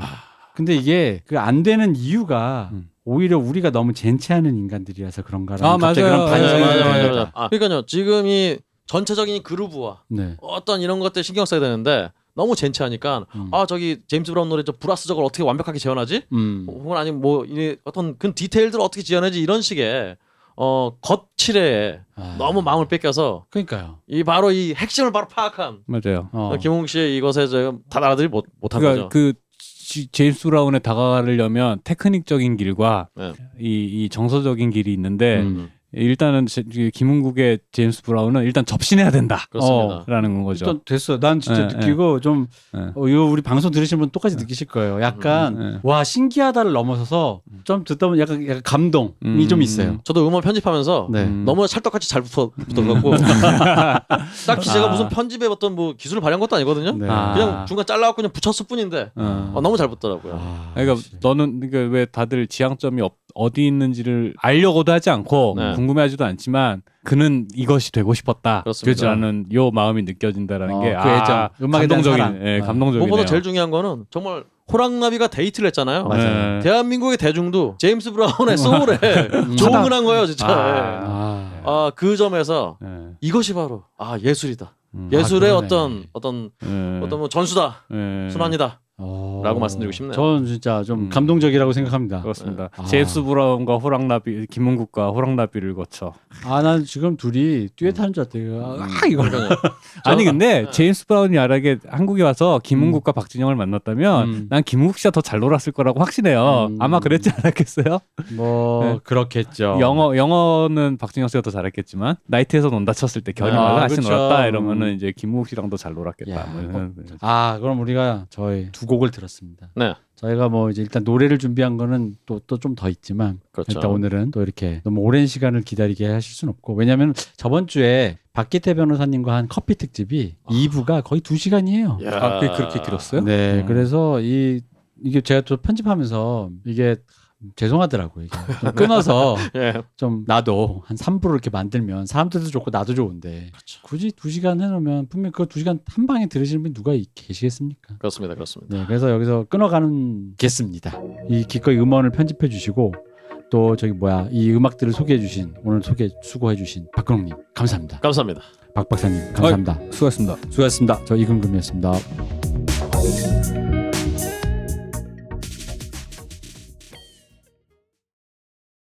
근데 이게 그 안 되는 이유가
음.
오히려 우리가 너무 젠체하는 인간들이라서 그런가라는
아,
갑자기
맞아요.
그런
맞아
반성이
맞아
네.
맞아
들어요.
맞아. 아, 그러니까요 지금 이 전체적인 이 그루브와
네.
어떤 이런 것들 신경 써야 되는데 너무 젠치하니까 아 저기 제임스 브라운 노래 저 브라스 저걸 어떻게 완벽하게 재현하지?
음.
혹은 아니면 뭐 이 어떤 그 디테일들을 어떻게 재현하지 이런 식의 어 거칠에
아.
너무 마음을 뺏겨서
그러니까요.
이 바로 이 핵심을 바로 파악함.
맞아요.
어.
김홍 씨의 이것에 지금 다 알아들이 못 못한
그러니까
거죠.
그 지- 제임스 브라운에 다가가려면 테크닉적인 길과
네.
이, 이 정서적인 길이 있는데
음.
일단은 제- 이 김은국의 제임스 브라운은 일단 접신해야 어,
그렇습니다.
된다라는 거죠.
일단 됐어. 난 진짜
예,
느끼고 좀
예.
어, 이거 우리 방송 들으신 분 똑같이 느끼실 거예요. 약간
음, 음.
네.
와 신기하다를 넘어서서 좀 듣다 보면 약간, 약간 감동이
음.
좀 있어요.
저도 음원 편집하면서
네.
음.
너무 찰떡같이 잘 붙어 붙어갖고 딱히 제가 무슨 편집에 어떤 뭐 기술을 발휘한 것도 아니거든요.
네.
아.
그냥 중간 잘라갖고 그냥 붙였을 뿐인데
어.
어, 너무 잘 붙더라고요.
아,
그러니까
역시.
너는 그러니까 왜 다들 지향점이 어, 어디 있는지를 알려고도 하지 않고
네.
궁금해하지도 않지만 그는 이것이 되고
그렇습니다.
싶었다라는 요 마음이 느껴진다라는
어,
게
그
아,
애정, 음악에 대한 사랑.
감동적인 예,
아.
감동적이네요.
무엇보다 제일 중요한 거는 정말 호랑나비가 데이트를 했잖아요.
맞아요.
네.
대한민국의 대중도 제임스 브라운의 소울에 조응을 한 거예요, 진짜. 아,
아,
그 점에서
예,
이것이 바로 아 예술이다.
음.
예술의
아, 그러네. 네.
어떤 어떤
예,
어떤 뭐 전수다,
예.
순환이다.
어.
라고 말씀드리고 싶네요.
저는 진짜 좀
음. 어.
감동적이라고 생각합니다.
그렇습니다.
아.
제임스 브라운과 호랑나비, 김문국과 호랑나비를 거쳐.
아, 난 지금 둘이
음.
듀엣하는 줄 알았대요. 아, 이걸.
아니 근데
네.
제임스 브라운이 만약에 한국에 와서 김문국과 박진영을 만났다면
음.
난 김문국 씨가 더 잘 놀았을 거라고 확신해요.
음.
아마 그랬지 않았겠어요?
뭐
네.
그렇겠죠.
영어 영어는 박진영 씨가 더 잘했겠지만 나이트에서 논다 쳤을 때 결혼하고
아,
같이
그쵸.
놀았다 이러면은 이제 김문국 씨랑 더 잘 놀았겠다.
야,
뭐 이런 생각이 들죠.
아, 그럼 우리가 저희 두 곡을 들었습니다.
네.
저희가 뭐 이제 일단 노래를 준비한 거는 또 또 좀 더 있지만
그렇죠.
일단 오늘은 또 이렇게 너무 오랜 시간을 기다리게 하실 순 없고 왜냐면 저번 주에 박기태 변호사님과 한 커피 특집이 2부가 거의 2시간이에요.
야.
아, 그게 그렇게 길었어요?
네,
음.
그래서 이 이게 제가 또 편집하면서 이게 죄송하더라고요. 이게 좀 끊어서
예.
좀 나도 한 3부로 이렇게 만들면 사람들도 좋고 나도 좋은데 굳이 2시간 해놓으면 분명 그 2시간 한 방에 들으시는 분 누가 이- 계시겠습니까?
그렇습니다, 그렇습니다.
네, 그래서 여기서 끊어가는겠습니다. 이 기꺼이 음원을 편집해 주시고 또 저기 뭐야 이 음악들을 소개해 주신 오늘 소개 수고해 주신 박근홍님 감사합니다.
감사합니다.
박 박사님 감사합니다.
수고하셨습니다.
수고하셨습니다. 저 이금금이었습니다.